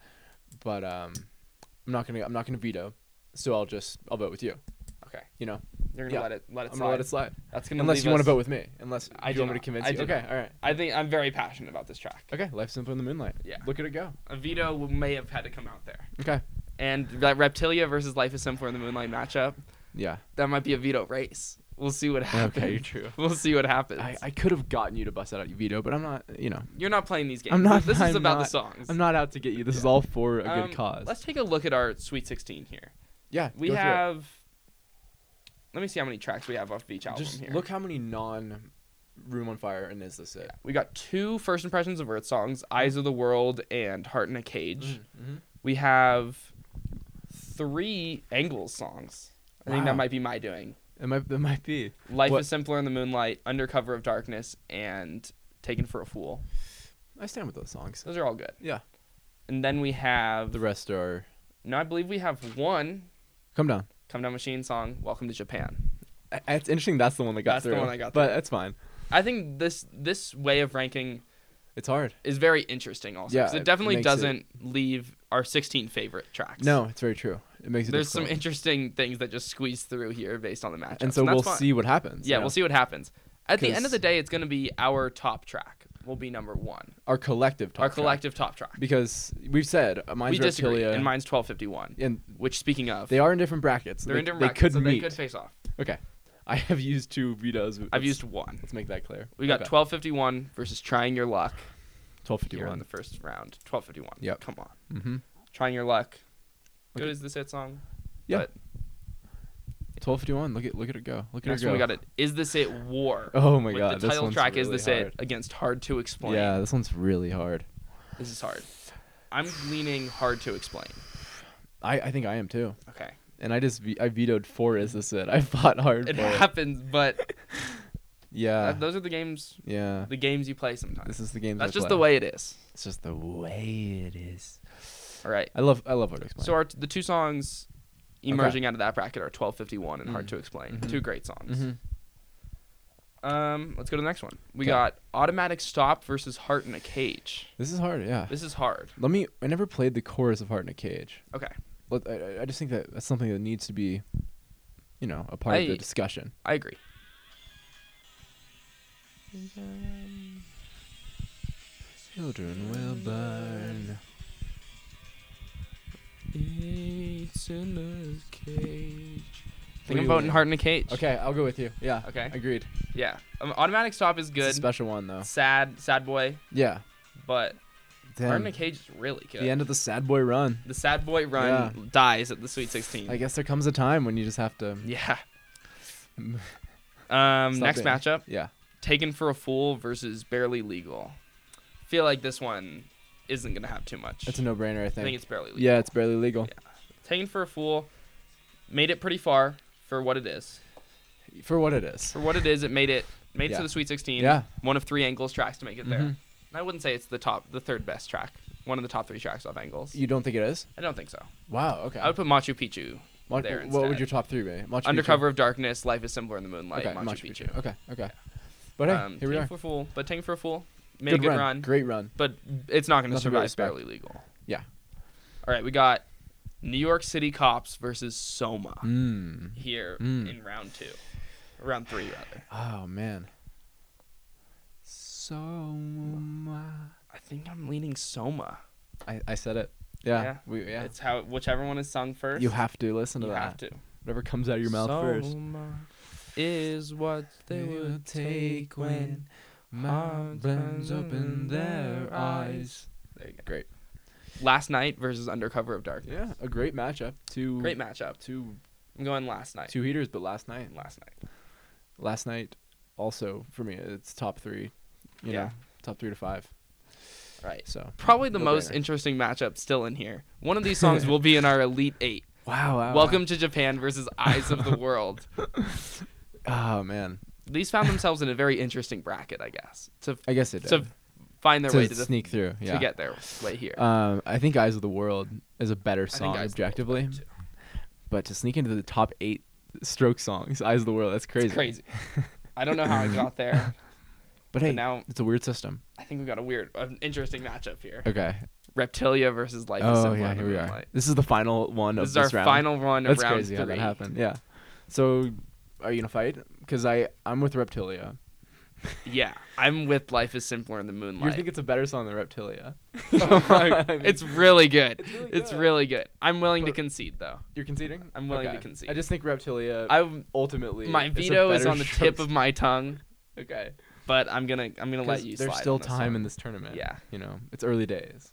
[SPEAKER 2] but um, I'm not gonna I'm not gonna veto. So I'll just I'll vote with you.
[SPEAKER 1] Okay,
[SPEAKER 2] You know,
[SPEAKER 1] you're gonna
[SPEAKER 2] Yeah.
[SPEAKER 1] let it let it
[SPEAKER 2] I'm
[SPEAKER 1] slide.
[SPEAKER 2] gonna let it slide.
[SPEAKER 1] That's gonna
[SPEAKER 2] Unless
[SPEAKER 1] leave
[SPEAKER 2] you want to
[SPEAKER 1] us-
[SPEAKER 2] vote with me. Unless
[SPEAKER 1] I
[SPEAKER 2] do
[SPEAKER 1] do
[SPEAKER 2] you want
[SPEAKER 1] not.
[SPEAKER 2] me to convince
[SPEAKER 1] I
[SPEAKER 2] you.
[SPEAKER 1] do
[SPEAKER 2] okay.
[SPEAKER 1] not.
[SPEAKER 2] All right.
[SPEAKER 1] I think I'm very passionate about this track.
[SPEAKER 2] Okay. Life simple in the moonlight.
[SPEAKER 1] Yeah.
[SPEAKER 2] Look at it go.
[SPEAKER 1] A veto may have had to come out there.
[SPEAKER 2] Okay.
[SPEAKER 1] And that Reptilia versus Life is Simpler in the Moonlight matchup,
[SPEAKER 2] Yeah.
[SPEAKER 1] that might be a veto race. We'll see what happens.
[SPEAKER 2] you're true.
[SPEAKER 1] We'll see what happens.
[SPEAKER 2] I, I could have gotten you to bust out at veto, but I'm not. You know.
[SPEAKER 1] You're not playing these games.
[SPEAKER 2] I'm not.
[SPEAKER 1] This is
[SPEAKER 2] I'm
[SPEAKER 1] about the
[SPEAKER 2] not-
[SPEAKER 1] songs.
[SPEAKER 2] I'm not out to get you. This is all for a
[SPEAKER 1] Um,
[SPEAKER 2] good cause.
[SPEAKER 1] Let's take a look at our Sweet 16 here.
[SPEAKER 2] yeah.
[SPEAKER 1] We
[SPEAKER 2] go through it.
[SPEAKER 1] have. Let me see how many tracks we have off of each album
[SPEAKER 2] Just
[SPEAKER 1] here.
[SPEAKER 2] look how many non Room on Fire and Is This It?
[SPEAKER 1] we got two First Impressions of Earth songs
[SPEAKER 2] Hmm.
[SPEAKER 1] Eyes of the World and Heart in a Cage. We have three Angles songs. I think that
[SPEAKER 2] Wow.
[SPEAKER 1] might be my doing.
[SPEAKER 2] It might. It might be.
[SPEAKER 1] Life is
[SPEAKER 2] What-
[SPEAKER 1] Simpler in the Moonlight, Under Cover of Darkness, and Taken for a Fool.
[SPEAKER 2] I stand with those songs.
[SPEAKER 1] Those are all good.
[SPEAKER 2] Yeah.
[SPEAKER 1] And then we have.
[SPEAKER 2] The rest are.
[SPEAKER 1] No, I believe we have one
[SPEAKER 2] Come down.
[SPEAKER 1] Come Down Machine song, Welcome to Japan.
[SPEAKER 2] I- It's interesting. That's the one that got
[SPEAKER 1] That's the
[SPEAKER 2] through.
[SPEAKER 1] one I got
[SPEAKER 2] But that's fine.
[SPEAKER 1] I think this this way of ranking
[SPEAKER 2] It's hard.
[SPEAKER 1] is very interesting also.
[SPEAKER 2] Yeah,
[SPEAKER 1] because
[SPEAKER 2] it-
[SPEAKER 1] it
[SPEAKER 2] it
[SPEAKER 1] definitely
[SPEAKER 2] makes it-
[SPEAKER 1] doesn't leave our 16 favorite tracks.
[SPEAKER 2] No, it's very true. It makes it.
[SPEAKER 1] There's some
[SPEAKER 2] difficult.
[SPEAKER 1] interesting things that just squeeze through here based on the matchup.
[SPEAKER 2] and so we'll see what happens.
[SPEAKER 1] Yeah,
[SPEAKER 2] you know?
[SPEAKER 1] we'll see what happens. At the end of
[SPEAKER 2] 'Cause-
[SPEAKER 1] the day, it's going to be our top track. Will be number one.
[SPEAKER 2] Our collective. Top
[SPEAKER 1] our
[SPEAKER 2] track.
[SPEAKER 1] collective top track.
[SPEAKER 2] Because we've said uh, mine's
[SPEAKER 1] we disagree,
[SPEAKER 2] Reptilia,
[SPEAKER 1] and mine's 1251.
[SPEAKER 2] and
[SPEAKER 1] Which, speaking of,
[SPEAKER 2] they are in different brackets.
[SPEAKER 1] they're
[SPEAKER 2] they,
[SPEAKER 1] in different
[SPEAKER 2] they
[SPEAKER 1] brackets,
[SPEAKER 2] could
[SPEAKER 1] so
[SPEAKER 2] meet.
[SPEAKER 1] they could face off.
[SPEAKER 2] Okay. I have used two vetoes.
[SPEAKER 1] I've
[SPEAKER 2] Let's-
[SPEAKER 1] used one.
[SPEAKER 2] Let's make that clear.
[SPEAKER 1] We got
[SPEAKER 2] Okay.
[SPEAKER 1] 1251 versus Trying Your Luck here in
[SPEAKER 2] 1251.
[SPEAKER 1] the first round. 1251.
[SPEAKER 2] Yep.
[SPEAKER 1] Come on.
[SPEAKER 2] Mm-hmm.
[SPEAKER 1] Trying Your Luck. Good
[SPEAKER 2] Okay.
[SPEAKER 1] as this hit song.
[SPEAKER 2] Yeah.
[SPEAKER 1] But
[SPEAKER 2] 1251. Look at look at it go. Look at
[SPEAKER 1] next
[SPEAKER 2] it go.
[SPEAKER 1] one we got it. Is this it war?
[SPEAKER 2] Oh my
[SPEAKER 1] With
[SPEAKER 2] god.
[SPEAKER 1] The
[SPEAKER 2] this
[SPEAKER 1] title
[SPEAKER 2] one's
[SPEAKER 1] track is
[SPEAKER 2] really
[SPEAKER 1] this
[SPEAKER 2] hard.
[SPEAKER 1] it against hard to explain.
[SPEAKER 2] Yeah, this one's really hard.
[SPEAKER 1] This is hard. I'm leaning hard to explain.
[SPEAKER 2] I, I think I am too.
[SPEAKER 1] Okay.
[SPEAKER 2] And I just ve- I vetoed four. Is this it? I fought hard
[SPEAKER 1] It
[SPEAKER 2] for it.
[SPEAKER 1] happens, but
[SPEAKER 2] Yeah.
[SPEAKER 1] that- those are the games
[SPEAKER 2] yeah.
[SPEAKER 1] the games you play sometimes.
[SPEAKER 2] Uh. This is the game.
[SPEAKER 1] That's just the way it is.
[SPEAKER 2] It's just the way it is.
[SPEAKER 1] All right.
[SPEAKER 2] I love I love hard to explain.
[SPEAKER 1] So our the two songs emerging out of that bracket are 1251 and Hard
[SPEAKER 2] Mm.
[SPEAKER 1] to Explain.
[SPEAKER 2] Mhm.
[SPEAKER 1] Two great songs.
[SPEAKER 2] Mhm.
[SPEAKER 1] Um, let's go to the next one. We
[SPEAKER 2] Okay.
[SPEAKER 1] got Automatic Stop versus Heart in a Cage.
[SPEAKER 2] This is hard. Yeah.
[SPEAKER 1] This is hard.
[SPEAKER 2] Let me. I never played the chorus of Heart in a Cage.
[SPEAKER 1] Okay.
[SPEAKER 2] Let, I, I- I just think that that's something that needs to be, you know, a part of
[SPEAKER 1] I-
[SPEAKER 2] the discussion.
[SPEAKER 1] I agree.
[SPEAKER 2] Children will burn.
[SPEAKER 1] It's in a cage. I think
[SPEAKER 2] What do
[SPEAKER 1] I'm
[SPEAKER 2] you
[SPEAKER 1] voting
[SPEAKER 2] lean?
[SPEAKER 1] Heart in a Cage.
[SPEAKER 2] Okay, I'll go with you. Yeah.
[SPEAKER 1] Okay.
[SPEAKER 2] Agreed.
[SPEAKER 1] Yeah. Um, automatic Stop is
[SPEAKER 2] It's a
[SPEAKER 1] good.
[SPEAKER 2] special one though.
[SPEAKER 1] Sad, sad boy,
[SPEAKER 2] Yeah.
[SPEAKER 1] but Martin
[SPEAKER 2] Damn.
[SPEAKER 1] and Cage is really good.
[SPEAKER 2] The end of the sad boy run.
[SPEAKER 1] The sad boy run dies at the Sweet 16.
[SPEAKER 2] I guess there comes a time when you just have to.
[SPEAKER 1] yeah. Um,
[SPEAKER 2] Stop
[SPEAKER 1] next
[SPEAKER 2] it.
[SPEAKER 1] matchup
[SPEAKER 2] Yeah.
[SPEAKER 1] Taken for a Fool versus Barely Legal. feel like this one isn't going to have too much.
[SPEAKER 2] It's a no brainer, I
[SPEAKER 1] I
[SPEAKER 2] think.
[SPEAKER 1] think it's Barely Legal.
[SPEAKER 2] yeah, it's barely legal.
[SPEAKER 1] Taken for a Fool made it pretty far for what it is.
[SPEAKER 2] For what it is.
[SPEAKER 1] For what it is, it made it made it
[SPEAKER 2] Yeah.
[SPEAKER 1] to the Sweet 16.
[SPEAKER 2] Yeah.
[SPEAKER 1] One of three Angles tracks to make it there.
[SPEAKER 2] Mhm.
[SPEAKER 1] And I wouldn't say it's the top, the third best track. One of the top three tracks off Angles.
[SPEAKER 2] You don't think it is?
[SPEAKER 1] I don't think so.
[SPEAKER 2] Wow, okay.
[SPEAKER 1] I would put Machu Picchu
[SPEAKER 2] Mon-
[SPEAKER 1] there
[SPEAKER 2] what would
[SPEAKER 1] instead.
[SPEAKER 2] your top three be? Machu Picchu?
[SPEAKER 1] Undercover of Darkness, Life is Simpler in the Moonlight,
[SPEAKER 2] Okay,
[SPEAKER 1] Machu, Picchu.
[SPEAKER 2] Okay, okay. But hey,
[SPEAKER 1] um,
[SPEAKER 2] here we
[SPEAKER 1] Tank
[SPEAKER 2] are.
[SPEAKER 1] for a Fool, but Tank for a Fool made a good run.
[SPEAKER 2] run. Great run.
[SPEAKER 1] But it's not going to
[SPEAKER 2] Nothing but
[SPEAKER 1] survive
[SPEAKER 2] respect.
[SPEAKER 1] Barely Legal.
[SPEAKER 2] Yeah.
[SPEAKER 1] All right, we got New York City Cops versus Soma
[SPEAKER 2] Mm.
[SPEAKER 1] here
[SPEAKER 2] Mm.
[SPEAKER 1] in round two, or round three rather.
[SPEAKER 2] Oh man. So
[SPEAKER 1] I think I'm leaning Soma.
[SPEAKER 2] I, I said it. Yeah.
[SPEAKER 1] Yeah.
[SPEAKER 2] We yeah.
[SPEAKER 1] It's how whichever one is sung first.
[SPEAKER 2] you have to listen to
[SPEAKER 1] you
[SPEAKER 2] that.
[SPEAKER 1] have to.
[SPEAKER 2] Whatever comes out of your mouth first.
[SPEAKER 1] Soma is what they would take when mountains open their eyes. There you go.
[SPEAKER 2] Great.
[SPEAKER 1] Last night versus Undercover of Darkness.
[SPEAKER 2] Yeah, a great matchup. Two
[SPEAKER 1] Great matchup.
[SPEAKER 2] two
[SPEAKER 1] I'm going last night.
[SPEAKER 2] two heaters, but last night.
[SPEAKER 1] Last night.
[SPEAKER 2] Last night also for me it's top three. You
[SPEAKER 1] Yeah.
[SPEAKER 2] know, top three to five.
[SPEAKER 1] Right.
[SPEAKER 2] So
[SPEAKER 1] Probably the most
[SPEAKER 2] No-brainer.
[SPEAKER 1] interesting matchup still in here. One of these songs will be in our Elite Eight.
[SPEAKER 2] Wow, wow.
[SPEAKER 1] Welcome to Japan versus Eyes of the World.
[SPEAKER 2] wow. Oh man.
[SPEAKER 1] These found themselves in a very interesting bracket, I guess, to
[SPEAKER 2] I guess it did.
[SPEAKER 1] to find their
[SPEAKER 2] To
[SPEAKER 1] way to the
[SPEAKER 2] sneak through. Yeah.
[SPEAKER 1] to get their way here.
[SPEAKER 2] Um, I think Eyes of the World is a better song
[SPEAKER 1] Eyes of the World is
[SPEAKER 2] objectively,
[SPEAKER 1] better,
[SPEAKER 2] but to sneak into the top eight stroke songs, Eyes of the World, that's crazy.
[SPEAKER 1] Crazy. I don't know how I got there,
[SPEAKER 2] But hey,
[SPEAKER 1] but now
[SPEAKER 2] it's a weird system.
[SPEAKER 1] I think we got a weird, an interesting matchup here.
[SPEAKER 2] Okay.
[SPEAKER 1] Reptilia versus Life is
[SPEAKER 2] oh
[SPEAKER 1] Simple
[SPEAKER 2] yeah,
[SPEAKER 1] in the
[SPEAKER 2] here we are.
[SPEAKER 1] Moonlight.
[SPEAKER 2] This is the final one
[SPEAKER 1] This
[SPEAKER 2] of
[SPEAKER 1] is
[SPEAKER 2] this
[SPEAKER 1] our
[SPEAKER 2] round.
[SPEAKER 1] final run of
[SPEAKER 2] that's
[SPEAKER 1] round
[SPEAKER 2] crazy
[SPEAKER 1] three.
[SPEAKER 2] how that happened. Yeah. So, are you gonna fight? Because I I'm with Reptilia.
[SPEAKER 1] Yeah, I'm with Life is Simpler in the
[SPEAKER 2] You
[SPEAKER 1] Moonlight.
[SPEAKER 2] think it's a better song than Reptilia?
[SPEAKER 1] Like,
[SPEAKER 2] I mean,
[SPEAKER 1] it's really good. It's
[SPEAKER 2] It's
[SPEAKER 1] really
[SPEAKER 2] really
[SPEAKER 1] good.
[SPEAKER 2] good.
[SPEAKER 1] I'm willing to
[SPEAKER 2] But-
[SPEAKER 1] concede though.
[SPEAKER 2] you're conceding.
[SPEAKER 1] I'm willing to
[SPEAKER 2] Okay.
[SPEAKER 1] concede.
[SPEAKER 2] I just think Reptilia
[SPEAKER 1] I
[SPEAKER 2] ultimately.
[SPEAKER 1] my
[SPEAKER 2] is a
[SPEAKER 1] veto is
[SPEAKER 2] better
[SPEAKER 1] on the
[SPEAKER 2] stroke
[SPEAKER 1] tip of my tongue,
[SPEAKER 2] song. Okay.
[SPEAKER 1] but I'm gonna I'm gonna let
[SPEAKER 2] 'Cause
[SPEAKER 1] you.
[SPEAKER 2] There's
[SPEAKER 1] slide
[SPEAKER 2] still
[SPEAKER 1] on this
[SPEAKER 2] time
[SPEAKER 1] one.
[SPEAKER 2] in this tournament.
[SPEAKER 1] Yeah.
[SPEAKER 2] You know, it's early days.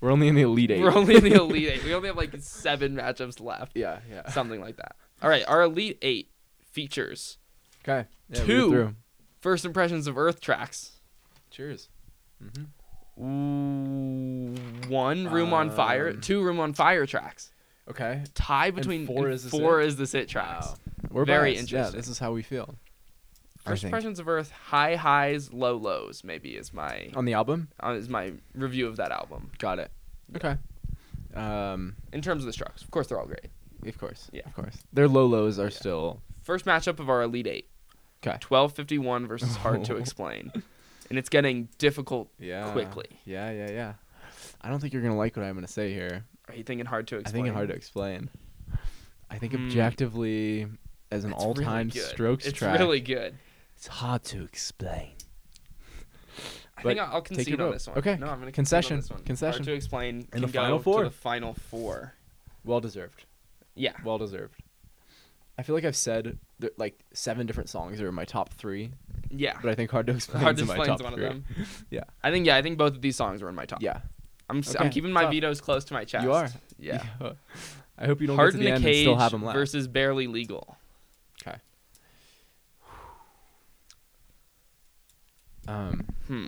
[SPEAKER 2] We're only in the elite eight.
[SPEAKER 1] We're only in the elite eight. We only have like seven matchups left,
[SPEAKER 2] yeah, yeah.
[SPEAKER 1] something like that. All right, our elite eight features
[SPEAKER 2] Okay. Yeah, read it
[SPEAKER 1] Two.
[SPEAKER 2] through.
[SPEAKER 1] first impressions of Earth tracks.
[SPEAKER 2] Cheers. Mm-hmm.
[SPEAKER 1] Ooh, one room on fire,
[SPEAKER 2] Um,
[SPEAKER 1] two room on fire tracks.
[SPEAKER 2] Okay.
[SPEAKER 1] Tie between
[SPEAKER 2] four
[SPEAKER 1] and
[SPEAKER 2] is the
[SPEAKER 1] four
[SPEAKER 2] sit?
[SPEAKER 1] is the sit tracks.
[SPEAKER 2] Wow. We're
[SPEAKER 1] Very
[SPEAKER 2] biased.
[SPEAKER 1] interesting.
[SPEAKER 2] Yeah, this is how we feel. I
[SPEAKER 1] First
[SPEAKER 2] think.
[SPEAKER 1] impressions of Earth, high highs, low lows. Maybe is my
[SPEAKER 2] On the album.
[SPEAKER 1] uh, is my review of that album
[SPEAKER 2] Got it. Okay. Um,
[SPEAKER 1] in terms of the strokes. Of course, they're all great.
[SPEAKER 2] of course.
[SPEAKER 1] Yeah.
[SPEAKER 2] Of course. Their low lows are still.
[SPEAKER 1] First matchup of our Elite Eight.
[SPEAKER 2] 'Kay.
[SPEAKER 1] Twelve fifty one versus Hard to
[SPEAKER 2] Oh.
[SPEAKER 1] Explain, and it's getting difficult
[SPEAKER 2] Yeah.
[SPEAKER 1] quickly.
[SPEAKER 2] Yeah, yeah, yeah. I don't think you're gonna like what I'm gonna say here.
[SPEAKER 1] Are you thinking Hard to
[SPEAKER 2] I
[SPEAKER 1] Explain?
[SPEAKER 2] think it's hard to explain. I think
[SPEAKER 1] Hmm.
[SPEAKER 2] objectively, as an
[SPEAKER 1] It's really
[SPEAKER 2] all-time
[SPEAKER 1] good.
[SPEAKER 2] strokes
[SPEAKER 1] It's
[SPEAKER 2] track,
[SPEAKER 1] really good.
[SPEAKER 2] it's hard to explain.
[SPEAKER 1] I
[SPEAKER 2] But
[SPEAKER 1] think I'll, I'll
[SPEAKER 2] take your
[SPEAKER 1] concede on
[SPEAKER 2] vote.
[SPEAKER 1] this one.
[SPEAKER 2] Okay.
[SPEAKER 1] No, I'm gonna concede on
[SPEAKER 2] Concession.
[SPEAKER 1] this one.
[SPEAKER 2] Concession.
[SPEAKER 1] Hard to Explain
[SPEAKER 2] the
[SPEAKER 1] can
[SPEAKER 2] final
[SPEAKER 1] go
[SPEAKER 2] four.
[SPEAKER 1] to the final four.
[SPEAKER 2] Well deserved.
[SPEAKER 1] Yeah.
[SPEAKER 2] Well deserved. I feel like I've said th- like seven different songs are in my top three,
[SPEAKER 1] Yeah.
[SPEAKER 2] but I think hard to explain
[SPEAKER 1] Hard
[SPEAKER 2] is
[SPEAKER 1] to
[SPEAKER 2] in my
[SPEAKER 1] Explain's
[SPEAKER 2] top
[SPEAKER 1] one
[SPEAKER 2] three.
[SPEAKER 1] of them.
[SPEAKER 2] Yeah.
[SPEAKER 1] I think yeah, I think both of these songs were in my top.
[SPEAKER 2] Yeah,
[SPEAKER 1] I'm s
[SPEAKER 2] Okay,
[SPEAKER 1] am keeping my
[SPEAKER 2] tough.
[SPEAKER 1] vetoes close to my chest.
[SPEAKER 2] you are.
[SPEAKER 1] Yeah.
[SPEAKER 2] I hope you don't
[SPEAKER 1] Hard
[SPEAKER 2] get
[SPEAKER 1] in
[SPEAKER 2] to the
[SPEAKER 1] the
[SPEAKER 2] end
[SPEAKER 1] cage
[SPEAKER 2] and still have them left.
[SPEAKER 1] versus barely legal.
[SPEAKER 2] Um,
[SPEAKER 1] Hmm.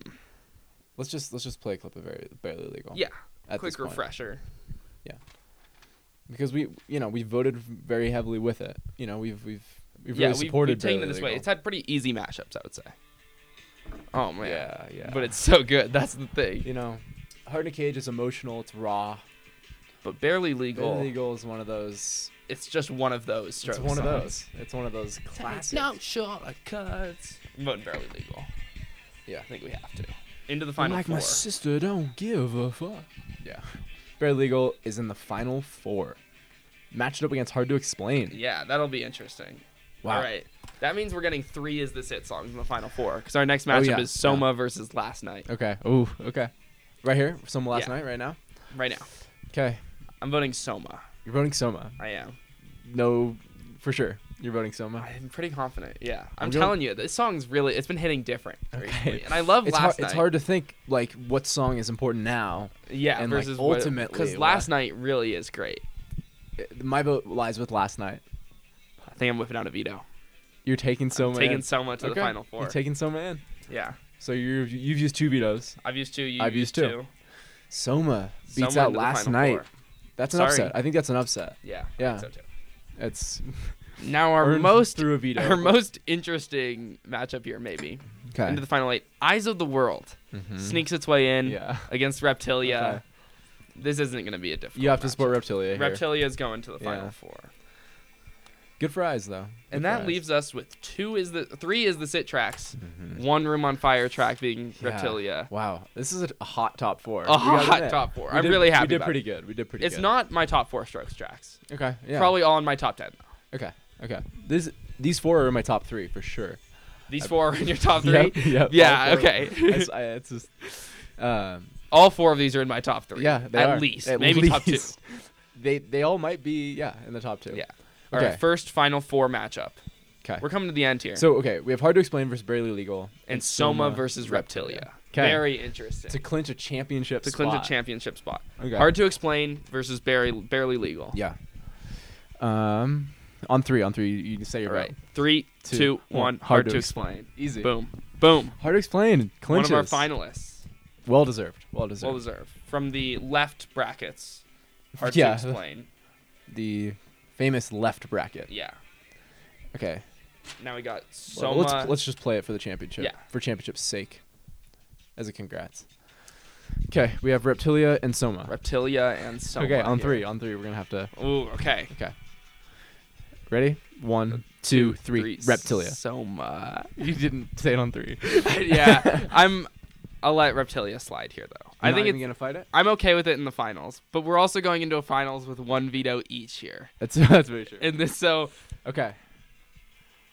[SPEAKER 2] let's just let's just play a clip of very barely legal.
[SPEAKER 1] Yeah.
[SPEAKER 2] at
[SPEAKER 1] Quick
[SPEAKER 2] this point.
[SPEAKER 1] refresher.
[SPEAKER 2] because we you know we voted very heavily with it. You know we've we've we've
[SPEAKER 1] yeah,
[SPEAKER 2] really
[SPEAKER 1] we've,
[SPEAKER 2] supported
[SPEAKER 1] we've taken it
[SPEAKER 2] Barely
[SPEAKER 1] this way.
[SPEAKER 2] Legal.
[SPEAKER 1] It's had pretty easy matchups, I would say. Oh man.
[SPEAKER 2] yeah, yeah.
[SPEAKER 1] But it's so good. That's the thing.
[SPEAKER 2] you know, Hard to Cage is emotional. It's raw.
[SPEAKER 1] But barely legal.
[SPEAKER 2] Barely Legal is one of those.
[SPEAKER 1] It's just one of those. Strokes
[SPEAKER 2] it's one of
[SPEAKER 1] songs.
[SPEAKER 2] those. It's one of those classic.
[SPEAKER 1] No shortcuts. I'm voting barely legal.
[SPEAKER 2] Yeah.
[SPEAKER 1] I think we have to. Into the final
[SPEAKER 2] like
[SPEAKER 1] four.
[SPEAKER 2] my sister, don't give a fuck. Yeah, Barely Legal is in the final four. Matched up against Hard to Explain.
[SPEAKER 1] Yeah, that'll be interesting.
[SPEAKER 2] Wow.
[SPEAKER 1] All right. That means we're getting three is this it songs in the final four because our next matchup
[SPEAKER 2] Oh, yeah,
[SPEAKER 1] is Soma versus Last Night.
[SPEAKER 2] Okay. Ooh. Okay. Right here. Soma last
[SPEAKER 1] Yeah.
[SPEAKER 2] night. Right now.
[SPEAKER 1] Right now,
[SPEAKER 2] Okay.
[SPEAKER 1] I'm voting Soma.
[SPEAKER 2] You're voting Soma.
[SPEAKER 1] I am.
[SPEAKER 2] No, for sure. You're voting Soma.
[SPEAKER 1] I'm pretty confident. Yeah, I'm,
[SPEAKER 2] I'm going-
[SPEAKER 1] telling you, this song's really it's been hitting different recently, and I love
[SPEAKER 2] It's
[SPEAKER 1] last
[SPEAKER 2] hard,
[SPEAKER 1] night.
[SPEAKER 2] it's hard to think like what song is important now.
[SPEAKER 1] yeah,
[SPEAKER 2] and, like,
[SPEAKER 1] versus
[SPEAKER 2] ultimately,
[SPEAKER 1] because
[SPEAKER 2] what-
[SPEAKER 1] last night really is great.
[SPEAKER 2] Uh, My vote lies with last night.
[SPEAKER 1] I think I'm whipping out a veto,
[SPEAKER 2] You're taking Soma.
[SPEAKER 1] taking
[SPEAKER 2] in.
[SPEAKER 1] Soma to the
[SPEAKER 2] Oh Okay,
[SPEAKER 1] final four.
[SPEAKER 2] You're taking Soma in.
[SPEAKER 1] yeah,
[SPEAKER 2] So you've you've used two vetoes.
[SPEAKER 1] I've used two. You
[SPEAKER 2] I've used two. Soma beats
[SPEAKER 1] Soma
[SPEAKER 2] out
[SPEAKER 1] into the
[SPEAKER 2] last
[SPEAKER 1] final
[SPEAKER 2] night.
[SPEAKER 1] four.
[SPEAKER 2] That's an
[SPEAKER 1] Sorry.
[SPEAKER 2] upset. I think that's an upset.
[SPEAKER 1] Yeah, I
[SPEAKER 2] Yeah.
[SPEAKER 1] think so too.
[SPEAKER 2] It's
[SPEAKER 1] Now our
[SPEAKER 2] earned
[SPEAKER 1] most
[SPEAKER 2] through a veto.
[SPEAKER 1] our most interesting matchup here, maybe
[SPEAKER 2] okay.
[SPEAKER 1] into the final eight. Eyes of the World
[SPEAKER 2] Mhm.
[SPEAKER 1] sneaks its way in
[SPEAKER 2] Yeah.
[SPEAKER 1] against Reptilia.
[SPEAKER 2] Okay.
[SPEAKER 1] This isn't going to be a difficult.
[SPEAKER 2] You have to
[SPEAKER 1] matchup.
[SPEAKER 2] support Reptilia. Here.
[SPEAKER 1] Reptilia is going to the final
[SPEAKER 2] Yeah.
[SPEAKER 1] four.
[SPEAKER 2] Good for eyes though.
[SPEAKER 1] And that leaves us with two is the three is the sit tracks,
[SPEAKER 2] Mm-hmm.
[SPEAKER 1] one room on fire track being Reptilia.
[SPEAKER 2] Wow, this is a, a hot top four.
[SPEAKER 1] A
[SPEAKER 2] We gotta
[SPEAKER 1] hot
[SPEAKER 2] admit.
[SPEAKER 1] top four.
[SPEAKER 2] We
[SPEAKER 1] I'm
[SPEAKER 2] did-
[SPEAKER 1] really happy
[SPEAKER 2] We did
[SPEAKER 1] about
[SPEAKER 2] pretty good. We did pretty.
[SPEAKER 1] It's
[SPEAKER 2] good.
[SPEAKER 1] not my top four strokes tracks.
[SPEAKER 2] okay. Yeah.
[SPEAKER 1] Probably all in my top ten. though.
[SPEAKER 2] okay. Okay. This these four are in my top three for sure.
[SPEAKER 1] These four are in your top three.
[SPEAKER 2] Yep, yep,
[SPEAKER 1] yeah.
[SPEAKER 2] all four.
[SPEAKER 1] Okay.
[SPEAKER 2] It's- I- it's just, um,
[SPEAKER 1] all four of these are in my top three.
[SPEAKER 2] yeah, they
[SPEAKER 1] at
[SPEAKER 2] are.
[SPEAKER 1] least
[SPEAKER 2] At
[SPEAKER 1] maybe top two.
[SPEAKER 2] least. They they all might be yeah in the top two.
[SPEAKER 1] Yeah. All right.
[SPEAKER 2] Okay.
[SPEAKER 1] First final four matchup.
[SPEAKER 2] Okay.
[SPEAKER 1] We're coming to the end here.
[SPEAKER 2] So okay, we have hard to explain versus barely legal
[SPEAKER 1] and Soma, versus Reptilia.
[SPEAKER 2] Okay.
[SPEAKER 1] Very interesting.
[SPEAKER 2] to clinch a championship.
[SPEAKER 1] To clinch a
[SPEAKER 2] spot.
[SPEAKER 1] championship spot.
[SPEAKER 2] Okay.
[SPEAKER 1] Hard to explain versus barely barely legal.
[SPEAKER 2] Yeah. Um, on three, on three, you can say your
[SPEAKER 1] All
[SPEAKER 2] vote.
[SPEAKER 1] right. Three,
[SPEAKER 2] Two,
[SPEAKER 1] two,
[SPEAKER 2] one.
[SPEAKER 1] one.
[SPEAKER 2] Hard
[SPEAKER 1] Hard
[SPEAKER 2] to
[SPEAKER 1] to explain.
[SPEAKER 2] Easy.
[SPEAKER 1] Boom. Boom.
[SPEAKER 2] Hard to explain.
[SPEAKER 1] One
[SPEAKER 2] Clinches.
[SPEAKER 1] of our finalists.
[SPEAKER 2] Well deserved. Well deserved.
[SPEAKER 1] Well deserved. From the left brackets. Hard
[SPEAKER 2] Yeah.
[SPEAKER 1] to explain.
[SPEAKER 2] the famous left bracket.
[SPEAKER 1] Yeah.
[SPEAKER 2] Okay.
[SPEAKER 1] Now we got Soma.
[SPEAKER 2] Well, let's let's just play it for the championship.
[SPEAKER 1] Yeah.
[SPEAKER 2] For championship's sake. As a congrats. Okay, we have Reptilia and Soma.
[SPEAKER 1] Reptilia and Soma.
[SPEAKER 2] okay, on
[SPEAKER 1] here.
[SPEAKER 2] three. On three, we're gonna have to.
[SPEAKER 1] Ooh, okay.
[SPEAKER 2] Okay. Ready? One, Uh, two, three. Reptilia.
[SPEAKER 1] Soma.
[SPEAKER 2] You didn't say it on three.
[SPEAKER 1] yeah. I'm I'll let Reptilia slide here though. I think it's
[SPEAKER 2] gonna fight it.
[SPEAKER 1] I'm okay with it in the finals, but we're also going into a finals with one veto each here.
[SPEAKER 2] That's that's very true.
[SPEAKER 1] And this so
[SPEAKER 2] Okay.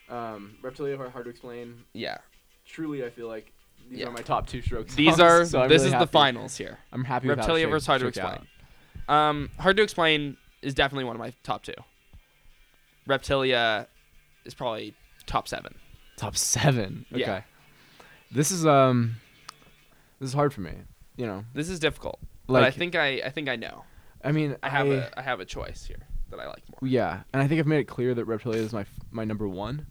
[SPEAKER 2] Um, Reptilia are hard to explain.
[SPEAKER 1] yeah.
[SPEAKER 2] Truly, I feel like these
[SPEAKER 1] Yeah.
[SPEAKER 2] are my top two strokes.
[SPEAKER 1] These are this is the
[SPEAKER 2] final.
[SPEAKER 1] finals here.
[SPEAKER 2] I'm happy. with how it
[SPEAKER 1] Reptilia
[SPEAKER 2] shook-
[SPEAKER 1] versus Hard to
[SPEAKER 2] shook out.
[SPEAKER 1] Explain. Um, Hard to Explain is definitely one of my top two. Reptilia is probably top seven.
[SPEAKER 2] Top seven. Okay.
[SPEAKER 1] Yeah.
[SPEAKER 2] This is um, this is hard for me. You know,
[SPEAKER 1] This is difficult, but I
[SPEAKER 2] Like-
[SPEAKER 1] think I I think I know.
[SPEAKER 2] I mean,
[SPEAKER 1] I have
[SPEAKER 2] a
[SPEAKER 1] a I have a choice here that I like more.
[SPEAKER 2] yeah, and I think I've made it clear that Reptilia is my f- my number one.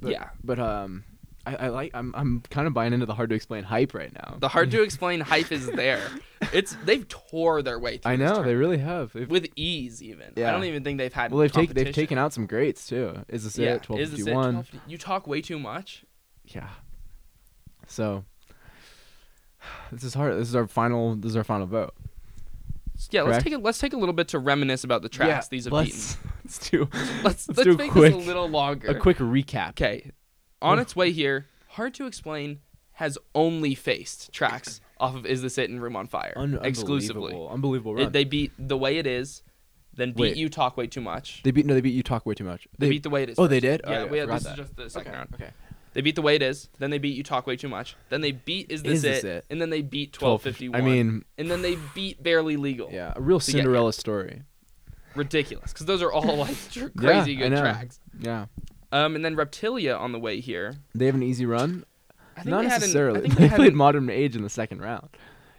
[SPEAKER 2] But,
[SPEAKER 1] Yeah.
[SPEAKER 2] But um, I, I like I'm I'm kind of buying into the hard to explain hype right now.
[SPEAKER 1] The Hard to Explain hype is there. It's they've tore their way. Through
[SPEAKER 2] I
[SPEAKER 1] this
[SPEAKER 2] know they
[SPEAKER 1] tournament.
[SPEAKER 2] really have. They've,
[SPEAKER 1] with ease even. I
[SPEAKER 2] Yeah.
[SPEAKER 1] don't even think they've had.
[SPEAKER 2] well, they've taken they've
[SPEAKER 1] competition.
[SPEAKER 2] taken out some greats too. Is this
[SPEAKER 1] yeah.
[SPEAKER 2] it? Twelve
[SPEAKER 1] is this it?
[SPEAKER 2] fifty one.
[SPEAKER 1] 12 You talk way too much.
[SPEAKER 2] yeah. So this is hard. This is our final. This is our final vote.
[SPEAKER 1] Yeah, let's
[SPEAKER 2] Correct.
[SPEAKER 1] take a, let's take a little bit to reminisce about the tracks these have
[SPEAKER 2] let's, Let's do
[SPEAKER 1] beaten. Let's let's,
[SPEAKER 2] do a
[SPEAKER 1] make
[SPEAKER 2] quick-
[SPEAKER 1] this a little longer.
[SPEAKER 2] a quick recap.
[SPEAKER 1] okay, on its way here, hard to explain has only faced tracks off of "Is This It" and "Room on Fire"
[SPEAKER 2] Un-
[SPEAKER 1] exclusively.
[SPEAKER 2] unbelievable, unbelievable
[SPEAKER 1] It-
[SPEAKER 2] run.
[SPEAKER 1] they beat the way it is, then beat
[SPEAKER 2] Wait.
[SPEAKER 1] you talk way too much.
[SPEAKER 2] They beat no, they beat you talk way too much.
[SPEAKER 1] They, beat the way it is.
[SPEAKER 2] oh,
[SPEAKER 1] first.
[SPEAKER 2] they did.
[SPEAKER 1] Yeah,
[SPEAKER 2] oh,
[SPEAKER 1] we
[SPEAKER 2] I
[SPEAKER 1] had, this
[SPEAKER 2] forgot
[SPEAKER 1] is
[SPEAKER 2] that.
[SPEAKER 1] just the second
[SPEAKER 2] okay,
[SPEAKER 1] round.
[SPEAKER 2] okay.
[SPEAKER 1] They beat the way it is. Then they beat you talk way too much. Then they beat is this,
[SPEAKER 2] Is This
[SPEAKER 1] it?
[SPEAKER 2] It?
[SPEAKER 1] And then they beat twelve
[SPEAKER 2] Twelve.
[SPEAKER 1] fifty
[SPEAKER 2] I
[SPEAKER 1] one.
[SPEAKER 2] mean,
[SPEAKER 1] and then they beat barely legal.
[SPEAKER 2] yeah, a real
[SPEAKER 1] To get
[SPEAKER 2] Cinderella story.
[SPEAKER 1] ridiculous. Because those are all like tr-
[SPEAKER 2] Yeah,
[SPEAKER 1] crazy
[SPEAKER 2] I
[SPEAKER 1] good
[SPEAKER 2] know.
[SPEAKER 1] tracks.
[SPEAKER 2] Yeah,
[SPEAKER 1] Um, and then Reptilia on the way here.
[SPEAKER 2] they have an easy run.
[SPEAKER 1] I think
[SPEAKER 2] Not
[SPEAKER 1] they had an- I
[SPEAKER 2] necessarily.
[SPEAKER 1] think
[SPEAKER 2] they
[SPEAKER 1] had
[SPEAKER 2] played
[SPEAKER 1] an-
[SPEAKER 2] Modern Age in the second round.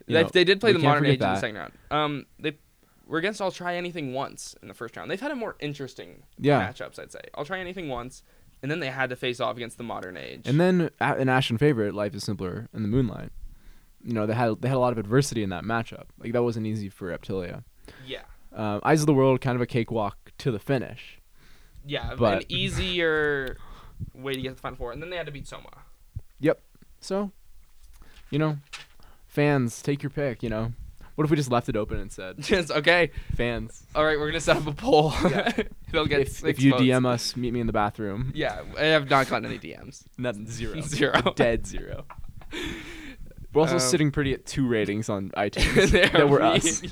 [SPEAKER 2] You
[SPEAKER 1] they,
[SPEAKER 2] know,
[SPEAKER 1] they did play
[SPEAKER 2] we
[SPEAKER 1] the
[SPEAKER 2] can't
[SPEAKER 1] modern
[SPEAKER 2] forget
[SPEAKER 1] age in the
[SPEAKER 2] that.
[SPEAKER 1] second round. Um, they were against I'll try anything once in the first round. They've had a more interesting
[SPEAKER 2] Yeah.
[SPEAKER 1] matchups, I'd say. I'll try anything once, and then they had to face off against the modern age.
[SPEAKER 2] And then a- an Ashton favorite, Life is Simpler, and the Moonlight. You know, they had they had a lot of adversity in that matchup. Like that wasn't easy for Reptilia.
[SPEAKER 1] yeah,
[SPEAKER 2] Um, Eyes of the World, kind of a cakewalk to the finish.
[SPEAKER 1] yeah, an
[SPEAKER 2] But-
[SPEAKER 1] easier way to get to the final four. And then they had to beat Soma.
[SPEAKER 2] Yep. So, you know, fans, take your pick. You know, what if we just left it open and said,
[SPEAKER 1] Just okay.
[SPEAKER 2] fans,
[SPEAKER 1] All right, we're gonna set up a poll.
[SPEAKER 2] Yeah.
[SPEAKER 1] They'll get
[SPEAKER 2] if,
[SPEAKER 1] six
[SPEAKER 2] if you
[SPEAKER 1] votes.
[SPEAKER 2] DM us, meet me in the bathroom.
[SPEAKER 1] Yeah, I have not gotten any DMs.
[SPEAKER 2] Nothing, zero,
[SPEAKER 1] Zero.
[SPEAKER 2] dead zero. We're also
[SPEAKER 1] Um,
[SPEAKER 2] sitting pretty at two ratings on iTunes
[SPEAKER 1] There
[SPEAKER 2] that were
[SPEAKER 1] we-
[SPEAKER 2] us.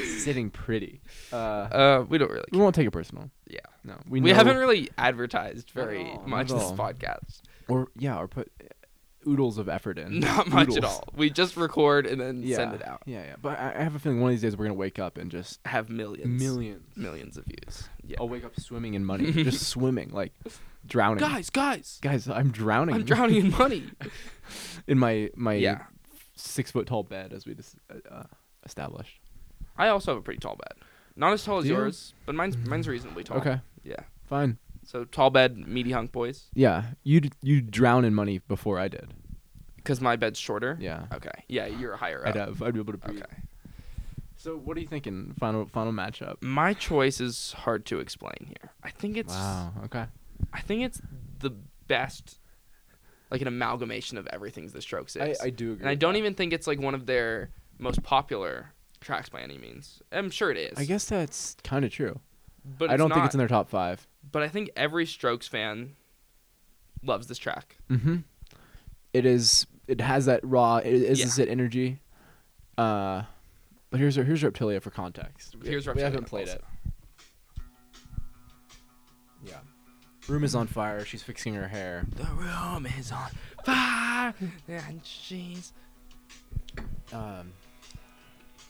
[SPEAKER 2] sitting pretty. Uh,
[SPEAKER 1] Uh, we don't really.
[SPEAKER 2] we won't take it personal.
[SPEAKER 1] Yeah.
[SPEAKER 2] No,
[SPEAKER 1] We,
[SPEAKER 2] know-
[SPEAKER 1] haven't really advertised very
[SPEAKER 2] all,
[SPEAKER 1] much
[SPEAKER 2] not at
[SPEAKER 1] this
[SPEAKER 2] all.
[SPEAKER 1] podcast.
[SPEAKER 2] or yeah, or put oodles of effort in.
[SPEAKER 1] Not much at
[SPEAKER 2] Oodles.
[SPEAKER 1] all. We just record and then
[SPEAKER 2] Yeah.
[SPEAKER 1] send it out.
[SPEAKER 2] Yeah, yeah. But I, I have a feeling one of these days we're gonna wake up and just
[SPEAKER 1] Have millions,
[SPEAKER 2] millions.
[SPEAKER 1] millions of views. Yeah.
[SPEAKER 2] I'll wake up swimming in money, just swimming, like drowning.
[SPEAKER 1] guys, guys,
[SPEAKER 2] Guys, I'm drowning.
[SPEAKER 1] I'm drowning in money.
[SPEAKER 2] in my my
[SPEAKER 1] Yeah.
[SPEAKER 2] six foot tall bed, as we just uh, established.
[SPEAKER 1] I also have a pretty tall bed. Not as tall as
[SPEAKER 2] Do you? Mm.
[SPEAKER 1] yours, but mine's mine's reasonably tall.
[SPEAKER 2] Okay,
[SPEAKER 1] Yeah.
[SPEAKER 2] fine.
[SPEAKER 1] So tall bed, meaty hunk boys.
[SPEAKER 2] Yeah, you you drown in money before I did.
[SPEAKER 1] Because my bed's shorter.
[SPEAKER 2] Yeah,
[SPEAKER 1] Okay. Yeah, you're higher
[SPEAKER 2] I'd uh,
[SPEAKER 1] up.
[SPEAKER 2] have. I'd be able to breathe.
[SPEAKER 1] Okay.
[SPEAKER 2] So, what are you thinking? Final final matchup.
[SPEAKER 1] My choice is hard to explain here. I think it's
[SPEAKER 2] Wow. Okay.
[SPEAKER 1] I think it's the best like an amalgamation of everything the Strokes is.
[SPEAKER 2] do agree.
[SPEAKER 1] and I don't even think it's like one of their most popular tracks by any means. I'm sure it is.
[SPEAKER 2] I guess that's kind of true.
[SPEAKER 1] but
[SPEAKER 2] I don't think
[SPEAKER 1] not-
[SPEAKER 2] it's in their top five.
[SPEAKER 1] But I think every Strokes fan loves this track.
[SPEAKER 2] Mm-hmm. It is. It has that raw. It is
[SPEAKER 1] Yeah.
[SPEAKER 2] is it energy. Uh, but here's here's Reptilia for context. We-
[SPEAKER 1] Here's
[SPEAKER 2] we
[SPEAKER 1] Reptilia
[SPEAKER 2] haven't played it. Yeah. Room is on fire. She's fixing her hair.
[SPEAKER 1] The room is on fire and she's
[SPEAKER 2] Um,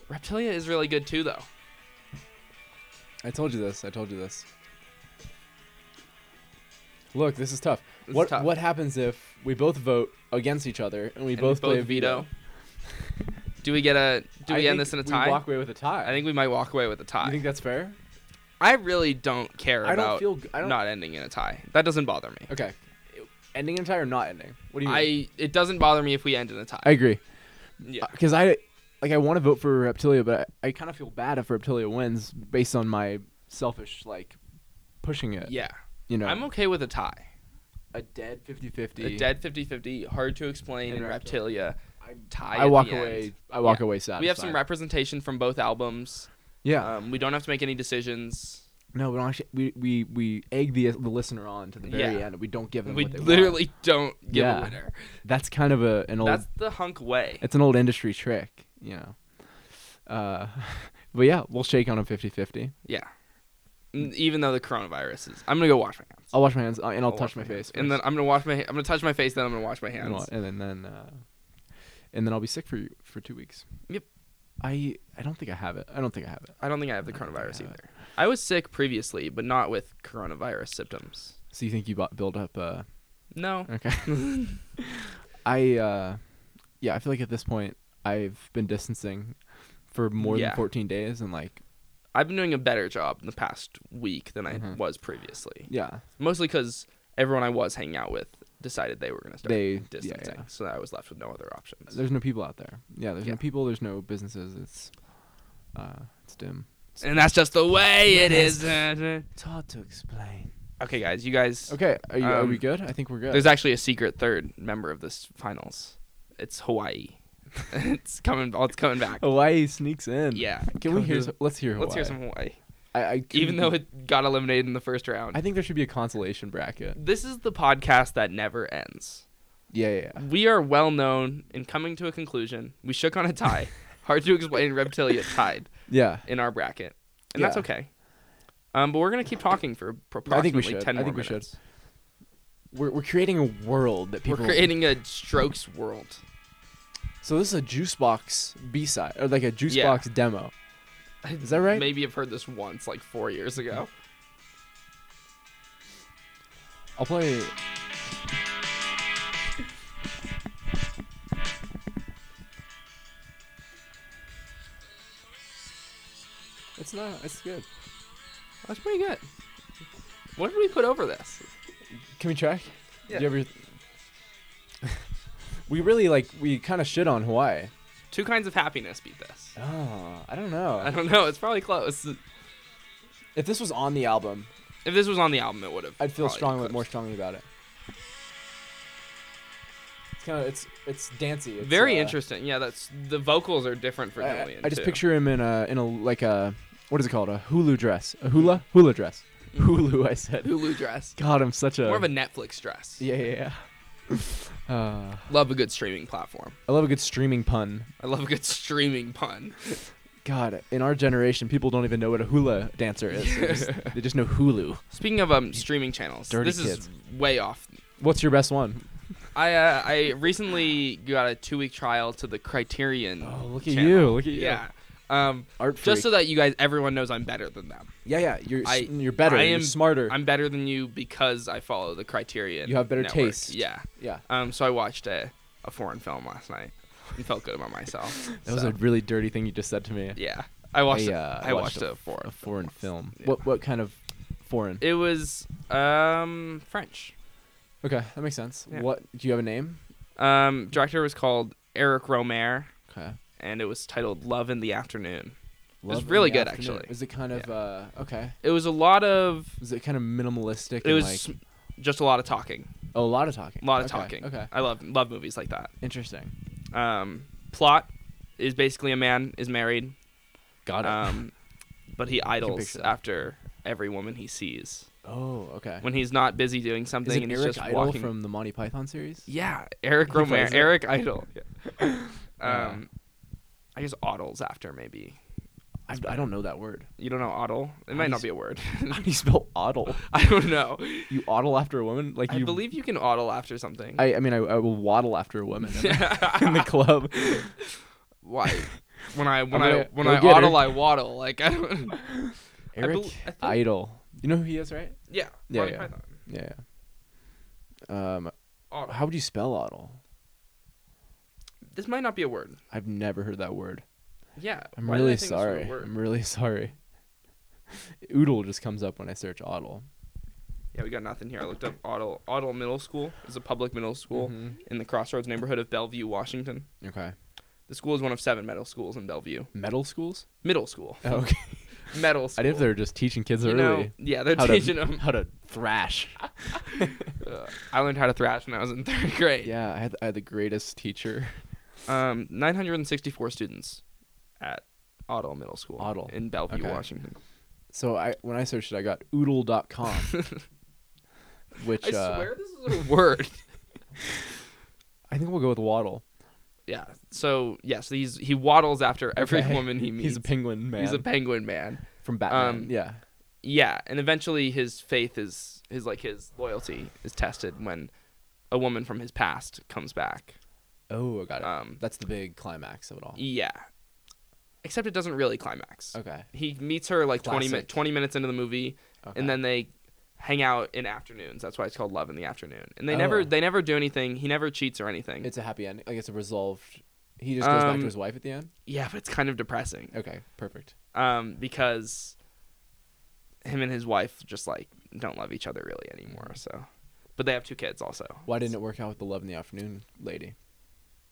[SPEAKER 1] Reptilia is really good too though.
[SPEAKER 2] I told you this. I told you this. Look, this is tough.
[SPEAKER 1] This is
[SPEAKER 2] what
[SPEAKER 1] tough.
[SPEAKER 2] what happens if we both vote against each other and we
[SPEAKER 1] And
[SPEAKER 2] both play a
[SPEAKER 1] veto.
[SPEAKER 2] veto?
[SPEAKER 1] Do we get a do
[SPEAKER 2] I
[SPEAKER 1] we end
[SPEAKER 2] think
[SPEAKER 1] this in a
[SPEAKER 2] we
[SPEAKER 1] tie?
[SPEAKER 2] walk away with a tie.
[SPEAKER 1] I think we might walk away with a tie.
[SPEAKER 2] You think that's fair?
[SPEAKER 1] I really don't care
[SPEAKER 2] I don't
[SPEAKER 1] about
[SPEAKER 2] feel. g- I don't.
[SPEAKER 1] not ending in a tie. That doesn't bother me.
[SPEAKER 2] Okay. Ending in a tie or not ending? What do you
[SPEAKER 1] I
[SPEAKER 2] mean?
[SPEAKER 1] it doesn't bother me if we end in a tie.
[SPEAKER 2] I agree.
[SPEAKER 1] yeah.
[SPEAKER 2] Because I like I want to vote for Reptilia, but I, I kind of feel bad if Reptilia wins based on my selfish like pushing it.
[SPEAKER 1] yeah.
[SPEAKER 2] You know,
[SPEAKER 1] I'm okay with a tie.
[SPEAKER 2] a dead 50-50.
[SPEAKER 1] A dead 50-50, hard to explain in
[SPEAKER 2] And
[SPEAKER 1] Reptilia.
[SPEAKER 2] I'm-
[SPEAKER 1] tie
[SPEAKER 2] I
[SPEAKER 1] at
[SPEAKER 2] walk
[SPEAKER 1] the end.
[SPEAKER 2] away. I walk
[SPEAKER 1] Yeah.
[SPEAKER 2] away sad.
[SPEAKER 1] We have some representation from both albums.
[SPEAKER 2] Yeah.
[SPEAKER 1] Um, we don't have to make any decisions.
[SPEAKER 2] no, we don't actually. We we we egg the the listener on to the very
[SPEAKER 1] Yeah.
[SPEAKER 2] end. We don't give them.
[SPEAKER 1] We
[SPEAKER 2] what they
[SPEAKER 1] literally don't give
[SPEAKER 2] Yeah.
[SPEAKER 1] a winner.
[SPEAKER 2] Want. That's kind of a an old.
[SPEAKER 1] That's the hunk way.
[SPEAKER 2] it's an old industry trick. You know. Uh, but yeah, we'll shake on a 50-50.
[SPEAKER 1] Yeah. N- Even though the coronavirus is, I'm gonna go wash my hands.
[SPEAKER 2] I'll wash my hands uh, and
[SPEAKER 1] I'll
[SPEAKER 2] I'll,
[SPEAKER 1] wash
[SPEAKER 2] touch my face.
[SPEAKER 1] hands. and then I'm gonna wash my. I'm gonna touch my face. Then I'm gonna wash my
[SPEAKER 2] and,
[SPEAKER 1] hands.
[SPEAKER 2] I'll- and then then, uh, and then I'll be sick for you for two weeks.
[SPEAKER 1] Yep.
[SPEAKER 2] I I don't think I have it. I don't think I have it.
[SPEAKER 1] I don't think I have the
[SPEAKER 2] I don't think I
[SPEAKER 1] coronavirus
[SPEAKER 2] have
[SPEAKER 1] either. I was sick previously, but not with coronavirus symptoms.
[SPEAKER 2] So you think you bought, build up? Uh,
[SPEAKER 1] No.
[SPEAKER 2] okay. I uh, yeah. I feel like at this point I've been distancing for more
[SPEAKER 1] Yeah.
[SPEAKER 2] than fourteen days, and like
[SPEAKER 1] I've been doing a better job in the past week than I
[SPEAKER 2] Mhm.
[SPEAKER 1] was previously.
[SPEAKER 2] yeah,
[SPEAKER 1] Mostly because everyone I was hanging out with decided they were gonna start
[SPEAKER 2] They- yeah,
[SPEAKER 1] distancing,
[SPEAKER 2] yeah.
[SPEAKER 1] so I was left with no other options.
[SPEAKER 2] there's no people out there. Yeah, there's
[SPEAKER 1] Yeah.
[SPEAKER 2] no people. There's no businesses. It's uh, it's dim.
[SPEAKER 1] and that's just the way it is. okay,
[SPEAKER 2] It's hard to explain.
[SPEAKER 1] guys, you guys.
[SPEAKER 2] Okay, are, you, are we
[SPEAKER 1] Um,
[SPEAKER 2] good? I think we're good.
[SPEAKER 1] There's actually a secret third member of this finals. It's Hawaii. it's coming. It's coming back.
[SPEAKER 2] Hawaii sneaks in.
[SPEAKER 1] Yeah.
[SPEAKER 2] Oh, Can we
[SPEAKER 1] Come
[SPEAKER 2] hear?
[SPEAKER 1] to-
[SPEAKER 2] Some, let's hear. Hawaii.
[SPEAKER 1] Let's hear some Hawaii.
[SPEAKER 2] I, I
[SPEAKER 1] Even though it got eliminated in the first round.
[SPEAKER 2] I think there should be a consolation bracket.
[SPEAKER 1] this is the podcast that never ends.
[SPEAKER 2] Yeah, yeah. yeah.
[SPEAKER 1] We are well known in coming to a conclusion. We shook on a tie. Hard to explain. Reptilia tied
[SPEAKER 2] Yeah.
[SPEAKER 1] in our bracket, and that's
[SPEAKER 2] Yeah.
[SPEAKER 1] okay. Um, but we're gonna keep talking for pro-
[SPEAKER 2] I think we
[SPEAKER 1] approximately
[SPEAKER 2] should.
[SPEAKER 1] ten
[SPEAKER 2] I
[SPEAKER 1] more
[SPEAKER 2] think we should.
[SPEAKER 1] minutes.
[SPEAKER 2] We're, we're creating a world that people
[SPEAKER 1] We're creating a strokes world.
[SPEAKER 2] So this is a Juicebox B-side or like a Juicebox
[SPEAKER 1] Yeah.
[SPEAKER 2] demo. Is that right?
[SPEAKER 1] Maybe I've heard this once, like four years ago.
[SPEAKER 2] I'll play It's not it's good.
[SPEAKER 1] That's pretty good. What did we put over this?
[SPEAKER 2] Can we check?
[SPEAKER 1] Yeah.
[SPEAKER 2] Do you ever We really like we kind of shit on Hawaii.
[SPEAKER 1] Two kinds of happiness beat this.
[SPEAKER 2] Oh, I don't know.
[SPEAKER 1] I don't know. It's probably close.
[SPEAKER 2] if this was on the album,
[SPEAKER 1] If this was on the album, it would have.
[SPEAKER 2] I'd feel
[SPEAKER 1] probably
[SPEAKER 2] strongly,
[SPEAKER 1] eclipsed.
[SPEAKER 2] more strongly about it. It's kind of it's it's dancey. It's,
[SPEAKER 1] Very
[SPEAKER 2] uh,
[SPEAKER 1] interesting. Yeah, that's the vocals are different for
[SPEAKER 2] I,
[SPEAKER 1] Julian.
[SPEAKER 2] I just
[SPEAKER 1] too.
[SPEAKER 2] picture him in a in a like a what is it called a hulu dress a hula hula dress hulu I said.
[SPEAKER 1] Hulu dress,
[SPEAKER 2] God, I'm such a
[SPEAKER 1] Mm-hmm. more of a Netflix dress.
[SPEAKER 2] yeah yeah. yeah. Uh,
[SPEAKER 1] Love a good streaming platform.
[SPEAKER 2] I love a good streaming pun.
[SPEAKER 1] I love a good streaming pun.
[SPEAKER 2] God, in our generation, people don't even know what a hula dancer is. They, just, they just know Hulu.
[SPEAKER 1] Speaking of um streaming channels,
[SPEAKER 2] Dirty
[SPEAKER 1] this is way off.
[SPEAKER 2] What's your best one?
[SPEAKER 1] I uh, I recently got a two week trial to the Criterion.
[SPEAKER 2] Oh, look at
[SPEAKER 1] channel.
[SPEAKER 2] you, look at you.
[SPEAKER 1] Yeah. Um,
[SPEAKER 2] Art freak.
[SPEAKER 1] just so that you guys, everyone knows I'm better than them.
[SPEAKER 2] yeah, yeah. You're
[SPEAKER 1] I-
[SPEAKER 2] s you're better.
[SPEAKER 1] I
[SPEAKER 2] you're
[SPEAKER 1] am-
[SPEAKER 2] smarter.
[SPEAKER 1] I'm better than you because I follow the Criterion.
[SPEAKER 2] You have better
[SPEAKER 1] network.
[SPEAKER 2] taste.
[SPEAKER 1] Yeah.
[SPEAKER 2] yeah.
[SPEAKER 1] Um. So I watched a, a foreign film last night and felt good about myself.
[SPEAKER 2] That was
[SPEAKER 1] So,
[SPEAKER 2] a really dirty thing you just said to me.
[SPEAKER 1] yeah. I watched.
[SPEAKER 2] I,
[SPEAKER 1] I,
[SPEAKER 2] uh,
[SPEAKER 1] I
[SPEAKER 2] watched
[SPEAKER 1] watched, a foreign.
[SPEAKER 2] A foreign film.
[SPEAKER 1] Yeah.
[SPEAKER 2] What what kind of foreign?
[SPEAKER 1] It was um French.
[SPEAKER 2] Okay, that makes sense.
[SPEAKER 1] Yeah.
[SPEAKER 2] What do you have a name?
[SPEAKER 1] Um, director was called Eric Romer,
[SPEAKER 2] Okay.
[SPEAKER 1] and it was titled Love in the Afternoon. was
[SPEAKER 2] Love in
[SPEAKER 1] really
[SPEAKER 2] the
[SPEAKER 1] good,
[SPEAKER 2] Afternoon.
[SPEAKER 1] actually.
[SPEAKER 2] Is it kind of uh okay?
[SPEAKER 1] It was a lot of.
[SPEAKER 2] Is it kind of minimalistic?
[SPEAKER 1] It
[SPEAKER 2] and,
[SPEAKER 1] was
[SPEAKER 2] like,
[SPEAKER 1] just a lot of talking.
[SPEAKER 2] oh, a lot of talking.
[SPEAKER 1] A lot of
[SPEAKER 2] Okay,
[SPEAKER 1] talking.
[SPEAKER 2] Okay,
[SPEAKER 1] I love love movies like that.
[SPEAKER 2] interesting.
[SPEAKER 1] Um, plot is basically a man is married,
[SPEAKER 2] Got it.
[SPEAKER 1] um, but he idles
[SPEAKER 2] picture that.
[SPEAKER 1] after every woman he sees
[SPEAKER 2] oh, okay.
[SPEAKER 1] when he's not busy doing
[SPEAKER 2] Is
[SPEAKER 1] something
[SPEAKER 2] it
[SPEAKER 1] and
[SPEAKER 2] Eric
[SPEAKER 1] he's just
[SPEAKER 2] Idle
[SPEAKER 1] walking.
[SPEAKER 2] from the Monty Python series?
[SPEAKER 1] yeah, Eric
[SPEAKER 2] He plays
[SPEAKER 1] Romer,
[SPEAKER 2] it.
[SPEAKER 1] Eric Idle. Yeah.
[SPEAKER 2] Yeah.
[SPEAKER 1] Um, I guess audles after maybe.
[SPEAKER 2] I, I don't know that word.
[SPEAKER 1] You don't know audle? It
[SPEAKER 2] do
[SPEAKER 1] might
[SPEAKER 2] you
[SPEAKER 1] not be a word.
[SPEAKER 2] How do you spell oddle?
[SPEAKER 1] I don't know.
[SPEAKER 2] You oddle after a woman? Like
[SPEAKER 1] I
[SPEAKER 2] you?
[SPEAKER 1] believe you can audle after something.
[SPEAKER 2] I, I mean, I, I will waddle after a woman in the- in the club.
[SPEAKER 1] Why? When I when
[SPEAKER 2] I'm
[SPEAKER 1] I
[SPEAKER 2] gonna
[SPEAKER 1] when
[SPEAKER 2] go
[SPEAKER 1] I
[SPEAKER 2] get her.
[SPEAKER 1] audle, I waddle. Like I don't.
[SPEAKER 2] Eric
[SPEAKER 1] bel- I think-
[SPEAKER 2] Idle. You know who he is, right?
[SPEAKER 1] Yeah.
[SPEAKER 2] Yeah,
[SPEAKER 1] Monty
[SPEAKER 2] yeah.
[SPEAKER 1] Python.
[SPEAKER 2] Yeah. yeah. Um,
[SPEAKER 1] Audle.
[SPEAKER 2] how would you spell oddle?
[SPEAKER 1] This might not be a word.
[SPEAKER 2] I've never heard that word.
[SPEAKER 1] Yeah.
[SPEAKER 2] I'm
[SPEAKER 1] why did I
[SPEAKER 2] really
[SPEAKER 1] think this was a
[SPEAKER 2] sorry.
[SPEAKER 1] word?
[SPEAKER 2] I'm really sorry. Oodle just comes up when I search oddle.
[SPEAKER 1] Yeah, we got nothing here. I looked up Audle. Audle Middle School is a public middle school
[SPEAKER 2] Mhm.
[SPEAKER 1] in the Crossroads neighborhood of Bellevue, Washington.
[SPEAKER 2] Okay.
[SPEAKER 1] The school is one of seven middle schools in Bellevue.
[SPEAKER 2] Metal schools?
[SPEAKER 1] Middle school,
[SPEAKER 2] Oh, okay.
[SPEAKER 1] middle school.
[SPEAKER 2] I did if they're just teaching kids
[SPEAKER 1] You
[SPEAKER 2] early.
[SPEAKER 1] know, yeah, they're
[SPEAKER 2] how
[SPEAKER 1] teaching
[SPEAKER 2] to,
[SPEAKER 1] them.
[SPEAKER 2] how to thrash.
[SPEAKER 1] Uh, I learned how to thrash when I was in third grade.
[SPEAKER 2] yeah, I had, I had the greatest teacher.
[SPEAKER 1] Um, 964 students at Otto Middle School
[SPEAKER 2] Otto.
[SPEAKER 1] in Bellevue,
[SPEAKER 2] Okay.
[SPEAKER 1] Washington.
[SPEAKER 2] So I when I searched it, I got oodle.com, which
[SPEAKER 1] I
[SPEAKER 2] uh,
[SPEAKER 1] swear this is a word.
[SPEAKER 2] I think we'll go with waddle.
[SPEAKER 1] yeah. So yes, he's he waddles after every
[SPEAKER 2] Okay.
[SPEAKER 1] woman he meets.
[SPEAKER 2] He's a penguin man
[SPEAKER 1] He's a penguin man.
[SPEAKER 2] from Batman.
[SPEAKER 1] um,
[SPEAKER 2] yeah.
[SPEAKER 1] Yeah, and eventually his faith is his like his loyalty is tested when a woman from his past comes back.
[SPEAKER 2] Oh, I got it.
[SPEAKER 1] Um,
[SPEAKER 2] That's the big climax of it all.
[SPEAKER 1] yeah. Except it doesn't really climax.
[SPEAKER 2] Okay.
[SPEAKER 1] He meets her like 20
[SPEAKER 2] Classic.
[SPEAKER 1] minutes 20 minutes into the movie
[SPEAKER 2] okay.
[SPEAKER 1] and then they hang out in afternoons. That's why it's called Love in the Afternoon. And they
[SPEAKER 2] Oh.
[SPEAKER 1] never they never do anything. He never cheats or anything.
[SPEAKER 2] it's a happy ending. Like it's a resolved. He just goes back
[SPEAKER 1] Um,
[SPEAKER 2] to his wife at the end.
[SPEAKER 1] yeah, but it's kind of depressing.
[SPEAKER 2] Okay, perfect.
[SPEAKER 1] Um because him and his wife just like don't love each other really anymore, so but they have two kids also.
[SPEAKER 2] Why didn't it work out with the love in the afternoon lady?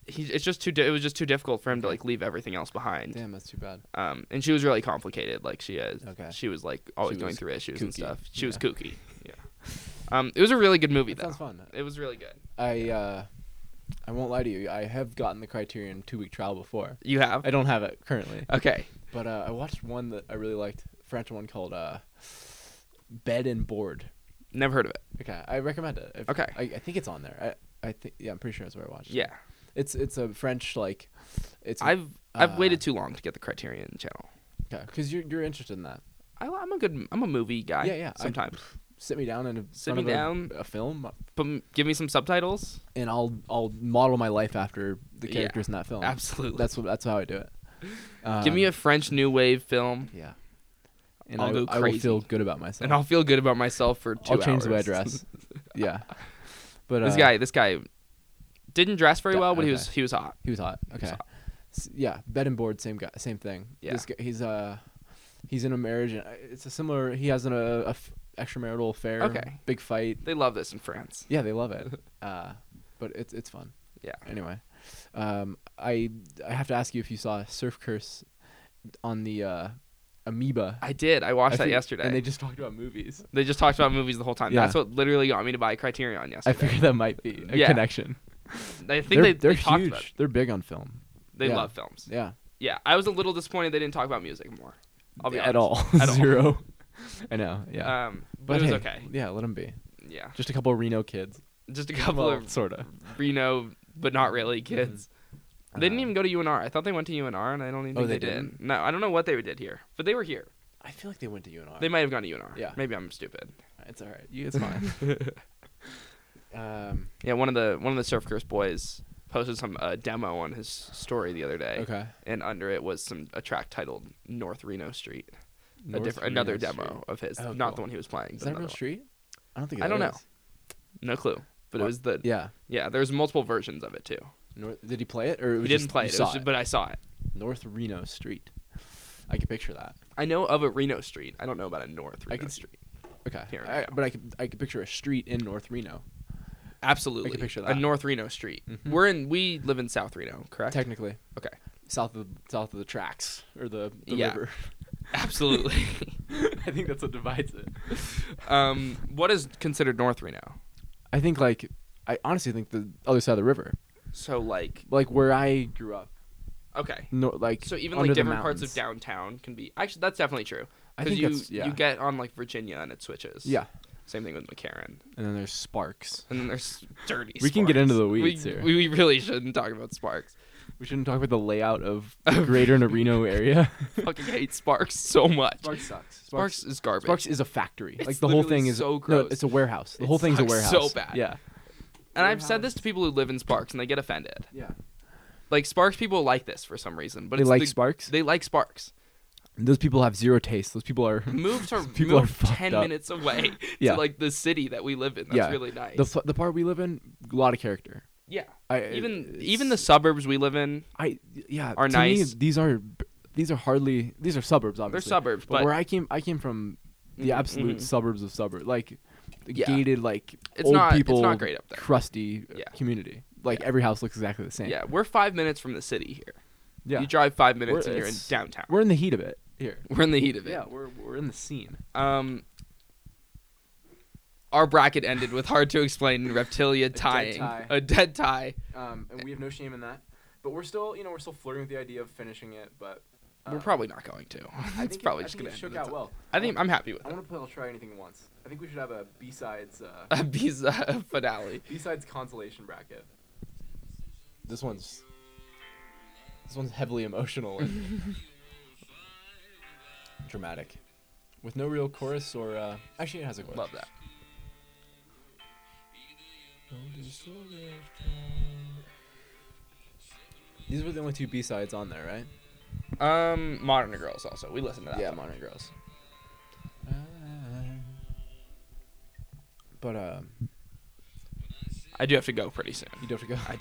[SPEAKER 1] He, it's just too di- it was just too difficult for him to like leave everything else behind.
[SPEAKER 2] Damn, that's too bad.
[SPEAKER 1] Um and she was really complicated like she is.
[SPEAKER 2] Okay.
[SPEAKER 1] She was like always
[SPEAKER 2] She
[SPEAKER 1] going
[SPEAKER 2] was
[SPEAKER 1] through issues and
[SPEAKER 2] kooky.
[SPEAKER 1] stuff. She was
[SPEAKER 2] Yeah.
[SPEAKER 1] kooky. Yeah. Um it was a really good movie
[SPEAKER 2] That
[SPEAKER 1] though.
[SPEAKER 2] sounds fun.
[SPEAKER 1] It was really good.
[SPEAKER 2] I uh, I won't lie to you. I have gotten the Criterion two week trial before.
[SPEAKER 1] You have?
[SPEAKER 2] I don't have it currently,
[SPEAKER 1] Okay.
[SPEAKER 2] but uh, I watched one that I really liked. French one called uh, Bed and Board.
[SPEAKER 1] Never heard of it.
[SPEAKER 2] Okay, I recommend it. If-
[SPEAKER 1] Okay.
[SPEAKER 2] I, I think it's on there. I, I think yeah, I'm pretty sure that's where I watched. it.
[SPEAKER 1] Yeah.
[SPEAKER 2] it's it's a French like, it's
[SPEAKER 1] I've I've
[SPEAKER 2] uh,
[SPEAKER 1] waited too long to get the Criterion channel.
[SPEAKER 2] okay because you're you're interested in that.
[SPEAKER 1] I, I'm a good I'm a movie guy.
[SPEAKER 2] Yeah, yeah, I-
[SPEAKER 1] Sometimes,
[SPEAKER 2] Sit me down and in
[SPEAKER 1] Sit
[SPEAKER 2] front
[SPEAKER 1] me
[SPEAKER 2] of a-
[SPEAKER 1] down.
[SPEAKER 2] a film,
[SPEAKER 1] but m- give me some subtitles.
[SPEAKER 2] and I'll I'll model my life after the
[SPEAKER 1] Yeah,
[SPEAKER 2] characters in that film.
[SPEAKER 1] Absolutely.
[SPEAKER 2] Oh, That's what that's how I do it.
[SPEAKER 1] give me a
[SPEAKER 2] Um,
[SPEAKER 1] French New Wave film,
[SPEAKER 2] yeah, and
[SPEAKER 1] I'll
[SPEAKER 2] I,
[SPEAKER 1] go
[SPEAKER 2] I will feel
[SPEAKER 1] crazy.
[SPEAKER 2] good about myself.
[SPEAKER 1] and I'll feel good about myself for 2
[SPEAKER 2] I'll change the way I
[SPEAKER 1] hours.
[SPEAKER 2] dress. yeah, but
[SPEAKER 1] this
[SPEAKER 2] uh,
[SPEAKER 1] guy, this guy, didn't dress very
[SPEAKER 2] Yeah,
[SPEAKER 1] well, but he
[SPEAKER 2] okay.
[SPEAKER 1] was he was hot.
[SPEAKER 2] he was hot.
[SPEAKER 1] was
[SPEAKER 2] Okay,
[SPEAKER 1] hot.
[SPEAKER 2] S- yeah, bed and board, same guy, same thing.
[SPEAKER 1] Yeah.
[SPEAKER 2] This guy, he's uh, he's in a marriage, and uh, it's a similar. He has an uh, a f- extramarital affair.
[SPEAKER 1] Okay.
[SPEAKER 2] big fight.
[SPEAKER 1] They love this in France.
[SPEAKER 2] Yeah, they love it. Uh, but it's it's fun.
[SPEAKER 1] Yeah.
[SPEAKER 2] Anyway, um, I I have to ask you if you saw Surf Curse on the uh, Amoeba.
[SPEAKER 1] I did. I watched
[SPEAKER 2] I
[SPEAKER 1] that
[SPEAKER 2] fig-
[SPEAKER 1] yesterday.
[SPEAKER 2] And
[SPEAKER 1] they,
[SPEAKER 2] they just talked about movies.
[SPEAKER 1] just talked about movies the whole time.
[SPEAKER 2] Yeah.
[SPEAKER 1] That's what literally got me to buy Criterion
[SPEAKER 2] I
[SPEAKER 1] yesterday.
[SPEAKER 2] figured that might be a
[SPEAKER 1] Yeah.
[SPEAKER 2] connection.
[SPEAKER 1] I think
[SPEAKER 2] they're
[SPEAKER 1] they
[SPEAKER 2] they're
[SPEAKER 1] they talked about it.
[SPEAKER 2] huge. They're big on film.
[SPEAKER 1] They
[SPEAKER 2] Yeah.
[SPEAKER 1] love films.
[SPEAKER 2] Yeah.
[SPEAKER 1] Yeah, I was a little disappointed they didn't talk about music more. I'll be
[SPEAKER 2] at
[SPEAKER 1] honest.
[SPEAKER 2] all.
[SPEAKER 1] At all.
[SPEAKER 2] Zero. I know. Yeah.
[SPEAKER 1] Um, but, it was
[SPEAKER 2] hey,
[SPEAKER 1] okay.
[SPEAKER 2] Yeah, let them be.
[SPEAKER 1] Yeah,
[SPEAKER 2] Just a couple of Reno kids.
[SPEAKER 1] just a couple
[SPEAKER 2] Well,
[SPEAKER 1] of
[SPEAKER 2] sorta.
[SPEAKER 1] Reno, but not really kids. They didn't
[SPEAKER 2] Uh,
[SPEAKER 1] even go to UNR. I thought they went to UNR, and I don't even
[SPEAKER 2] Oh,
[SPEAKER 1] think
[SPEAKER 2] they
[SPEAKER 1] they, did.
[SPEAKER 2] didn't?
[SPEAKER 1] No, I don't know what they did here, but they were here.
[SPEAKER 2] I feel like they went to UNR.
[SPEAKER 1] They might have gone to UNR.
[SPEAKER 2] Yeah.
[SPEAKER 1] maybe I'm stupid.
[SPEAKER 2] It's all right. You, it's fine. Um,
[SPEAKER 1] Yeah, one of the one of the Surf Curse boys posted some uh, demo on his story the other day,
[SPEAKER 2] okay.
[SPEAKER 1] and under it was some a track titled North Reno Street, a
[SPEAKER 2] North
[SPEAKER 1] different another
[SPEAKER 2] Reno
[SPEAKER 1] demo
[SPEAKER 2] Street.
[SPEAKER 1] of his,
[SPEAKER 2] Oh,
[SPEAKER 1] not
[SPEAKER 2] cool.
[SPEAKER 1] the one he was playing. but
[SPEAKER 2] Is that a
[SPEAKER 1] another
[SPEAKER 2] real
[SPEAKER 1] one.
[SPEAKER 2] street? I don't think.
[SPEAKER 1] I
[SPEAKER 2] that
[SPEAKER 1] don't know.
[SPEAKER 2] is.
[SPEAKER 1] No clue. But
[SPEAKER 2] What?
[SPEAKER 1] it was the yeah.
[SPEAKER 2] Yeah.
[SPEAKER 1] There's multiple versions of it too.
[SPEAKER 2] North, did he play it or it
[SPEAKER 1] We
[SPEAKER 2] was
[SPEAKER 1] didn't
[SPEAKER 2] just-
[SPEAKER 1] play
[SPEAKER 2] you
[SPEAKER 1] it, it
[SPEAKER 2] saw
[SPEAKER 1] was ju- but I saw it.
[SPEAKER 2] North Reno Street. I can picture that.
[SPEAKER 1] I know of a Reno Street. I don't know about a North Reno
[SPEAKER 2] I could-
[SPEAKER 1] Street.
[SPEAKER 2] Okay.
[SPEAKER 1] Here we
[SPEAKER 2] I, but I could I could picture a street in North Reno.
[SPEAKER 1] Absolutely,
[SPEAKER 2] picture
[SPEAKER 1] a
[SPEAKER 2] that.
[SPEAKER 1] North Reno Street. We're in. We live in South Reno, correct?
[SPEAKER 2] Technically.
[SPEAKER 1] Okay.
[SPEAKER 2] South of south of the tracks or the, the
[SPEAKER 1] Yeah.
[SPEAKER 2] river.
[SPEAKER 1] Absolutely.
[SPEAKER 2] I think that's what divides it.
[SPEAKER 1] um, what is considered North Reno?
[SPEAKER 2] I think like I honestly think the other side of the river,
[SPEAKER 1] So like,
[SPEAKER 2] like where I grew up,
[SPEAKER 1] okay.
[SPEAKER 2] no, like
[SPEAKER 1] So even
[SPEAKER 2] under
[SPEAKER 1] like
[SPEAKER 2] the
[SPEAKER 1] different parts of
[SPEAKER 2] mountains.
[SPEAKER 1] downtown can be actually that's definitely true.
[SPEAKER 2] I
[SPEAKER 1] Because
[SPEAKER 2] think
[SPEAKER 1] you
[SPEAKER 2] that's- yeah.
[SPEAKER 1] you get on like Virginia and it switches.
[SPEAKER 2] Yeah,
[SPEAKER 1] Same thing with McCarran.
[SPEAKER 2] and then there's Sparks.
[SPEAKER 1] And then there's dirty.
[SPEAKER 2] We can get into
[SPEAKER 1] Sparks.
[SPEAKER 2] the
[SPEAKER 1] We-
[SPEAKER 2] weeds here.
[SPEAKER 1] We, we really shouldn't talk about sparks.
[SPEAKER 2] We shouldn't talk about the layout of the greater Reno area.
[SPEAKER 1] Fucking hate sparks so much.
[SPEAKER 2] Sparks sucks.
[SPEAKER 1] Sparks, is garbage.
[SPEAKER 2] Sparks is a factory.
[SPEAKER 1] It's
[SPEAKER 2] like the whole
[SPEAKER 1] literally
[SPEAKER 2] thing is
[SPEAKER 1] so
[SPEAKER 2] no,
[SPEAKER 1] gross.
[SPEAKER 2] it's a warehouse. The
[SPEAKER 1] It
[SPEAKER 2] whole thing's a
[SPEAKER 1] sucks
[SPEAKER 2] warehouse.
[SPEAKER 1] so bad.
[SPEAKER 2] Yeah.
[SPEAKER 1] and I've said this to people who live in sparks and they get offended.
[SPEAKER 2] Yeah.
[SPEAKER 1] Like sparks people like this for some reason, but
[SPEAKER 2] They
[SPEAKER 1] it's
[SPEAKER 2] like
[SPEAKER 1] the-
[SPEAKER 2] Sparks?
[SPEAKER 1] They like sparks.
[SPEAKER 2] Those people have zero taste. Those people are
[SPEAKER 1] Move to
[SPEAKER 2] people are
[SPEAKER 1] move
[SPEAKER 2] fucked
[SPEAKER 1] ten
[SPEAKER 2] up.
[SPEAKER 1] minutes away
[SPEAKER 2] Yeah.
[SPEAKER 1] to like the city that we live in. That's
[SPEAKER 2] Yeah.
[SPEAKER 1] really nice.
[SPEAKER 2] the f- the part we live in. A lot of character.
[SPEAKER 1] yeah.
[SPEAKER 2] I uh,
[SPEAKER 1] Even
[SPEAKER 2] it's-
[SPEAKER 1] even the suburbs we live in,
[SPEAKER 2] I yeah
[SPEAKER 1] are
[SPEAKER 2] to me,
[SPEAKER 1] nice.
[SPEAKER 2] these are these are hardly these are suburbs
[SPEAKER 1] they're
[SPEAKER 2] obviously.
[SPEAKER 1] suburbs,
[SPEAKER 2] But
[SPEAKER 1] but
[SPEAKER 2] where I came I came from the
[SPEAKER 1] Mhm,
[SPEAKER 2] absolute
[SPEAKER 1] mhm.
[SPEAKER 2] suburbs of suburb like the
[SPEAKER 1] Yeah.
[SPEAKER 2] gated like
[SPEAKER 1] It's
[SPEAKER 2] old
[SPEAKER 1] not- it's
[SPEAKER 2] people
[SPEAKER 1] not great up there.
[SPEAKER 2] crusty uh,
[SPEAKER 1] Yeah.
[SPEAKER 2] community. Like every house looks exactly the same.
[SPEAKER 1] yeah, we're five minutes from the city here.
[SPEAKER 2] Yeah.
[SPEAKER 1] You drive five minutes
[SPEAKER 2] We're-
[SPEAKER 1] and you're in
[SPEAKER 2] it's-
[SPEAKER 1] downtown. We're,
[SPEAKER 2] We're in the heat of it here.
[SPEAKER 1] in the heat of it.
[SPEAKER 2] we're we're in the scene.
[SPEAKER 1] Um, our bracket ended with hard to explain reptilia tying
[SPEAKER 2] tie.
[SPEAKER 1] a dead tie.
[SPEAKER 2] Um, and we have no shame in that. But we're still, you know, we're still flirting with the idea of finishing it. But
[SPEAKER 1] We're probably not going to.
[SPEAKER 2] Uh, I
[SPEAKER 1] It's
[SPEAKER 2] think
[SPEAKER 1] probably
[SPEAKER 2] it,
[SPEAKER 1] just
[SPEAKER 2] I
[SPEAKER 1] gonna
[SPEAKER 2] think it
[SPEAKER 1] end
[SPEAKER 2] shook
[SPEAKER 1] on its
[SPEAKER 2] out
[SPEAKER 1] own.
[SPEAKER 2] well.
[SPEAKER 1] I think I'm happy with
[SPEAKER 2] I
[SPEAKER 1] it.
[SPEAKER 2] want to play I'll try anything once. I think we should have a B sides uh,
[SPEAKER 1] A Biza finale.
[SPEAKER 2] B sides consolation bracket. This one's this one's heavily emotional and dramatic, with no real chorus or uh, actually it has a chorus.
[SPEAKER 1] Love that.
[SPEAKER 2] These were the only two B sides on there, right?
[SPEAKER 1] Um, Modern Girls also. We listen to that.
[SPEAKER 2] yeah,
[SPEAKER 1] one.
[SPEAKER 2] Modern Girls. But um,
[SPEAKER 1] I do have to go pretty soon.
[SPEAKER 2] you don't have to go.
[SPEAKER 1] I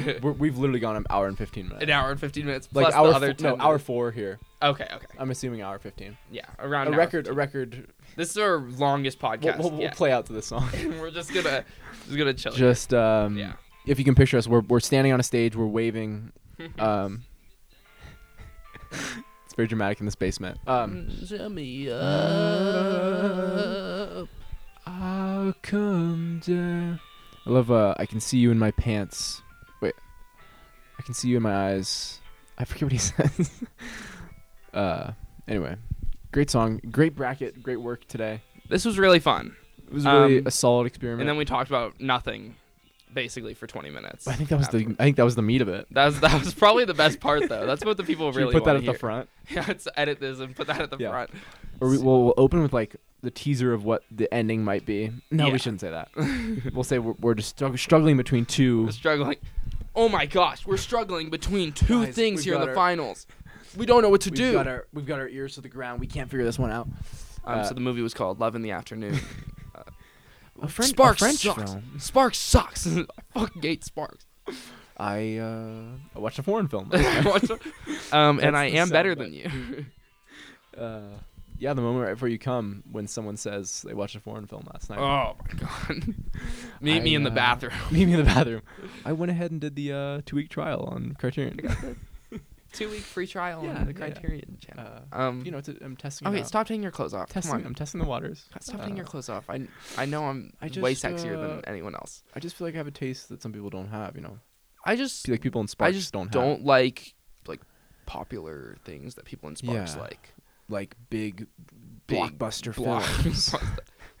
[SPEAKER 1] do.
[SPEAKER 2] We're, we've literally gone an hour and fifteen minutes.
[SPEAKER 1] An hour and fifteen minutes
[SPEAKER 2] like
[SPEAKER 1] plus
[SPEAKER 2] hour
[SPEAKER 1] the other
[SPEAKER 2] f-
[SPEAKER 1] ten.
[SPEAKER 2] no hour
[SPEAKER 1] minutes.
[SPEAKER 2] four here.
[SPEAKER 1] Okay, okay.
[SPEAKER 2] I'm assuming hour fifteen.
[SPEAKER 1] Yeah, around
[SPEAKER 2] a
[SPEAKER 1] an hour.
[SPEAKER 2] record, a record.
[SPEAKER 1] This is our longest
[SPEAKER 2] We'll,
[SPEAKER 1] podcast.
[SPEAKER 2] we'll, we'll
[SPEAKER 1] yet.
[SPEAKER 2] play out to this song.
[SPEAKER 1] We're just gonna just gonna chill. here.
[SPEAKER 2] Just um,
[SPEAKER 1] Yeah.
[SPEAKER 2] if you can picture us, we're we're standing on a stage, we're waving. Um, it's very dramatic in this basement.
[SPEAKER 1] Mm.
[SPEAKER 2] Um, I'll come down. I love. Uh, I can see you in my pants. Wait, I can see you in my eyes. I forget what he says. uh, anyway, great song, great bracket, great work today.
[SPEAKER 1] This was really fun.
[SPEAKER 2] It was really
[SPEAKER 1] Um,
[SPEAKER 2] a solid experiment.
[SPEAKER 1] And then we talked about nothing basically for 20 minutes.
[SPEAKER 2] I think that was the.
[SPEAKER 1] afterwards.
[SPEAKER 2] I think that was the meat of it.
[SPEAKER 1] That was, that was probably the best part though. That's what the people
[SPEAKER 2] Should we
[SPEAKER 1] really
[SPEAKER 2] put that
[SPEAKER 1] wanna
[SPEAKER 2] at the
[SPEAKER 1] hear.
[SPEAKER 2] front,
[SPEAKER 1] Yeah, let's edit this and put that at the
[SPEAKER 2] Yeah.
[SPEAKER 1] front.
[SPEAKER 2] or we, we'll, we'll open with like the teaser of what the ending might be. No,
[SPEAKER 1] Yeah.
[SPEAKER 2] we shouldn't say that. we'll say we're, we're just strugg- struggling between two.
[SPEAKER 1] We're struggling. Oh my gosh, we're struggling between two
[SPEAKER 2] Guys,
[SPEAKER 1] things
[SPEAKER 2] we've
[SPEAKER 1] here in
[SPEAKER 2] got
[SPEAKER 1] the
[SPEAKER 2] our-
[SPEAKER 1] finals. We don't know what to do.
[SPEAKER 2] our we've got our ears to the ground. We can't figure this one out.
[SPEAKER 1] um,
[SPEAKER 2] uh,
[SPEAKER 1] so the movie was called Love in the Afternoon.
[SPEAKER 2] A French,
[SPEAKER 1] Sparks
[SPEAKER 2] French
[SPEAKER 1] sucks.
[SPEAKER 2] film.
[SPEAKER 1] Sparks sucks. I fucking hate Sparks.
[SPEAKER 2] I uh, I watched a foreign film.
[SPEAKER 1] um, and
[SPEAKER 2] That's
[SPEAKER 1] I
[SPEAKER 2] the
[SPEAKER 1] am
[SPEAKER 2] sound
[SPEAKER 1] better
[SPEAKER 2] bite.
[SPEAKER 1] than you.
[SPEAKER 2] uh, yeah, the moment right before you come, when someone says they watched a foreign film last night.
[SPEAKER 1] oh my god. Meet me
[SPEAKER 2] I,
[SPEAKER 1] in the
[SPEAKER 2] uh,
[SPEAKER 1] bathroom.
[SPEAKER 2] Meet me in the bathroom. I went ahead and did the uh, two-week trial on Criterion.
[SPEAKER 1] Two week free trial
[SPEAKER 2] Yeah,
[SPEAKER 1] on the
[SPEAKER 2] yeah, yeah.
[SPEAKER 1] Criterion channel.
[SPEAKER 2] Uh,
[SPEAKER 1] Um,
[SPEAKER 2] you know, it's a, I'm testing. it
[SPEAKER 1] okay,
[SPEAKER 2] out.
[SPEAKER 1] stop taking your clothes off.
[SPEAKER 2] Testing.
[SPEAKER 1] Come on,
[SPEAKER 2] I'm testing the waters.
[SPEAKER 1] stop taking your
[SPEAKER 2] Uh,
[SPEAKER 1] clothes off. I I know I'm
[SPEAKER 2] I
[SPEAKER 1] way
[SPEAKER 2] just,
[SPEAKER 1] sexier
[SPEAKER 2] uh,
[SPEAKER 1] than anyone else.
[SPEAKER 2] I just feel like I have a taste that some people don't have. You know,
[SPEAKER 1] I just
[SPEAKER 2] Feel like people in
[SPEAKER 1] I
[SPEAKER 2] Sparks
[SPEAKER 1] just
[SPEAKER 2] don't
[SPEAKER 1] don't,
[SPEAKER 2] have.
[SPEAKER 1] like like popular things that people in Sparks
[SPEAKER 2] Yeah.
[SPEAKER 1] like.
[SPEAKER 2] like big,
[SPEAKER 1] Big
[SPEAKER 2] blockbuster
[SPEAKER 1] block-
[SPEAKER 2] films.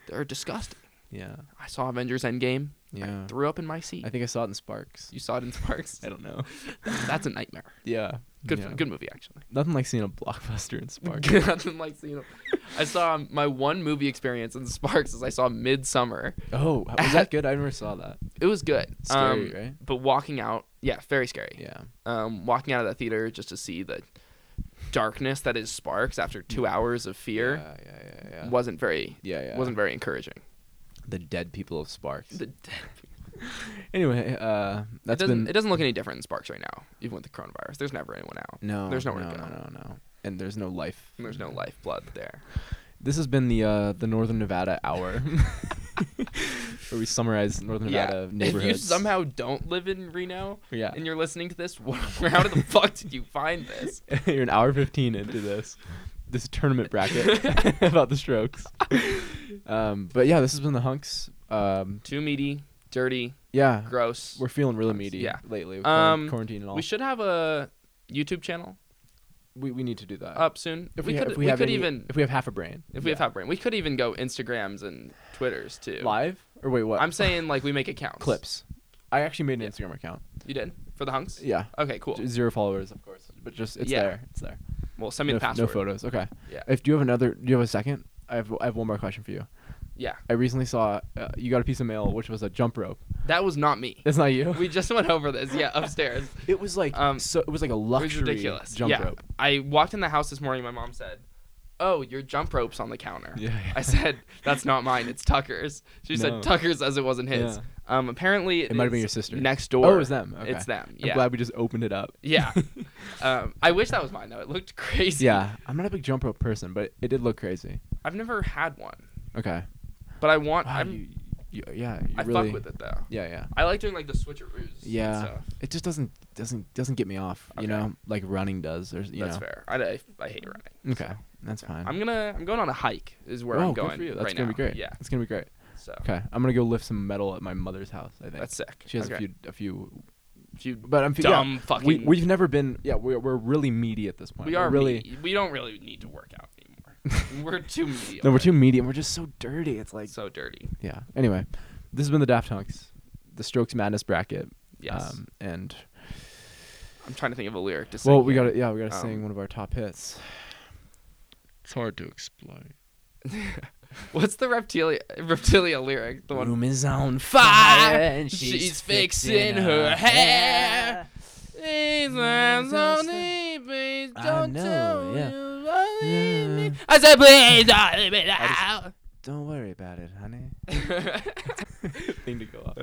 [SPEAKER 1] They're disgusting.
[SPEAKER 2] yeah,
[SPEAKER 1] I saw Avengers Endgame.
[SPEAKER 2] yeah.
[SPEAKER 1] I threw up in my seat.
[SPEAKER 2] I think I saw it in Sparks.
[SPEAKER 1] you saw it in Sparks.
[SPEAKER 2] I don't know.
[SPEAKER 1] That's a nightmare.
[SPEAKER 2] Yeah,
[SPEAKER 1] Good,
[SPEAKER 2] Yeah.
[SPEAKER 1] good movie actually.
[SPEAKER 2] Nothing like seeing a blockbuster in Sparks.
[SPEAKER 1] Nothing like seeing. them. I saw my one movie experience in Sparks is I saw Midsummer.
[SPEAKER 2] oh, was that good? I never saw that.
[SPEAKER 1] It was good.
[SPEAKER 2] Scary,
[SPEAKER 1] um,
[SPEAKER 2] right?
[SPEAKER 1] But walking out, yeah, very scary.
[SPEAKER 2] Yeah.
[SPEAKER 1] Um, walking out of that theater just to see the darkness that is Sparks after two hours of fear
[SPEAKER 2] Yeah, yeah, yeah, yeah.
[SPEAKER 1] wasn't very
[SPEAKER 2] Yeah, yeah.
[SPEAKER 1] wasn't very encouraging.
[SPEAKER 2] the dead people of Sparks?
[SPEAKER 1] The-
[SPEAKER 2] anyway, uh,
[SPEAKER 1] it
[SPEAKER 2] that's
[SPEAKER 1] doesn't
[SPEAKER 2] been
[SPEAKER 1] it doesn't look any different in Sparks right now, even with the coronavirus. There's never anyone out.
[SPEAKER 2] no.
[SPEAKER 1] there's nowhere
[SPEAKER 2] no,
[SPEAKER 1] to go.
[SPEAKER 2] no, no, no, and there's no life.
[SPEAKER 1] And There's no lifeblood there.
[SPEAKER 2] This has been the uh, the Northern Nevada hour, where we summarize Northern Nevada
[SPEAKER 1] If you
[SPEAKER 2] neighborhoods.
[SPEAKER 1] somehow don't live in Reno
[SPEAKER 2] yeah,
[SPEAKER 1] and you're listening to this, what, how the fuck did you find this?
[SPEAKER 2] you're an hour fifteen into this this tournament bracket about the strokes. Um, but yeah, this has been the hunks. Um,
[SPEAKER 1] Too meaty, dirty,
[SPEAKER 2] yeah,
[SPEAKER 1] gross.
[SPEAKER 2] we're feeling really meaty
[SPEAKER 1] Yeah.
[SPEAKER 2] lately. With
[SPEAKER 1] Um,
[SPEAKER 2] quarantine and all.
[SPEAKER 1] We should have a YouTube channel
[SPEAKER 2] we, we need to do that.
[SPEAKER 1] up soon.
[SPEAKER 2] if
[SPEAKER 1] Uh, we,
[SPEAKER 2] we, ha-
[SPEAKER 1] could,
[SPEAKER 2] Uh, if we, have
[SPEAKER 1] could
[SPEAKER 2] any-
[SPEAKER 1] even
[SPEAKER 2] if we have half a brain,
[SPEAKER 1] if we
[SPEAKER 2] Yeah.
[SPEAKER 1] have Hot Brain, we could even go Instagrams and Twitters too.
[SPEAKER 2] live or wait what?
[SPEAKER 1] I'm saying like we make accounts.
[SPEAKER 2] clips. I actually made an Instagram account.
[SPEAKER 1] You did for the hunks.
[SPEAKER 2] Yeah,
[SPEAKER 1] Okay, cool.
[SPEAKER 2] J- zero followers, of course, but just it's
[SPEAKER 1] Yeah.
[SPEAKER 2] there. It's there.
[SPEAKER 1] Well, send me
[SPEAKER 2] no,
[SPEAKER 1] the
[SPEAKER 2] f- no
[SPEAKER 1] password.
[SPEAKER 2] photos. Okay.
[SPEAKER 1] Yeah.
[SPEAKER 2] If do you have another? Do you have a second? I have I have one more question for you.
[SPEAKER 1] Yeah,
[SPEAKER 2] I recently saw uh, you got a piece of mail which was a jump rope.
[SPEAKER 1] that was not me.
[SPEAKER 2] That's not you.
[SPEAKER 1] we just went over this. Yeah, upstairs.
[SPEAKER 2] it was like
[SPEAKER 1] Um,
[SPEAKER 2] so. It was like a
[SPEAKER 1] It was
[SPEAKER 2] luxury
[SPEAKER 1] ridiculous.
[SPEAKER 2] jump
[SPEAKER 1] yeah,
[SPEAKER 2] rope.
[SPEAKER 1] I walked in the house this morning. My mom said, "Oh, your jump rope's on the counter."
[SPEAKER 2] Yeah. yeah.
[SPEAKER 1] I said, "That's not mine. It's Tucker's." She
[SPEAKER 2] No.
[SPEAKER 1] said, "Tucker's," as it wasn't his.
[SPEAKER 2] Yeah.
[SPEAKER 1] Um, apparently, it,
[SPEAKER 2] It might have
[SPEAKER 1] is
[SPEAKER 2] been your sister.
[SPEAKER 1] next
[SPEAKER 2] Oh,
[SPEAKER 1] door.
[SPEAKER 2] it was them. Okay.
[SPEAKER 1] It's them.
[SPEAKER 2] I'm
[SPEAKER 1] Yeah.
[SPEAKER 2] glad we just opened it up.
[SPEAKER 1] Yeah. um, I wish that was mine though. It looked crazy.
[SPEAKER 2] Yeah. I'm not a big jump rope person, but it did look crazy.
[SPEAKER 1] I've never had one,
[SPEAKER 2] Okay.
[SPEAKER 1] but I want.
[SPEAKER 2] Wow,
[SPEAKER 1] I'm,
[SPEAKER 2] you, you, yeah. You
[SPEAKER 1] I
[SPEAKER 2] really,
[SPEAKER 1] fuck with it though.
[SPEAKER 2] Yeah, yeah.
[SPEAKER 1] I like doing like the switcheroos.
[SPEAKER 2] Yeah.
[SPEAKER 1] And stuff.
[SPEAKER 2] It just doesn't doesn't doesn't get me off.
[SPEAKER 1] Okay.
[SPEAKER 2] You know, like running does. There's you
[SPEAKER 1] That's
[SPEAKER 2] know.
[SPEAKER 1] fair. I, I, I hate running.
[SPEAKER 2] Okay. That's fine.
[SPEAKER 1] I'm gonna I'm going on a hike. Is where
[SPEAKER 2] oh,
[SPEAKER 1] I'm going
[SPEAKER 2] Good for you. That's
[SPEAKER 1] right
[SPEAKER 2] gonna
[SPEAKER 1] now.
[SPEAKER 2] be great.
[SPEAKER 1] Yeah.
[SPEAKER 2] It's gonna be great.
[SPEAKER 1] So
[SPEAKER 2] Okay, I'm gonna go lift some metal at my mother's house. I think
[SPEAKER 1] that's sick.
[SPEAKER 2] she has
[SPEAKER 1] okay.
[SPEAKER 2] a few, a few.
[SPEAKER 1] few
[SPEAKER 2] But I'm fe- yeah,
[SPEAKER 1] dumb fucking.
[SPEAKER 2] We we've never been. Yeah, we're we're really meaty at this point.
[SPEAKER 1] we
[SPEAKER 2] We're
[SPEAKER 1] are
[SPEAKER 2] really.
[SPEAKER 1] really. We don't really need to work out anymore. we're too mediocre.
[SPEAKER 2] No, we're too meaty, and we're just so dirty. It's like
[SPEAKER 1] so dirty.
[SPEAKER 2] yeah. Anyway, this has been the Daft Hunks, the Strokes Madness bracket.
[SPEAKER 1] Yes.
[SPEAKER 2] Um, and
[SPEAKER 1] I'm trying to think of a lyric to sing.
[SPEAKER 2] well, we
[SPEAKER 1] here.
[SPEAKER 2] got to yeah, we got to
[SPEAKER 1] Um,
[SPEAKER 2] sing one of our top hits. It's hard to explain.
[SPEAKER 1] What's the reptilia reptilia lyric? The one.
[SPEAKER 2] Room is on
[SPEAKER 1] fire,
[SPEAKER 2] fire, and
[SPEAKER 1] she's
[SPEAKER 2] she's,
[SPEAKER 1] fixing
[SPEAKER 2] fixing
[SPEAKER 1] her
[SPEAKER 2] her
[SPEAKER 1] hair.
[SPEAKER 2] hair.
[SPEAKER 1] These
[SPEAKER 2] hands
[SPEAKER 1] on
[SPEAKER 2] on
[SPEAKER 1] me, please
[SPEAKER 2] I
[SPEAKER 1] don't
[SPEAKER 2] don't know,
[SPEAKER 1] tell
[SPEAKER 2] tell yeah.
[SPEAKER 1] you
[SPEAKER 2] leave me.
[SPEAKER 1] I said, please don't leave me
[SPEAKER 2] I Don't worry about it, honey.
[SPEAKER 1] out.
[SPEAKER 2] Thing to go off.